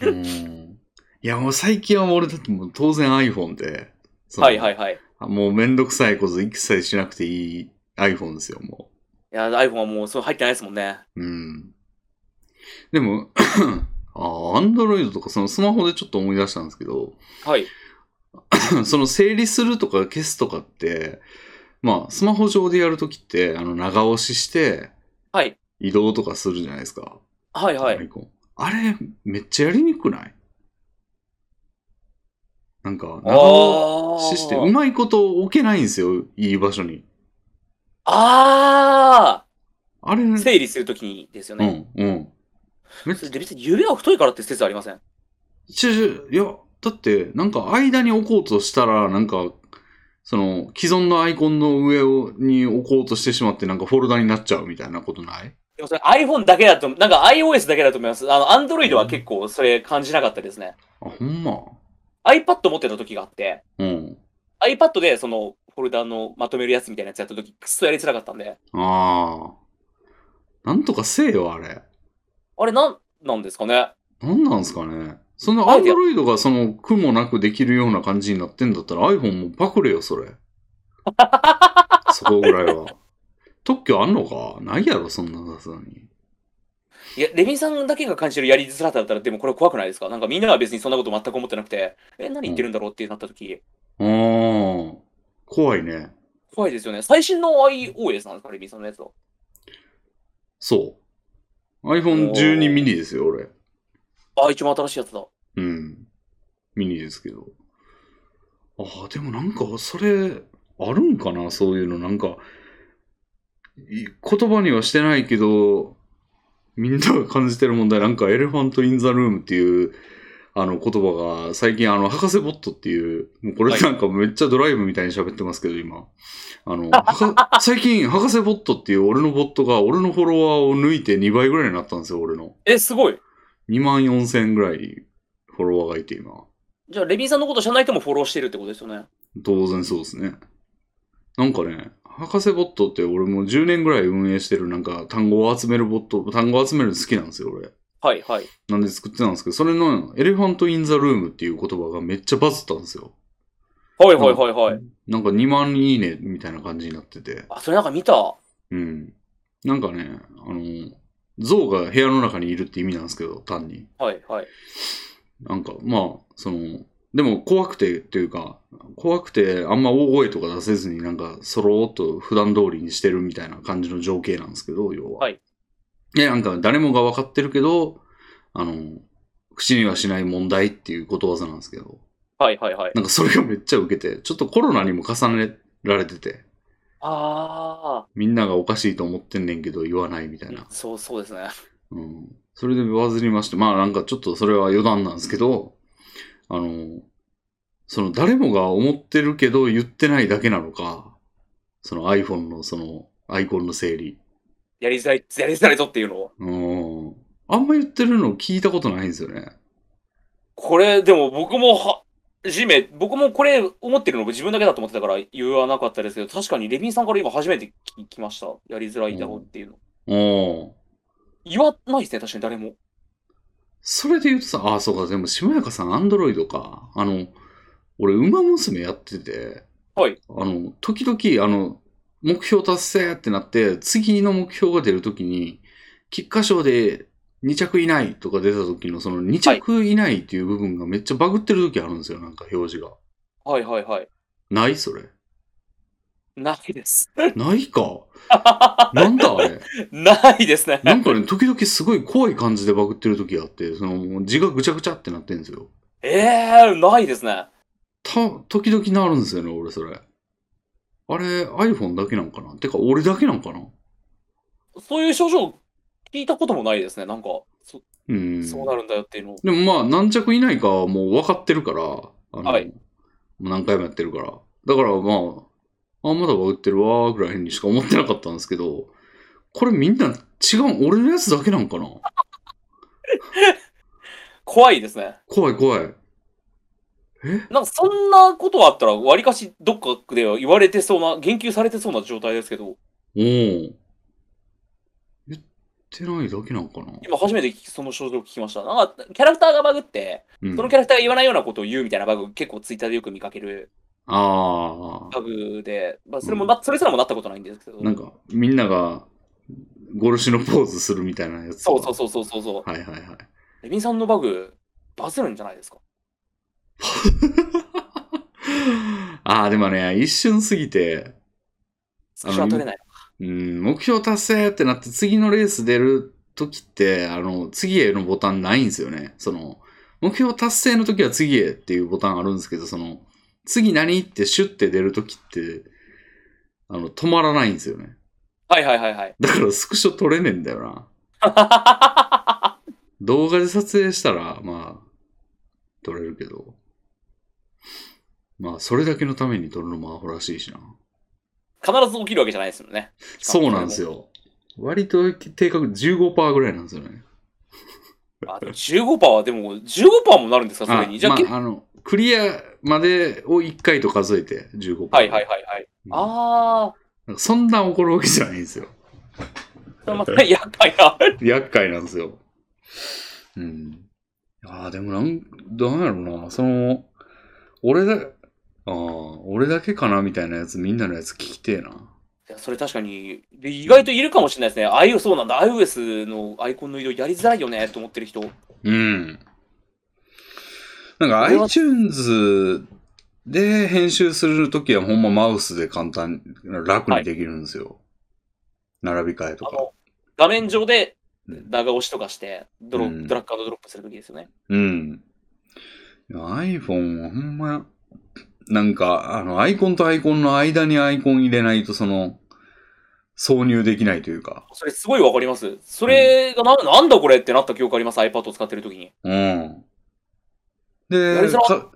うん。いや、もう最近は俺だってもう当然 iPhone で。。
はいはいいはい。い
もうめんどくさいこと一切しなくていい iPhone ですよ、も
や、iPhone はもう、それ入ってないですもんね。
う。うん。でも、 *coughs* あ、アンドロイドとかそのスマホでちょっと思い出したんですけど、 *coughs*
はい。
その整理するとか消すとかって、まあ、スマホ上でやるときって、あの、長押しして、
はい。
移動とかするじゃないですか。
はいは
ア
い。
イコンあれ、めっちゃやりにくくないなんか、
あ
長
ー
押しして、うまいこと置けないんですよ、いい場所に。
あ
あれ、
ー整理するときにですよ
う
ね。
ん、うん。めっ
そ
ち
れ
ゃ
で別に指が太いからって説ありません。
ちょ、ちょいや、だって、なんか間に置こうとしたら、なんか、その、既存のアイコンの上をに置こうとしてしまって、なんかフォルダになっちゃうみたいなことない
でもそれ iPhone だけだと、なんか iOS だけだと思います。あの、Android は結構それ感じなかったですね。
あ、ほんま。
iPad 持ってた時があって、
うん。
iPad でそのフォルダのまとめるやつみたいなやつやった時、くっそやりづらかったんで、
ああ。なんとかせえよ、あれ。
あれなん、なんですかね。
なんなんすかね。そんな
ア
ア
イ
ン
デア
ドロイドがその苦もなくできるような感じになってんだったら iPhone もパクれよ、それ。そこぐらいは。特許あんのかないやろ、そんなさすがに。
いや、レミさんだけが感じてるやりづらさだったら、でもこれ怖くないですかなんかみんなは別にそんなこと全く思ってなくて、え、何言ってるんだろうってなった時、
うん。怖いね。
怖いですよね。最新の iOS なんですかレミさんのやつは。
そう。iPhone12 ミニですよ、俺。
あ、一番新しいやつだ。
うん。ミニですけど。ああ、でもなんか、それ、あるんかなそういうの。なんか、い言葉にはしてないけど、みんなが感じてる問題、なんか、エレファント・イン・ザ・ルームっていう、あの、言葉が、最近、あの、博士ボットっていう、もうこれ
はい
なんかめっちゃドライブみたいに喋ってますけど、今。あ
*laughs*
の、博最近、博士ボットっていう俺のボットが、俺のフォロワーを抜いて2倍ぐらいになったんですよ、俺の。
え、すごい。
2万4千ぐらいフォロワーがいて、今。
じゃあ、レミさんのこと知らない人もフォローしてるってことですよね。
当然そうですね。なんかね、博士ボットって俺もう10年ぐらい運営してるなんか単語を集めるボット、単語を集めるの好きなんですよ、俺。
はい、はい。
なんで作ってたんですけど、それのエレファント・イン・ザ・ルームっていう言葉がめっちゃバズったんですよ。
はい、はい、はい、はい。
なんか2万いいねみたいな感じになってて。
あ、それなんか見た。
うん。なんかね、あの、象が部屋の中にいるって意味なんですけど、単に。
はい、はい。
なんか、まあ、その、でも怖くてというか、怖くてあんま大声とか出せずになんか、そろーっと普段通りにしてるみたいな感じの情景なんですけど、要は。
はい
で、なんか誰もが分かってるけど、あの、口にはしない問題っていうことわざなんですけど、
はい、はい、はい。
なんかそれがめっちゃ受けて、ちょっとコロナにも重ねられてて、
あ
みんながおかしいと思ってんねんけど言わないみたいな
あ。。そう、そうですね。
うん。それでバズりまして、まあなんかちょっとそれは余談なんですけど、あの、その誰もが思ってるけど言ってないだけなのか、その iPhone のそのアイコンの整理。
やりづらい、やりづらいぞっていうのを。
うん。あんま言ってるの聞いたことないんですよね。
これ、でも僕もは、じめ、僕もこれ思ってるの自分だけだと思ってたから言わなかったですけど、確かにレビンさんから今初めて聞きました。やりづらいだろうっていうの。
うん。
言わないですね、確かに誰も。
それで言うとさ、ああ、そうか、でも、しもやかさん、アンドロイドか。あの、俺、馬娘やってて、
はい。
あの、時々、あの、目標達成ってなって、次の目標が出るときに、菊花賞で2着以内とか出たときの、その2着以内っていう部分がめっちゃバグってるときあるんですよ、なんか表示が。
はいはいはい。
ないそれ。
ないです。 *laughs*
ないか。なんだあれ。
ないですね。
なんかね、時々すごい怖い感じでバグってるときがあって、その、もう字がぐちゃぐちゃってなってるんですよ。
えー、ないですね。
た、時々なるんですよね、俺それ。あれ、iPhone だけなんかなてか、俺だけなんかな
そういう症状聞いたこともないですね。なんか、そ
うん。
そうなるんだよっていうの。
でもまあ、何着以内かはもう分かってるから、あ
はい
もう何回もやってるから。だからまあ、あ、まだバグってるわーぐらいにしか思ってなかったんですけど、これみんな違う、俺のやつだけなんかな
怖いですね。
怖い怖い。
なんかそんなことあったら、わりかしどっかでは言われてそうな、言及されてそうな状態ですけど、
おー言ってないだけなんかな
今初めて聞きその症状聞きました。なんか、キャラクターがバグって、
うん
そのキャラクターが言わないようなことを言うみたいなバグ、結構ツイッターでよく見かける
ああ。
バグで、まあ、それもな、それすらもなったことないんですけど。
なんか、みんなが、ゴルシのポーズするみたいなやつ。
そうそうそうそうそうそう。
はいはいはい。
レビンさんのバグ、バズるんじゃないですか。
ああ、でもね、一瞬過ぎて、
スクショは取れない。
うん、目標達成ってなって、次のレース出る時って、あの、次へのボタンないんですよね。その、目標達成の時は次へっていうボタンあるんですけど、その、次何ってシュッて出る時って、あの、止まらないんですよね。
はいはいはいはい。
だからスクショ取れねえんだよな。
*laughs*
動画で撮影したら、まあ、撮れるけど。まあ、それだけのために撮るのもアホらしいしな。
必ず起きるわけじゃないですよね。
そうなんですよ。割と定格15%ぐらいなんですよね。
あでも15%は、でも、15%もなるんですか、それに。じゃあ、
ま
け
あ、あの、クリアまでを1回と数えて15%。
はいはいはいはい。
うん
あ
なんかそんな怒るわけじゃないんですよ。
ー、それまた厄介な。
厄介なんですよ。うん。ああ、でもなん、どうやろうな。その、俺だ、ああ、俺だけかなみたいなやつ、みんなのやつ聞きてえな。
いやそれ確かに、で意外といるかもしれないですね。iOS、そうなんだ。iOS のアイコンの移動やりづらいよね、と思ってる人。
うん。なんか
これは
iTunes で編集するときはほんまマウスで簡単、楽にできるんですよ。並び替えと
あ
か。
の、画面上で
うん
長押しとかして、ドロ
うん
ドラッグアンドドロップするときですよね。
うん。いや iPhone はほんま、なんか、あの、アイコンとアイコンの間にアイコン入れないと、その、挿入できないというか。
それすごいわかります。それがな、なんだこれってなった記憶あります。iPad を使ってるときに。
うん。
やり
で、
づら
か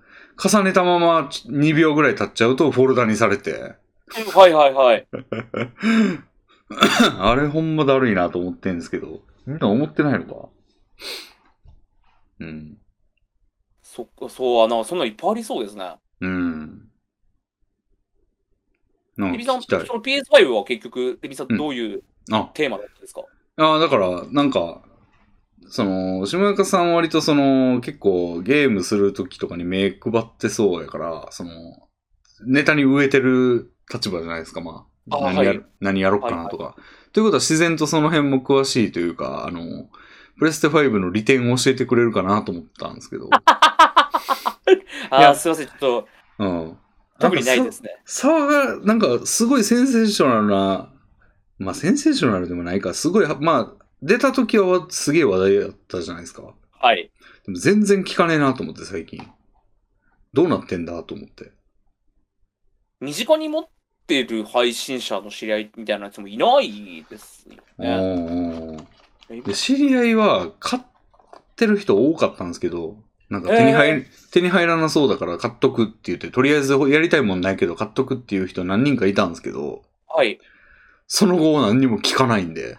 重ねたまま2秒ぐらい経っちゃうとフォルダにされて。 *clears throat*
はいはいはい。
あれほんまだるいなと思ってんですけど、みんな思ってないのかうん。
そっか、そう、あの、そんなんいっぱいありそうですね。
うん。なん
リ
か
ビさ
聞
ん、
き
そ
た
の
い。
PS5 は結局、リビさん
うん
どういう
あ、
テーマだったんですか、
あだから、なんか、その、下中さん割とその、結構ゲームするときとかに目配ってそうやから、その、ネタに植えてる立場じゃないですか、まあ。
あ
何
はい
やる何やろっかなとか、ということは自然とその辺も詳しいというか、あの、プレステ5の利点を教えてくれるかなと思ったんです *laughs* けど。い
あ
や
あ、すいません、ちょっと、
うん。。
特にないですすね。
沢が、なんかすごいセンセーショナルな、まあセンセーショナルでもないか、すごい、まあ、出た時はすげえ話題だったじゃないですか。
はい。
でも全然聞かねえなと思って最近。どうなってんだと思って。
身近に持ってる配信者の知り合いみたいなやつもいないですよ
う
ね。
んうんうんで知り合いは買ってる人多かったんですけど、なんか手に入,、
え
手に入らなそうだから買っとくって言って、とりあえずやりたいもんないけど買っとくっていう人何人かいたんですけど、
はい。
その後何にも聞かないんで。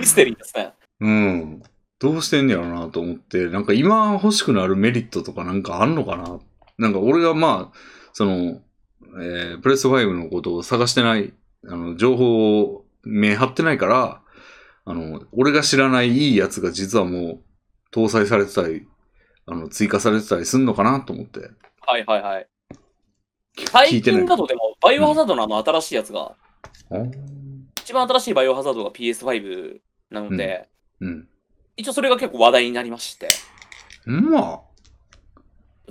ミステリーですね。
うん。どうしてんねやろなと思って、なんか今欲しくなるメリットとかなんかあんのかななんか俺がまあ、その、えープレス5のことを探してない、あの、情報を目張ってないから、あの、俺が知らないいいやつが実はもう搭載されてたり、あの、追加されてたりすんのかなと思って。
はいはいはい。
聞
最
いてない
近だとでも、バイオハザードのあの新しいやつが、
うん。
一番新しいバイオハザードが PS5 なので、
うん。
一応それが結構話題になりまして、
まあ。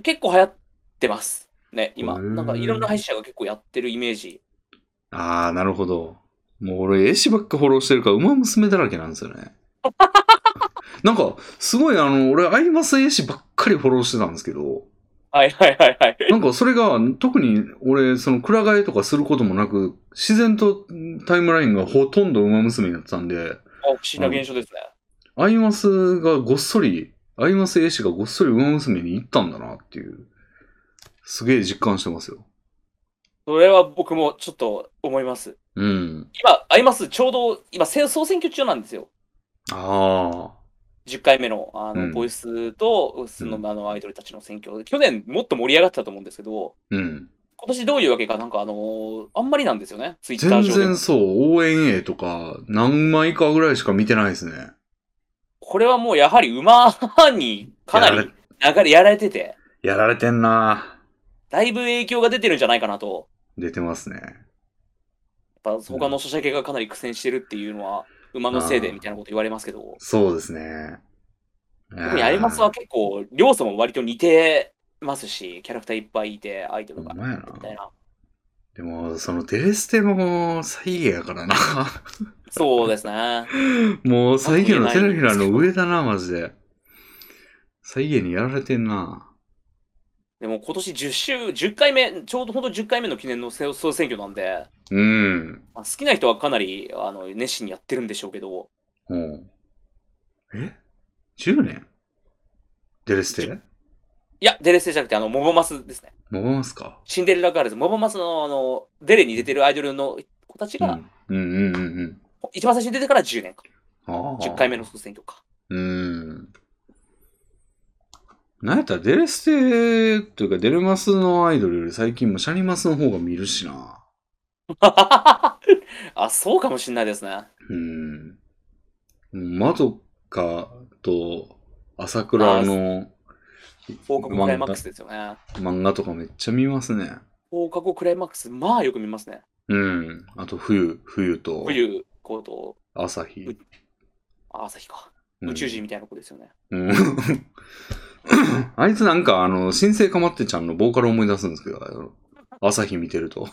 結構流行ってます。ね、今。
へー
なんかいろんな配信者が結構やってるイメージ。
ああ、なるほど。もう俺、絵師ばっかフォローしてるから、馬娘だらけなんですよね。なんか、すごい、あの、俺、アイマス絵師ばっかりフォローしてたんですけど、
はいはいはいはい。
なんかそれが、特に俺、その、くら替えとかすることもなく、自然とタイムラインがほとんど馬娘になってたんで、
あ不思議な現象ですね。
アイマスがごっそり、アイマス絵師がごっそり馬娘に行ったんだなっていう、すげえ実感してますよ。
それは僕もちょっと思います。
うん。
今、あります。ちょうど、今、戦争選挙中なんですよ。
ああ。
10回目の、あの、
うん
ボイスと、その、あの、アイドルたちの選挙。去年、もっと盛り上がってたと思うんですけど、
うん。
今年どういうわけか、なんか、あのーあんまりなんですよね。ツイッター
全
上
然
で。
そう、応援映とか、何枚かぐらいしか見てないですね。
これはもう、やはり、馬に、かな
や
り、流れ、やられてて、
やられてんな
だいぶ影響が出てるんじゃないかなと。
出てますね。
やっぱ、他のソシャゲがかなり苦戦してるっていうのは、馬のせいで、みたいなこと言われますけど、
そうですね。
特にアイマスは結構、両者も割と似てますし、キャラクターいっぱいいて、アイド
ほ
ル
ん
が、み
まやな。
たいな。
でも、そのテレステも再現や
*laughs*
からな。
そうですね。
もう再現のテラフィラの上だな、マジで。再現にやられてんな
でも今年10周、10回目、ちょうど本当10回目の記念の総総選挙なんで、
うん。
まあ好きな人はかなりあの熱心にやってるんでしょうけど、
うん。え ?10 年テレステ
いや、デレステじゃなくて、あの、モバマスですね。
戻りますか
シンデレラガールズ、モバマスの、あの、デレに出てるアイドルの子たち
う
が、
ん。うんうんうんうん。
一番最初に出てから10年か。
ああ
10回目の総選挙か。 *laughs*
うーん。なんやったらデレステというかデレマスのアイドルより最近もシャニマスの方が見るしな。
あ、そうかもしんないですね。
うん。マドカと朝倉の
放課後クライマックスですよね。
漫画とかめっちゃ見ますね。
放課後クライマックス、まあよく見ますね。
うん。あと、冬、冬と、
冬、コート、
朝日、
うあ朝日か。
うん
宇宙人みたいな子ですよね。
うん *laughs* あいつなんか、あの、新生かまってちゃんのボーカル思い出すんですけど、あの朝日見てると。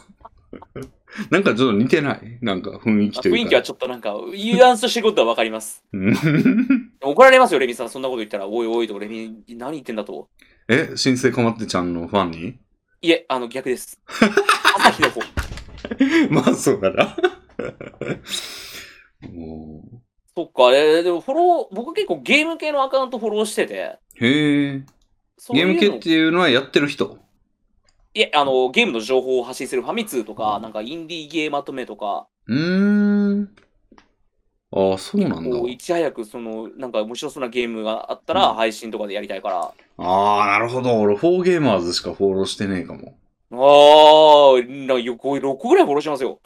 *laughs* なんかちょっと似てないなんか雰囲気
あ
という
雰
か。
囲気はちょっとなんか、ニュアンスしてることはわかります。
うん *laughs*
怒られますよ、レミさん。そんなこと言ったら、おいおいと、レミ、何言ってんだと。
え、新生かまってちゃんのファン
*laughs*
に
いえ、あの、逆です。
*laughs*
朝日の子。
まあ、そうだ *laughs* な。もう
そっか、えーでもフォロー、僕結構ゲーム系のアカウントフォローしてて、
へえ。
そうい
ゲ
う
ー
の
ム系っていうのはやってる人。
いえ、あの、ゲームの情報を発信するファミ通とか、なんかインディーゲーまとめとか、
うーん。ああ、そうなんだ
こう。いち早くその、なんか面白そうなゲームがあったら、
うん
配信とかでやりたいから、
ああ、なるほど。俺、フォーゲーマーズしかフォローしてねえかも。
あー、なんかよこう6個ぐらいフォローしますよ。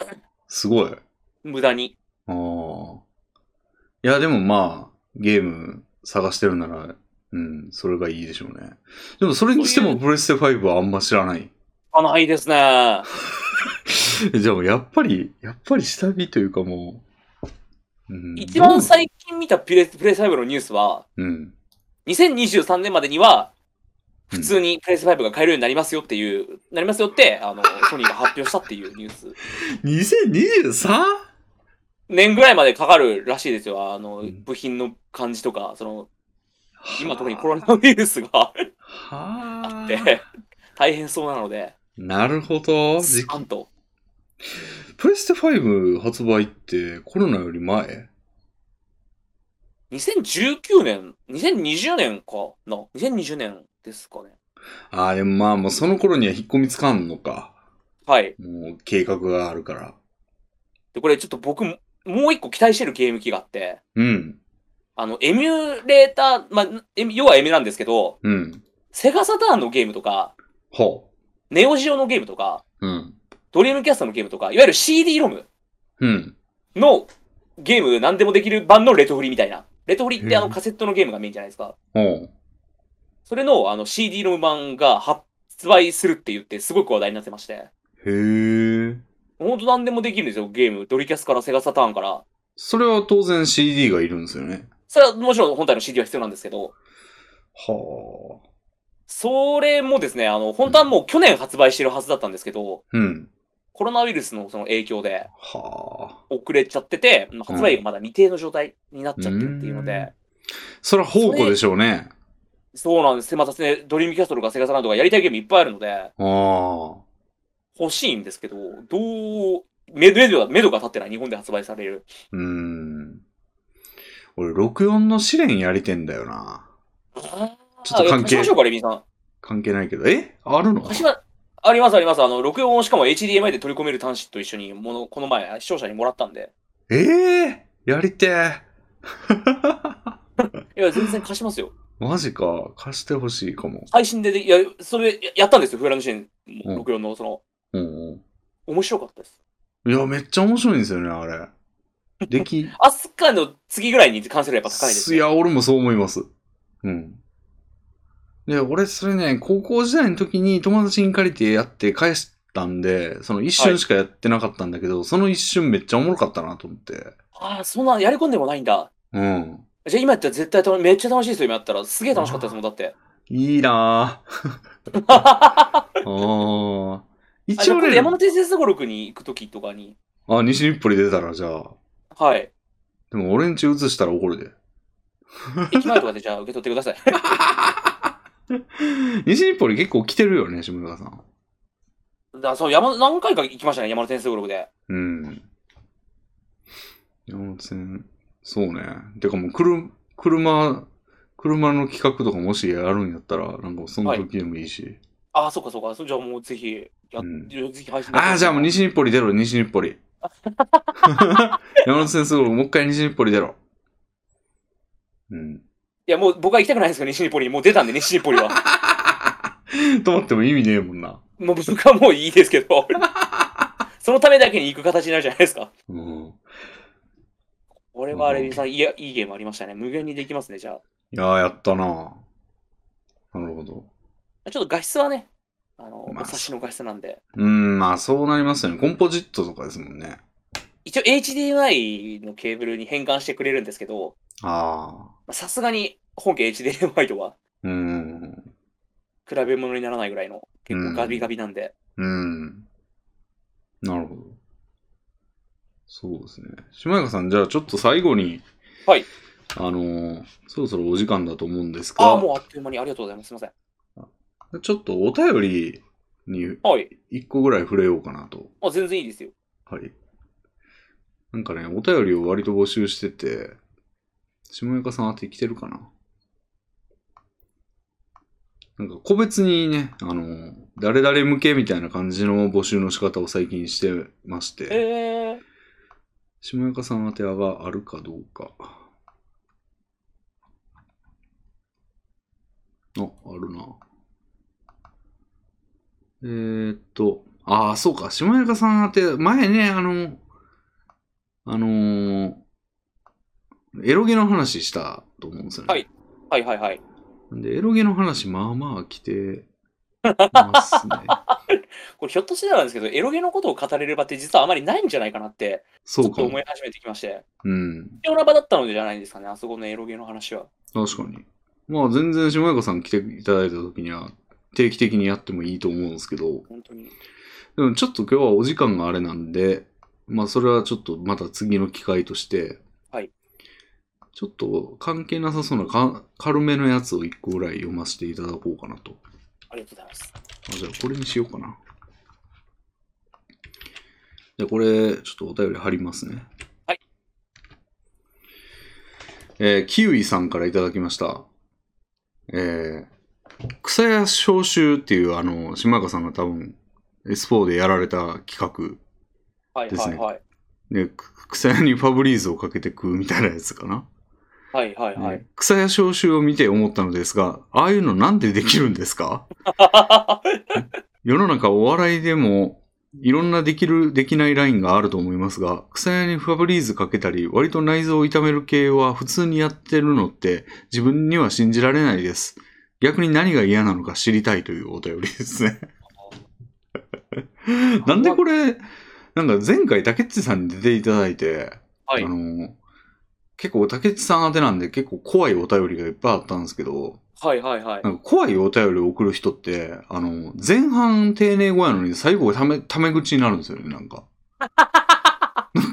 すごい。
無駄に。
ああ。いや、でもまあ、ゲーム探してるなら、うん、それがいいでしょうね。でも、それにして
そう
もプレステ5はあんま知らない。 *laughs*
あ、ないですね。
じゃあ、やっぱり、やっぱり下火というかもう、うん、
一番
最
最近見たプレプレイス5のニュースは、
うん。
2023年までには、普通にプレイス5が買えるようになりますよっていう、なりますよって、あの、ソニーが発表したっていうニュース。
2023?
年ぐらいまでかかるらしいですよ。あの
うん、
部品の感じとか、その、今特にコロナウイルスが
はあ
あって、 *laughs* 大変そうなので、
なるほど。
スカンと。
プレステ5発売ってコロナより前
2019年、2020年かな ?2020 年ですかね。
ああ、でもまあもうその頃には引っ込みつかんのか。
はい。
もう計画があるから。
で、これちょっと僕、もう一個期待してるゲーム機があって、
うん、あ
あの、エミュレーター、まあ、エミ要はエミなんですけど、
うん。
セガサターンのゲームとか、
ほ
ネオジオのゲームとか、
う。うん。
ドリームキャストのゲームとか、いわゆる CD ロム
うん。
のゲーム何でもできる版のレトフリみたいな。レトフリってあ
う
の
ん
カセットのゲームがメインじゃないですか。
ほ
それのあの CD ロム版が発売するって言ってすごく話題になってまして。
う。へえ。
ほんと何でもできるんですよ、ゲーム。ドリキャスからセガサターンから。
それは当然 CD がいるんですよね。
それはもちろん本体の CD は必要なんですけど、
はあ。
それもですね、あの、本当はもう去年発売してるはずだったんですけど、
うん。
コロナウイルスのその影響で、
はあ。
遅れちゃってて、まあ
うん
発売がまだ未定の状態になっちゃってるっていうので、
それは宝庫でしょうね。
そうなんです。またね、ドリームキャストとかセガサターンとかやりたいゲームいっぱいあるので、
ああ。
欲しいんですけど、どう、めど、めどが、めどが立ってない日本で発売される。
うーん。俺、64の試練やりてんだよな。ちょっと関係
あ貸しましょうか、レミさん。
関係ないけど。えあるの
貸しま、ありますあります。あの、64をしかも HDMI で取り込める端子と一緒に、もの、この前、視聴者にもらったんで。
ええやりてえ。
いや、全然貸しますよ。
マジか。貸してほしいかも。
配信でで、いや、それ、ややったんですよ。フーランドシーン、
うん
64の、その、
うん
面白かったです。
うん。いや、めっちゃ面白いんですよね、あれ。でき、
アスカの次ぐらいに完成度やっぱ高いですね。
や、俺もそう思います。うん。で、俺、それね、高校時代の時に友達に借りてやって返したんで、その一瞬しかやってなかったんだけど、その一瞬めっちゃおもろかったなと思って。
ああ、そんな、やり込んでもないんだ。
うん。
じゃあ今やったら絶対楽しめっちゃ楽しいですよ、今やったら。すげえ楽しかったですもん、だって。
いいな
*laughs*
ぁ。あー
あ
一
じゃあ
応
今度
ね、
山手線すごろくに行くときとかに。
あ、西日暮里出たら、じゃあ。
はい。
でも、俺んち移したら怒るで。
駅前とかでじゃあ受け取ってくださ
*laughs*
い。
西日暮里結構来てるよね、下村さん。
だからそう山何回か行きましたね、山手線すごろくで。
うん。山手線、そうね。てかもう、くる、車、車の企画とかもしやるんやったら、なんかその時でもいいし。
ああ、そっかそっか。そじゃあもうぜひ、や、
うん
ぜひ配信
ああ、じゃあもう西日暮里出ろ、西日暮里。山手線すごい、もう一回西日暮里出ろ。うん。
いや、もう僕は行きたくないんですけど、西日暮里に。もう出たんで、西日暮
*laughs*
里は。
止まっても意味ねえもんな。
もう僕はもういいですけ
*laughs*
ど。そのためだけに行く形になるじゃないですか。
うん。
俺はあれさん、いや、いいゲームありましたね。無限にできますね、じゃ
いやー、やったななるほど。
あ。ちょっと画質はね、あの、
まあ
お察しの画質なんで。
うん、まあそうなりますよね。コンポジットとかですもんね。
一応 HDMI のケーブルに変換してくれるんですけど、
ああ。
まあさすがに本家 HDMI とは
うん。
比べ物にならないぐらいの結
う
構
ん
ガビガビなんで、
うん。なるほど。そうですね。島中さん、じゃあちょっと最後に。
はい。
あのーそろそろお時間だと思うんです
ああ、
が、
もうあっという間にありがとうございます。すいません。
ちょっとお便りに
はい。
一個ぐらい触れようかなと。
あ全然いいですよ。
はい。なんかね、お便りを割と募集してて、下中さんあて来てるかななんか個別にね、あの、誰々向けみたいな感じの募集の仕方を最近してまして、
えー、
下中さん宛てがあるかどうか。あ、あるな。えー、っと、ああ、そうか、下中さん宛て、前ね、あの、あのーエロゲの話したと思うんですよね。
はいはいはいはい。
で、エロゲの話、まあまあ来てます
*laughs*
ね。
これひょっとしてなんですけど、エロゲのことを語れる場って実はあまりないんじゃないかなって、ち
そ
ょ
う
っ
か
と
も
思い。始めてきまして。
うん。
貴重な場だったのじゃないですかね、あそこのエロゲの話は。
確かに。まあ全然下中さん来ていただいた時には定期的にやってもいいと思うんですけど、
本当に。
でもちょっと今日はお時間があれなんで、まあそれはちょっとまた次の機会として、
はい。
ちょっと関係なさそうなか軽めのやつを一個ぐらい読ませていただこうかなと。
ありがとうございます。
あじゃあこれにしようかな。じゃあこれ、ちょっとお便り貼りますね。
はい。
えーキウイさんからいただきました。えー草屋消臭っていう、あの、島岡さんが多分 S4 でやられた企画。
はい
です
は
ね
いはい。
で、く草屋にファブリーズをかけて食うみたいなやつかな。
はいはいは
え
い。
ー草屋消臭を見て思ったのですが、ああいうのなんでできるんですか世の中お笑いでもいろんなできる、できないラインがあると思いますが、草屋にファブリーズかけたり、割と内臓を痛める系は普通にやってるのって自分には信じられないです。逆に何が嫌なのか知りたいというお便りです
*laughs*
ね。なんでこれ、なんか前回竹内さんに出ていただいて、
*laughs* はい
あの、結構竹内さん宛てなんで結構怖いお便りがいっぱいあったんですけど、
はいはいはい。
なんか怖いお便りを送る人って、あの、前半丁寧語やのに最後ため、ため口になるんですよね、なん
*laughs*
か。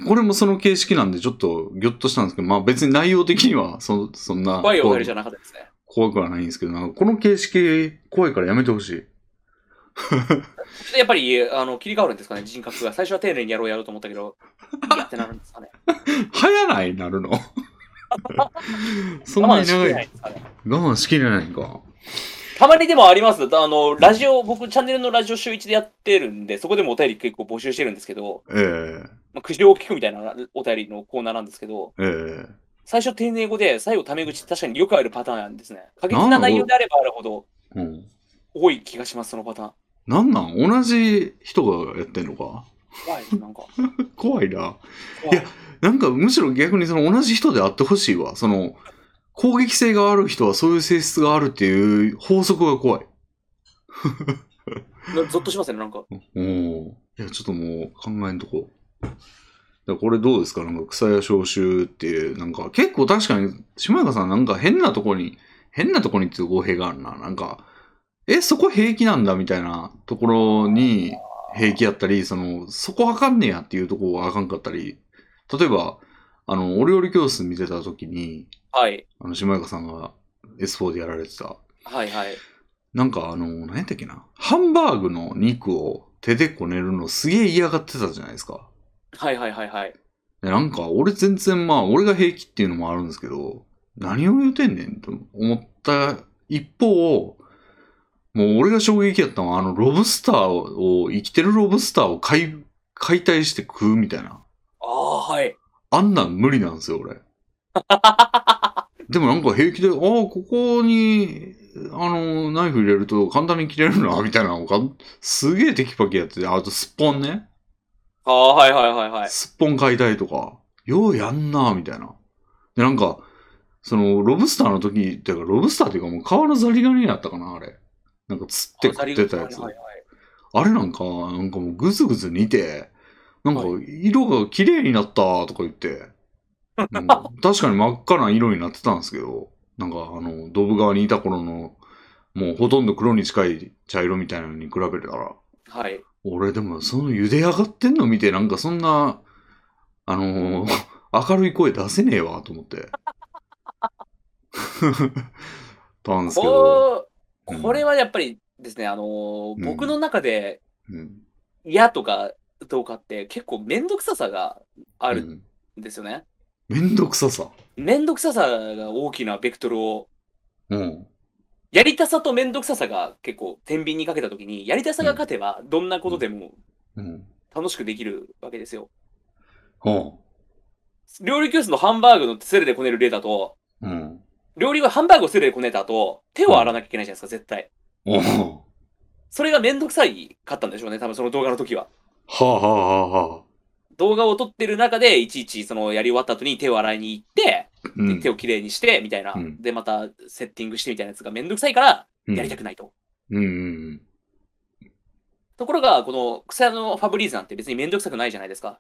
これもその形式なんでちょっとギョッとしたんですけど、まあ別に内容的にはそそんな
怖いお便りじゃ
な
なかったですね。
怖くはないんですけど、なんかこの形式怖いからやめてほしい。
ちょっとやっぱり、あの、切り替わるんですかね、人格が。最初は丁寧にやろうやろうと思ったけど、いやってなるんですかね。
早ないなる
*laughs*
の *laughs* そん
我
な
慢
に
しき
長
れ
い。
な
我
いんですかね。
慢しきれないんか。
たまにでもあります。あの、ラジオ、僕、チャンネルのラジオ週1でやってるんで、そこでもお便り結構募集してるんですけど、
ええ
まあ、苦情を聞くみたいなお便りのコーナーなんですけど、
ええ
最初丁寧語で、最後タメ口って確かによくあるパターンなんですね。過激な内容であればあるほど
うん。
多い気がします、そのパターン。
なんなん同じ人がやってんのか
怖いです、なんか。
怖いな。
怖い
やなんかむしろ逆にその同じ人であってほしいわ。その攻撃性がある人はそういう性質があるっていう法則が怖い。
なゾッとしますね、なんか。
おお。いや、ちょっともう考えんとこ。だからこれどうですかなんか草や消臭っていう、なんか結構確かに、島中さんなんか変なとこに、変なとこにっていう語弊があるな。なんか、え、そこ平気なんだみたいなところに平気やったり、その、そこあかんねやっていうとこがあかんかったり、例えば、あの、お料理教室見てた時に、
はい。
あの、島中さんが S4 でやられてた、
はいはい。
なんかあの、何やったっけな。ハンバーグの肉を手でこねるのすげえ嫌がってたじゃないですか。
はいはいはいはい。
でなんか俺全然まあ、俺が平気っていうのもあるんですけど、何を言うてんねんと思った一方、もう俺が衝撃やったのは、あの、ロブスターを、生きてるロブスターを解解体して食うみたいな。
ああ、はい。
あんなん無理なんですよ、
*laughs*
俺。でもなんか平気で、ああ、ここに、あの、ナイフ入れると簡単に切れるな、みたいなのが、すげえテキパキやってて、あとスッポンね。
ああ、はいはいはいはい。
スッポン解体とか、ようやんな、みたいな。で、なんか、その、ロブスターの時、てか、ロブスターっていうかもう川のザリガニやったかな、あれ。なんか釣って食ってたやつ。
はいはいはい
あれなんか、なんかもうぐずぐず煮て、なんか
は
色が綺麗になったとか言って、なんか
*laughs*
確かに真っ赤な色になってたんですけど、なんかあの、ドブ川にいた頃の、もうほとんど黒に近い茶色みたいなのに比べたら、
はい。
俺でもその茹で上がってんの見てなんかそんな、あのー明るい声出せねえわと思
*laughs*
って。たんですけど。
こうこれはやっぱりですね、あのー
うん
僕の中で
うん
嫌とかどうかって結構めんどくささがあ
う
る
ん
んですよね。
めんどくささ。
めんどくささが大きなベクトルを、
うん。
やりたさとめんどくささが結構天秤にかけたときに、やりたさが勝てばどんなことでも
うん。
楽しくできるわけですよ。
は
料理教室のハンバーグのセレでこねる例だと、
あ。うん。
料理はハンバーグをセレでこねた後、手を洗わなきゃいけないじゃないですか、絶対。
おは
それがめんどくさいかったんでしょうね、多分その動画の時は。
あはあはあはあ。
動画を撮ってる中で、いちいちそのやり終わった後に手を洗いに行って、
う
で
ん
手。をきれいにして、みたいな、
うん
で、またセッティングしてみたいなやつがめんどくさいから、
うん
やりたくないと。
うんうん
ところが、この草屋のファブリーズなんて別にめんどくさくないじゃないで
*laughs*
すか。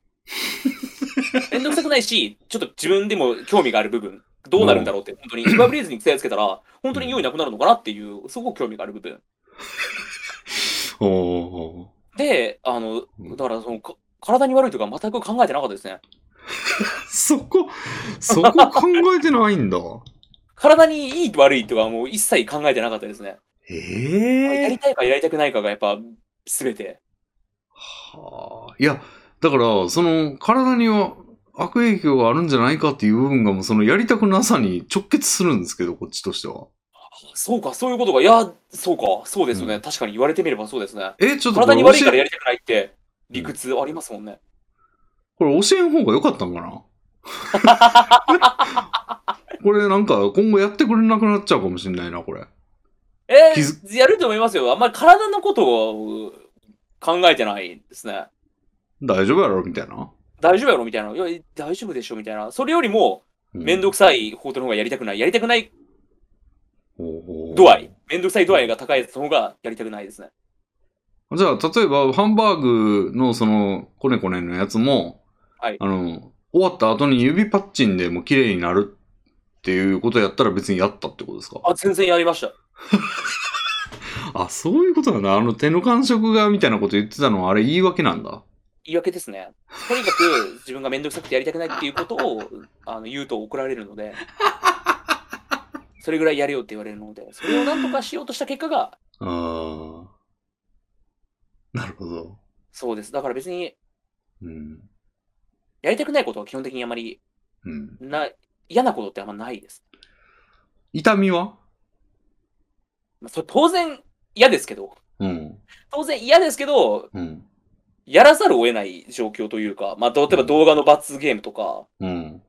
めんどくさくないし、ちょっと自分でも興味がある部分、どうなるんだろうって、本当に、ファブリーズに草屋つけたら、本当に良いなくなるのかなっていう、すごく興味がある部分。
うん。おー *laughs*
で、あの、だからその、か体に悪いとか全く考えてなかったですね。
そこ、そこ考えてない
*laughs*
んだ。
体にいい悪いとかもう一切考えてなかったですね。や
ええ
りたいかやりたくないかがやっぱ全て。
はあ。いや、だから、その、体には悪影響があるんじゃないかっていう部分が、もうそのやりたくなさに直結するんですけど、こっちとしては。
そうか、そういうことが、いや、そうか、そうですよね。確かに言われてみればそうですね。
え、ちょっとこれ
体に
教
悪いから
え、
やりたくないって理屈ありますもんね。
これ教えん方が良かったんかな *laughs* これなんか今後やってくれなくなっちゃうかもしれないな、これ。
え
気づ
ー、やると思いますよ。あんまり体のことを考えてないですね。
大丈夫やろみたいな。
大丈夫やろみたいな。いや、大丈夫でしょみたいな。それよりも、
うん
めんどくさい方の方がやりたくない。やりたくない
おー
度合い。めんどくさい度合いが高いやつの方がやりたくないですね。
じゃあ、例えば、ハンバーグの、その、コネコネのやつも、
はい
あの、終わった後に指パッチンでもう綺麗になるっていうことやったら別にやったってことですか
あ、全然やりました。
あ、そういうことなんだ。あの、手の感触が、みたいなこと言ってたのは、あれ言い訳なんだ。
言い訳ですね。とにかく自分がめんどくさくてやりたくないっていうことをあの言うと怒られるので、それぐらいやれよって言われるので、それをなんとかしようとした結果が、
あー。なるほど。
そうです。だから別に
うん。
やりたくないことは基本的にあまり
うん。
な、嫌なことってあんまないです。
痛みは
まあ、それ当然嫌ですけど、
うん。
当然嫌ですけど、
うん。
やらざるを得ない状況というか、まあ、例えば動画の罰ゲームとか
うん。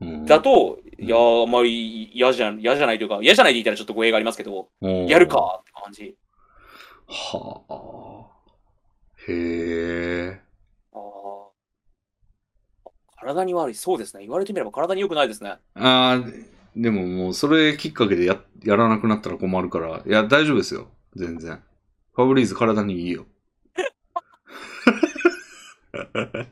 うん
だ、と、
うん
いや、あんまり嫌じゃ嫌じゃないというか、嫌じゃないで言ったらちょっと語弊がありますけど、やるかって感じ。
はあ。へえ。
ああ。体に悪い。そうですね。言われてみれば体に良くないですね。
ああ、でももうそれきっかけでややらなくなったら困るから、いや、大丈夫ですよ。全然。ファブリーズ体にいいよ。 *laughs*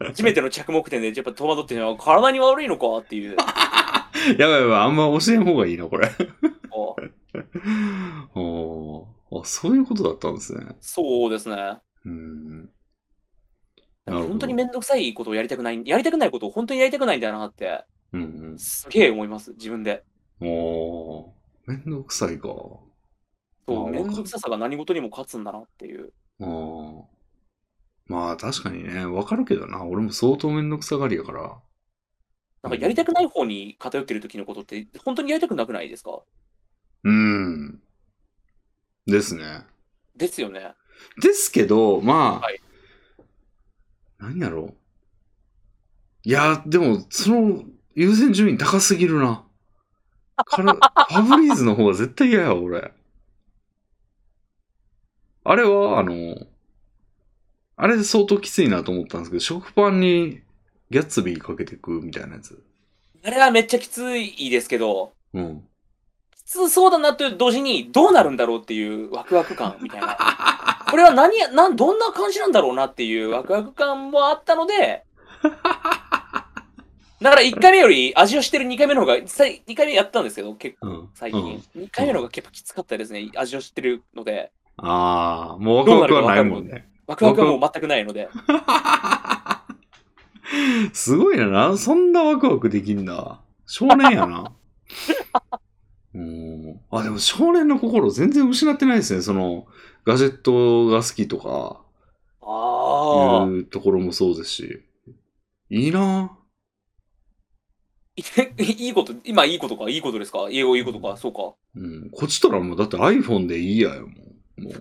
初めての着目点でやっぱ戸惑ってるのは体に悪いのかっ
*laughs*
ていう。あ
やばいやばい、あんま教えん方がいいな、これ。 *laughs* おーあ、そういうことだったんですね。
そうですね。
うん。なるほど
本当にめんどくさいことをやりたくない、やりたくないことを本当にやりたくないんだなって、
うん
すげえ思います。自分で。
うん。おーめんどくさいか。
そう、
あ
めんどくささが何事にも勝つんだなっていう。
あーまあ確かにね、わかるけどな。俺も相当めんどくさがりやから。
なんかやりたくない方に偏ってる時のことって、本当にやりたくなくないですか
うん。ですね。
ですよね。
ですけど、まあ、
はい
何やろう。いや、でも、その、優先順位高すぎるな。
*laughs*
から、ファブリーズの方が絶対嫌や、俺。あれは、あの、あれ相当きついなと思ったんですけど、食パンにギャッツビーかけて食うみたいなやつ。
あれはめっちゃきついですけど、
うん。
きつそうだなという同時に、どうなるんだろうっていうワクワク感みたいな。これは何や、なん、どんな感じなんだろうなっていうワクワク感もあったので、だから1回目より味をしてる2回目の方が、実際2回目やったんですけど、結構
うん。
最
うん
近。2回目の方がやっぱきつかったですね、味を知ってるので、
ああ、もうワクワクはないもんね。
ワクワクはもう全くないので。
すごいなな、そんなワクワクできんだ。少年や
*laughs*
な。うん。あ、でも少年の心全然失ってないですね。その、ガジェットが好きとか、
ああ。
いうところもそうですし。いいない
い *laughs* こと、今いいことか、いいことですか英語いいことか、そうか。
うん。こっちとらもうだって iPhone でいいやよ、もう。
*laughs*
もう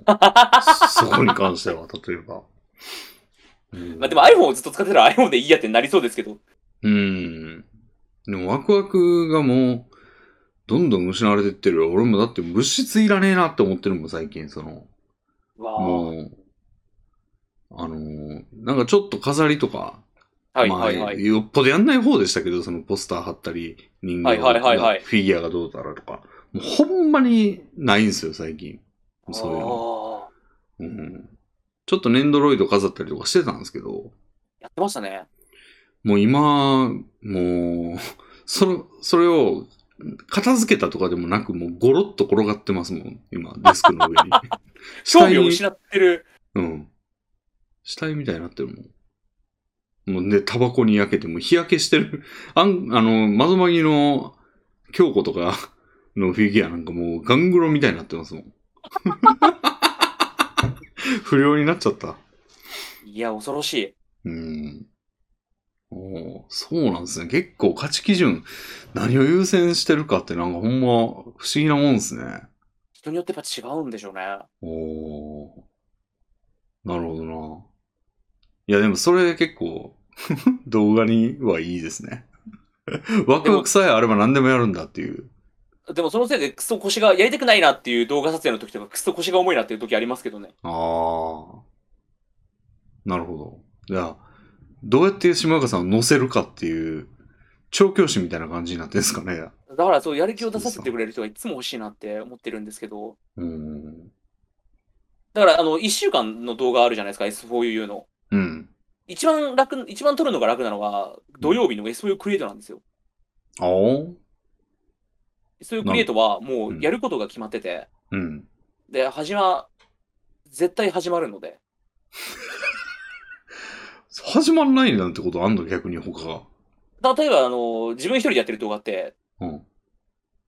そこに関しては、例えば。うん
まあでも iPhone をずっと使ってたら iPhone でいいやってなりそうですけど。
うん。でもワクワクがもう、どんどん失われてってる。俺もだって物質いらねえなって思ってるもん、最近。その、
わ
もう、あのーなんかちょっと飾りとか、
あ。はい
まあ
はいはい。
よっぽどやんない方でしたけど、そのポスター貼ったり、人形が、
はいはいはいはい
フィギュアがどうだらとか、もうほんまにないんですよ、最近。そういうの。
ああ。
うん、ちょっと粘土ロイド飾ったりとかしてたんですけど、
やってましたね。
もう今、もう、その、それを、片付けたとかでもなく、もうゴロッと転がってますもん、今、デスクの上に。 *laughs*
興味を失ってる。
うん。死体みたいになってるもん。もうね、タバコに焼けて、もう日焼けしてる。 *laughs* あん、あの、まぞまぎの京子とか *laughs* のフィギュアなんかもうガングロみたいになってますもん。 *laughs* 不良になっちゃった。
いや、恐ろしい。
うん。おーそうなんですね。結構価値基準、何を優先してるかってなんかほんま不思議なもんですね。
人によってやっぱ違うんでしょうね。
おーなるほどな。いや、でもそれ結構、 *laughs* 動画にはいいですね。 *laughs* ワクワクさえあれば何でもやるんだっていう。
でもそのせいでクソ腰が、やりたくないなっていう動画撮影の時とかクソ腰が重いなっていう時ありますけどね。
ああ。なるほど。じゃあ、どうやって島岡さんを乗せるかっていう、調教師みたいな感じになってるんですかね。
だからそう、やる気を出させてくれる人がいつも欲しいなって思ってるんですけど。
うん。
だから、あの、1週間の動画あるじゃないですか、S4U の。
うん。
一番楽、一番撮るのが楽なのは、土曜日の SOU クリエイトなんですよ。
あお
SOU クリエイトはも
うん
うやることが決まってて、
うん。
で、始ま、絶対始まるので。
始まんないなんてことあんの逆に他が。
例えば、あの、自分一人でやってる動画って、
うん。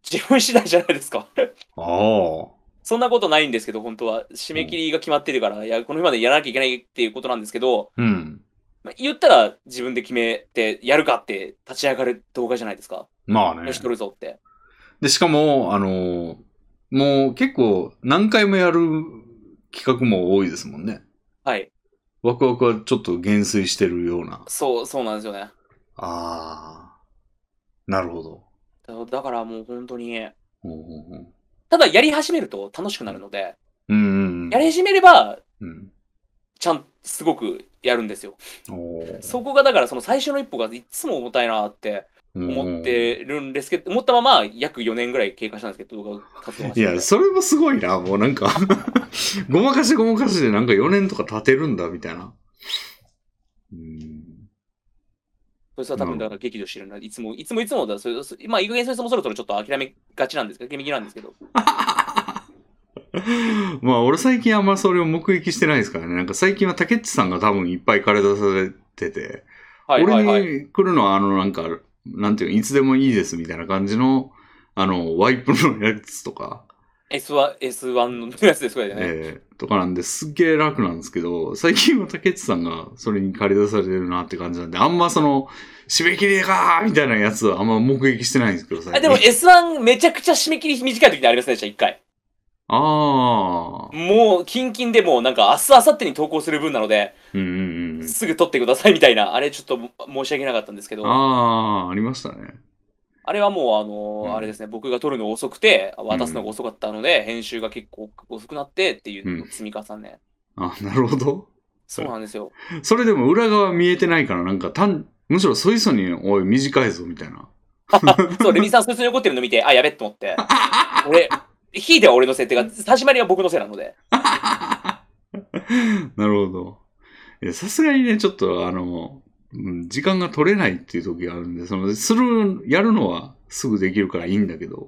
自分次第じゃないですか。
ああ。
そんなことないんですけど、本当は。締め切りが決まってるから、いや、この日までやらなきゃいけないっていうことなんですけど、
うん。
まあ言ったら自分で決めて、やるかって立ち上がる動画じゃないですか。
まあね。
よし、撮るぞって。
で、しかも、あのーもう結構何回もやる企画も多いですもんね。
はい。
ワクワクはちょっと減衰してるような。
そう、そうなんですよね。
あー。なるほど。
だだからもう本当に、
うんうんうん
ただやり始めると楽しくなるので、
うんうん。
やり始めれば、
うん。
ちゃん、すごくやるんですよ。
おー
そこがだからその最初の一歩がいつも重たいなって思ってるんですけど、思ったまま約4年ぐらい経過したんですけど、動画活動が
いや、それもすごいな。もうなんか、 *laughs* ごまかしごまかしでなんか4年とか経てるんだ、みたいな。うん。
そいつは多分だから激怒してるな。いつも、いつもいつもだ。それそまあ、いい加減そいつもそろそろちょっと諦めがちなんですけど、諦め気なんですけど。
まあ俺最近あんまそれを目撃してないですからね。なんか最近は竹内さんが多分いっぱい枯れ出されてて。
はいはいはい。
俺に来るのは、あの、なんか、なんていうのいつでもいいですみたいな感じの、あの、ワイプのやつとか、
S1、S1 の *laughs* やつですこれでね。
えーとかなんですっげえ楽なんですけど、最近は竹内さんがそれに借り出されてるなって感じなんで、あんまその、締め切りがーみたいなやつはあんま目撃してないんですけど、最
あ
近。
でも S1 めちゃくちゃ締め切り短い時にありませんでした、一回。
あー。
もう、キンキンでもうなんか明日、明後日に投稿する分なので、
うんうんうん。
すぐ撮ってくださいみたいな、あれちょっと申し訳なかったんですけど、あ
あー、ありましたね。
れはもう、あのー
うん
あれですね、僕が撮るの遅くて、渡すのが遅かったので、編集が結構遅くなってっていうのの積み重ね。
あ、なるほど。
そうなんですよ。
それでも裏側見えてないから、なんか単、むしろそいそに、おい、短いぞ、みたいな。
そう、レミさん、そいつに怒ってるの見て、あ、やべっと思って。俺、ひいては俺のせいっていうか、始まりは僕のせいなので。
*laughs* なるほど。いやさすがにね、ちょっとあの、うん時間が取れないっていう時があるんで、その、する、やるのはすぐできるからいいんだけど、ちょっ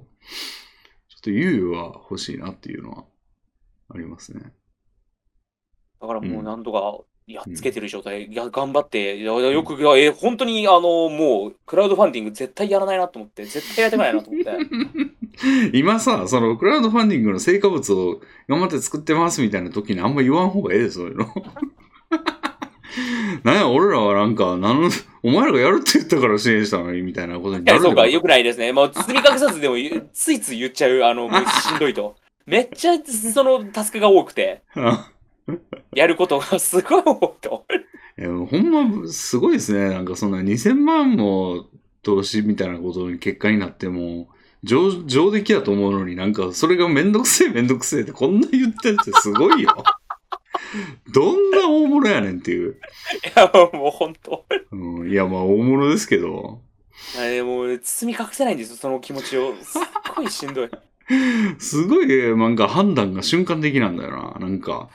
と猶予は欲しいなっていうのはありますね。
だからもううん何度かやっつけてる状態、いや頑張って、いやよく、いやえ本当にあのもうクラウドファンディング絶対やらないなと思って、絶対やってないなと思って。
今さ、そのクラウドファンディングの成果物を頑張って作ってますみたいな時にあんま言わん方がええで、そういうの。 *laughs* なんや、俺らはなんか、なんのお前らがやるって言ったから支援したのにみたいなことに
い
な
や
る
そうか、よ
け
くないですね。もう包み隠さずでもゆついつい言っちゃう、あの、もうしんどいと。めっちゃそのタスクが多くて、
ど。 *laughs*
やることがすごい多いと。
いやほんま、すごいですね。なんかそんな2000万も投資みたいなことに結果になっても、上、上出来やと思うのになんかそれがめんどくせえめんどくせえってこんな言ってるってすごいよ。どんな大物やねんっていう。
いや、もう本当。
うん、いや、まあ大物ですけど、
えーもう包み隠せないんですよ、その気持ちを。すっごいしんどい。
すごい、なんか判断が瞬間的なんだよな。なんか、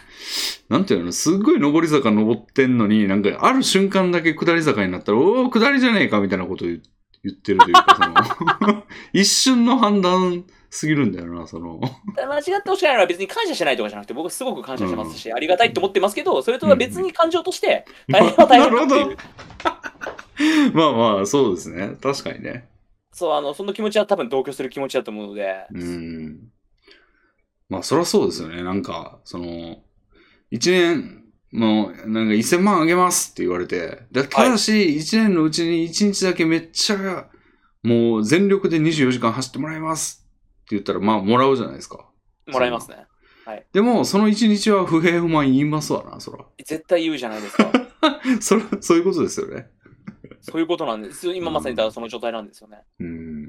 なんていうの、すっごい上り坂登ってんのに、なんかある瞬間だけ下り坂になったら、おお、下りじゃねえかみたいなこと言う言ってるというか、その、 *laughs* 一瞬の判断すぎるんだよな、その。
間違ってほしくないのは別に感謝しないとかじゃなくて、僕すごく感謝してますし、ありがたいと思ってますけど、それとは別に感情として、大変は大変だっ
*laughs*
て
なる
い
ほ
う。
ど。まあまあ、そうですね。確かにね。
そう、あの、その気持ちは多分同居する気持ちだと思うので、
うん。まあ、そりゃそうですよね。なんか、その、1年の、なんか1000万あげますって言われて、だただし、1年のうちに1日だけめっちゃ、もう全力で24時間走ってもらいますって言ったら、まあ、もらうじゃないですか。
もらいますね。
でも、その1日は不平不満言いますわな、そら。
絶対言うじゃないで
*laughs*
すか。
そら、そういうことですよね。
そういうことなんです。今まさにだからその状態なんですよね。
うん。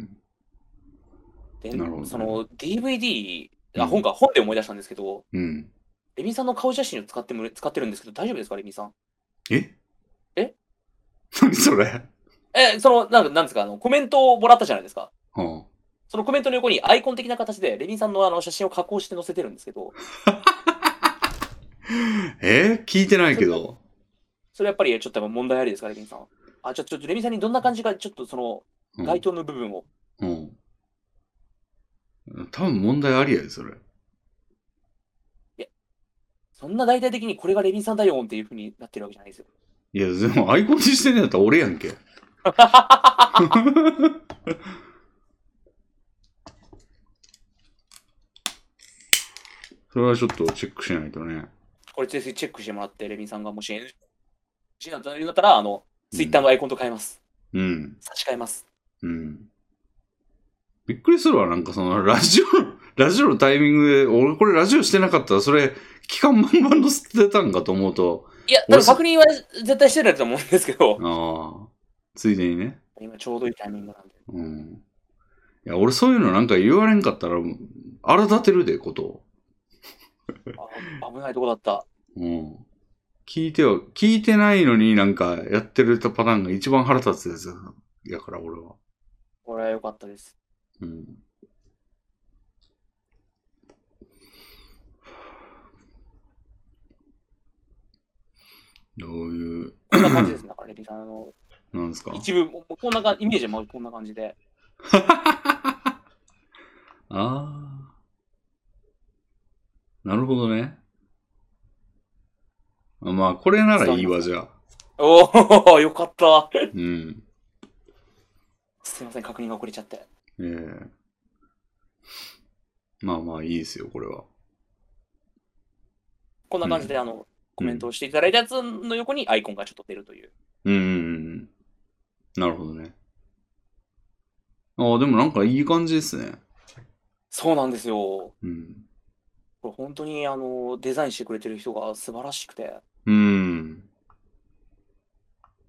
で
なるほど、
その DVD、
う
あ、
ん
本か、本で思い出したんですけど、
うん。
レミさんの顔写真を使っても使ってるんですけど、大丈夫ですか、レミさん。
え
え
何それ *laughs* は
え、その、なんかなんですか、あの、コメントをもらったじゃないですか。
あ
そのコメントの横にアイコン的な形で、レミさんのあの写真を加工して載せてるんですけど、
え聞いてないけど。
それやっぱりちょっとやっぱ問題ありですか、レミさん。あ、ちょ、ちょっとレミさんにどんな感じか、ちょっとその、
うん
該当の部分を。
うん。多分問題ありやで、それ。
そんな大体的にこれがレミさんだよんっていうふうになってるわけじゃないですよ。
いや、でもアイコンにしてんねやったら俺やんけ。 *laughs* それはちょっとチェックしないとね。
これぜひチェックしてもらって、レミさんがもし NG なんだったら、あの、ツイッターのアイコンと変えます。
うん。
差し替えます。
うん。びっくりするわ、なんかそのラジオの、ラジオのタイミングで、俺これラジオしてなかったら、それ、期間満々の捨てたんかと思うと、
いや、多分確認は絶対してると思うんですけど、
ああ、ついでにね。
今ちょうどいいタイミングなんで。
うん。いや、俺そういうのなんか言われんかったら、荒立てるで、ことを。
あ危ないとこだった。
うん。聞いては、聞いてないのになんかやってるパターンが一番腹立つやつやから、俺は。
これは良かったです。
うん。どういう、
こんな感じですね。だからレミさん、あの、
なんですか
一部、もうこんな感じ、イメージもこんな感じで。
ああ。なるほどね。あまあ、これならいいわ、じゃあ。
おお、よかった。
うん。
すいません、確認が遅れちゃって。
ええまあまあいいですよ、これは。
こんな感じで、あの、コメントをしていただいたやつの横にアイコンがちょっと出るという。
うんうんうん。なるほどね。ああ、でもなんかいい感じですね。
そうなんですよ。こ
うん。
れ本当に、あの、デザインしてくれてる人が素晴らしくて。
うん。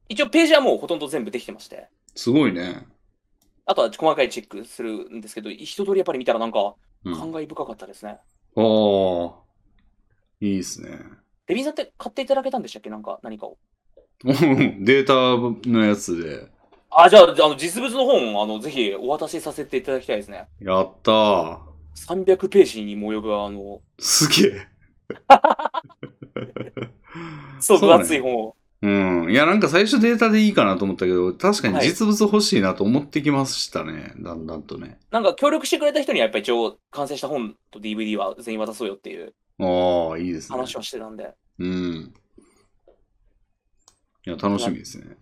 一応、ページはもうほとんど全部できてまして。
すごいね。
あとは細かいチェックするんですけど、一通りやっぱり見たらなんか、
うん、
感
あ
慨深かったですね。
あ。いいですね。 *laughs*
レミさんって買っていただけたんでしたっけなんか、何かを。
うんデータのやつで。
あ、じゃあ、あの、実物の本、あの、ぜひお渡しさせていただきたいですね。
やったー。
300ページにも及ぶ、あの、
すげえ。
*laughs* そ
そ
う、
う
分
なんや
厚い本を。
うん。いや、なんか最初データでいいかなと思ったけど、確かに
はい
実物欲しいなと思ってきましたね。だんだんとね。
なんか協力してくれた人にはやっぱ一応完成した本と DVD は全員渡そうよっていう
ああ、いいですね。
話はしてたんで。
うん。いや、楽しみですね。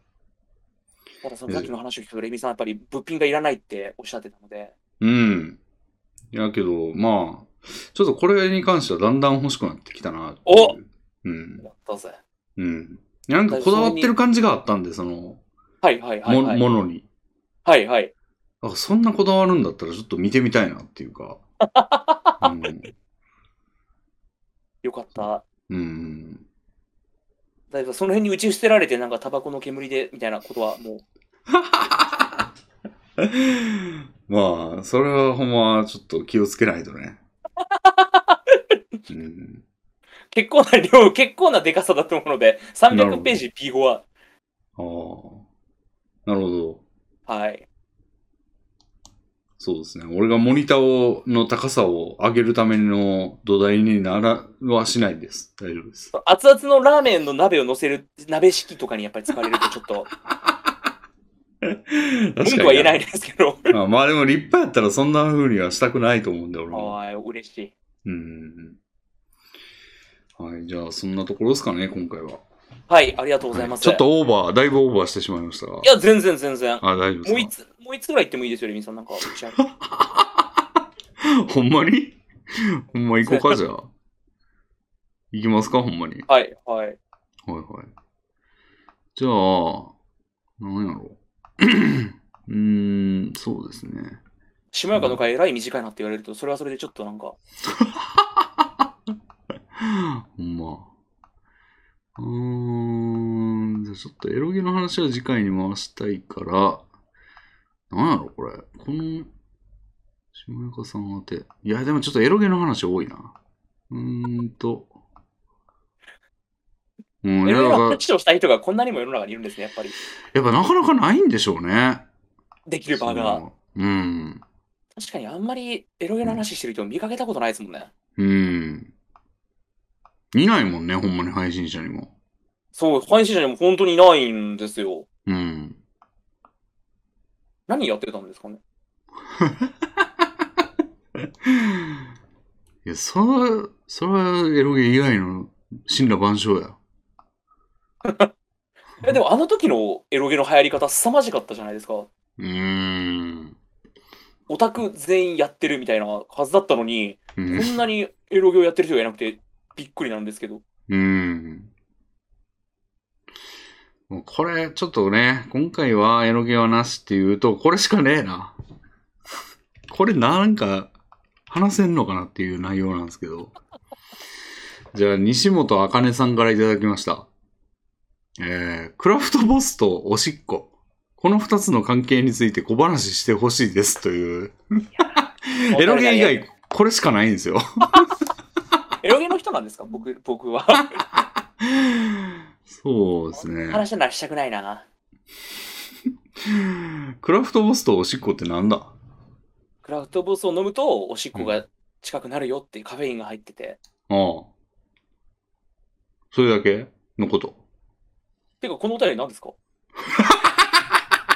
ただそのさっきの話を聞くと、レミさんはやっぱり物品がいらないっておっしゃってたので。
うん。いやけど、まあ、ちょっとこれに関してはだんだん欲しくなってきたなっていう。
お
うん。
やったぜ。
うん。いやなんかこだわってる感じがあったんで、その、
はいはいはい、
も
はい。
ものに。
はいはい。
あ、そんなこだわるんだったらちょっと見てみたいなっていう
*laughs*
か。うん。
よかった。
うん。
だいぶその辺に打ち捨てられて、なんかタバコの煙でみたいなことはもう、
*laughs* まあ、それはほんまちょっと気をつけないと
*laughs*
ね。うん、
結構な量、 *laughs* 結構なデカさだと思うので、
なるほ
300
ど
ページ P5 は。
ああ。なるほど。
はい。
そうですね。俺がモニターをの高さを上げるための土台にならはしないです。大丈夫
*laughs*
です。
熱々のラーメンの鍋を乗せる鍋敷きとかにやっぱり使われるとちょっ
*laughs*
と、文句は言えないですけど。
まあ、まあでも立派やったらそんな風にはしたくないと思うんで、俺も。
はい、嬉しい。
うん。はい、じゃあそんなところですかね、今回は。
はい、ありがとうございます。
ちょっ。とオーバー、だいぶオーバーしてしまいましたが。
いや、全然全然。
あ、大丈夫
もう
で
い
す
つ、もういつぐらい行ってもいいですよ、レミさん。なんか、打ち上げ
か。 *laughs* ほんまにほんま行こうか、じゃあ。行きますか、ほんまに。
はい、は
はい
い。
はい。じゃあ、なんやろ *clears throat* う。うーん、そうですね。
しもやかの会、えらい短いなって言われると、それはそれでちょっとなんか、
*laughs* ほんま。うーん、じゃあちょっとエロゲの話は次回に回したいから、なんやろこれ。この、下中さん宛て。いや、でもちょっとエロゲの話多いな。うーんと。うん、
い
いや
ろ
だ
いろ
から
話をしたい人がこんなにも世の中にいるんですね、やっぱり。
やっぱなかなかないんでしょうね。
できる場が。
うん。
確かにあんまりエロゲの話してる人見かけたことないですもんね。
うん。いないもんね、ほんまに配信者にも。
そう、配信者にも本当にいないんですよ。
うん。
何やってたんですかね
いや、それ、それはエロゲ以外の神羅万象や。
え、でもあの時のエロゲの流行り方凄まじかったじゃないですか。
うーん。
オタク全員やってるみたいなはずだったのに、
う
こ
ん。
んなにエロゲをやってる人がいなくてびっくりなんですけど。
うん。もうこれ、ちょっとね、今回はエロゲはなしって言うと、これしかねえな。これなんか、話せんのかなっていう内容なんですけど。じゃあ、西本茜さんからいただきました。えー、クラフトボスとおしっこ。この二つの関係について小話してほしいですという。 *laughs* エロゲ以外、これしかないんですよ。
エロゲの人なんですか僕、僕は。
そうですね。
話ならしたくないな。
クラフトボスとおしっこってなんだ
クラフトボスを飲むと、おしっこが近くなるよってカフェインが入ってて。
ああ。それだけのこと。
てか、このお便り何ですか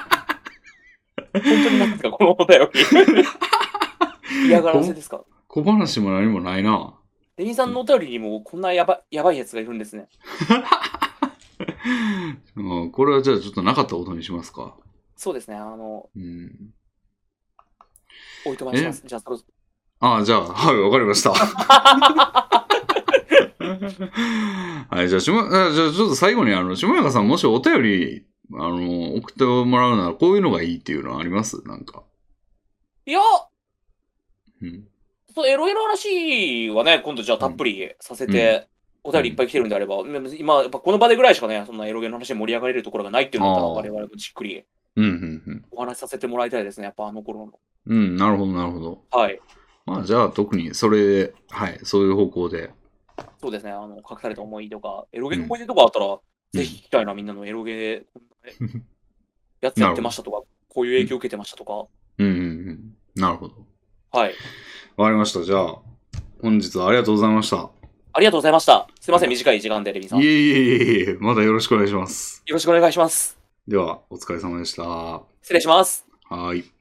本当に何ですかこのお便り。嫌がらせですか
小話も何もないな。
レミさんのお便りにもこんなやばやばいやつがいるんですね。
うん、これはじゃあちょっとなかったことにしますか。
そうですね。あの、
うん。
おいとまします。じゃあ、そろそ
ああ、じゃあ、はい、わかりました。はい、じゃあ、しも、あじゃあちょっと最後に、あの、下中さん、もしお便り、あの、送ってもらうなら、こういうのがいいっていうのはありますなんか。
いや、
うん。
そうエロエロ話はね、今度じゃあたっぷりさせて、お便りいっぱい来てるんであれば、今、やっぱこの場でぐらいしかね、そんなエロゲの話で盛り上がれるところがないっていうのだったら、
あー
我々もじっくり
うん、うん、うん。
お話しさせてもらいたいですね。やっぱあの頃の。
うん、なるほど、なるほど。
はい。
まあ、じゃあ、特に、それで、はい、そういう方向で。
そうですね。あの、隠された思いとか、エロゲの思い出とかあったら、ぜひ聞きたいな、みんなのエロゲこんなねやつやってましたとか、こういう影響受けてましたとか。
うん、うん、うん。なるほど。
はい。
わかりました。じゃあ、本日はありがとうございました。
ありがとうございました。すいません、短い時間で、レミさん。
い
よ
えいえいえいえ、まだよろしくお願いします。
ろしくお願いします。
では、お疲れ様でした。は
失礼します。
ーい。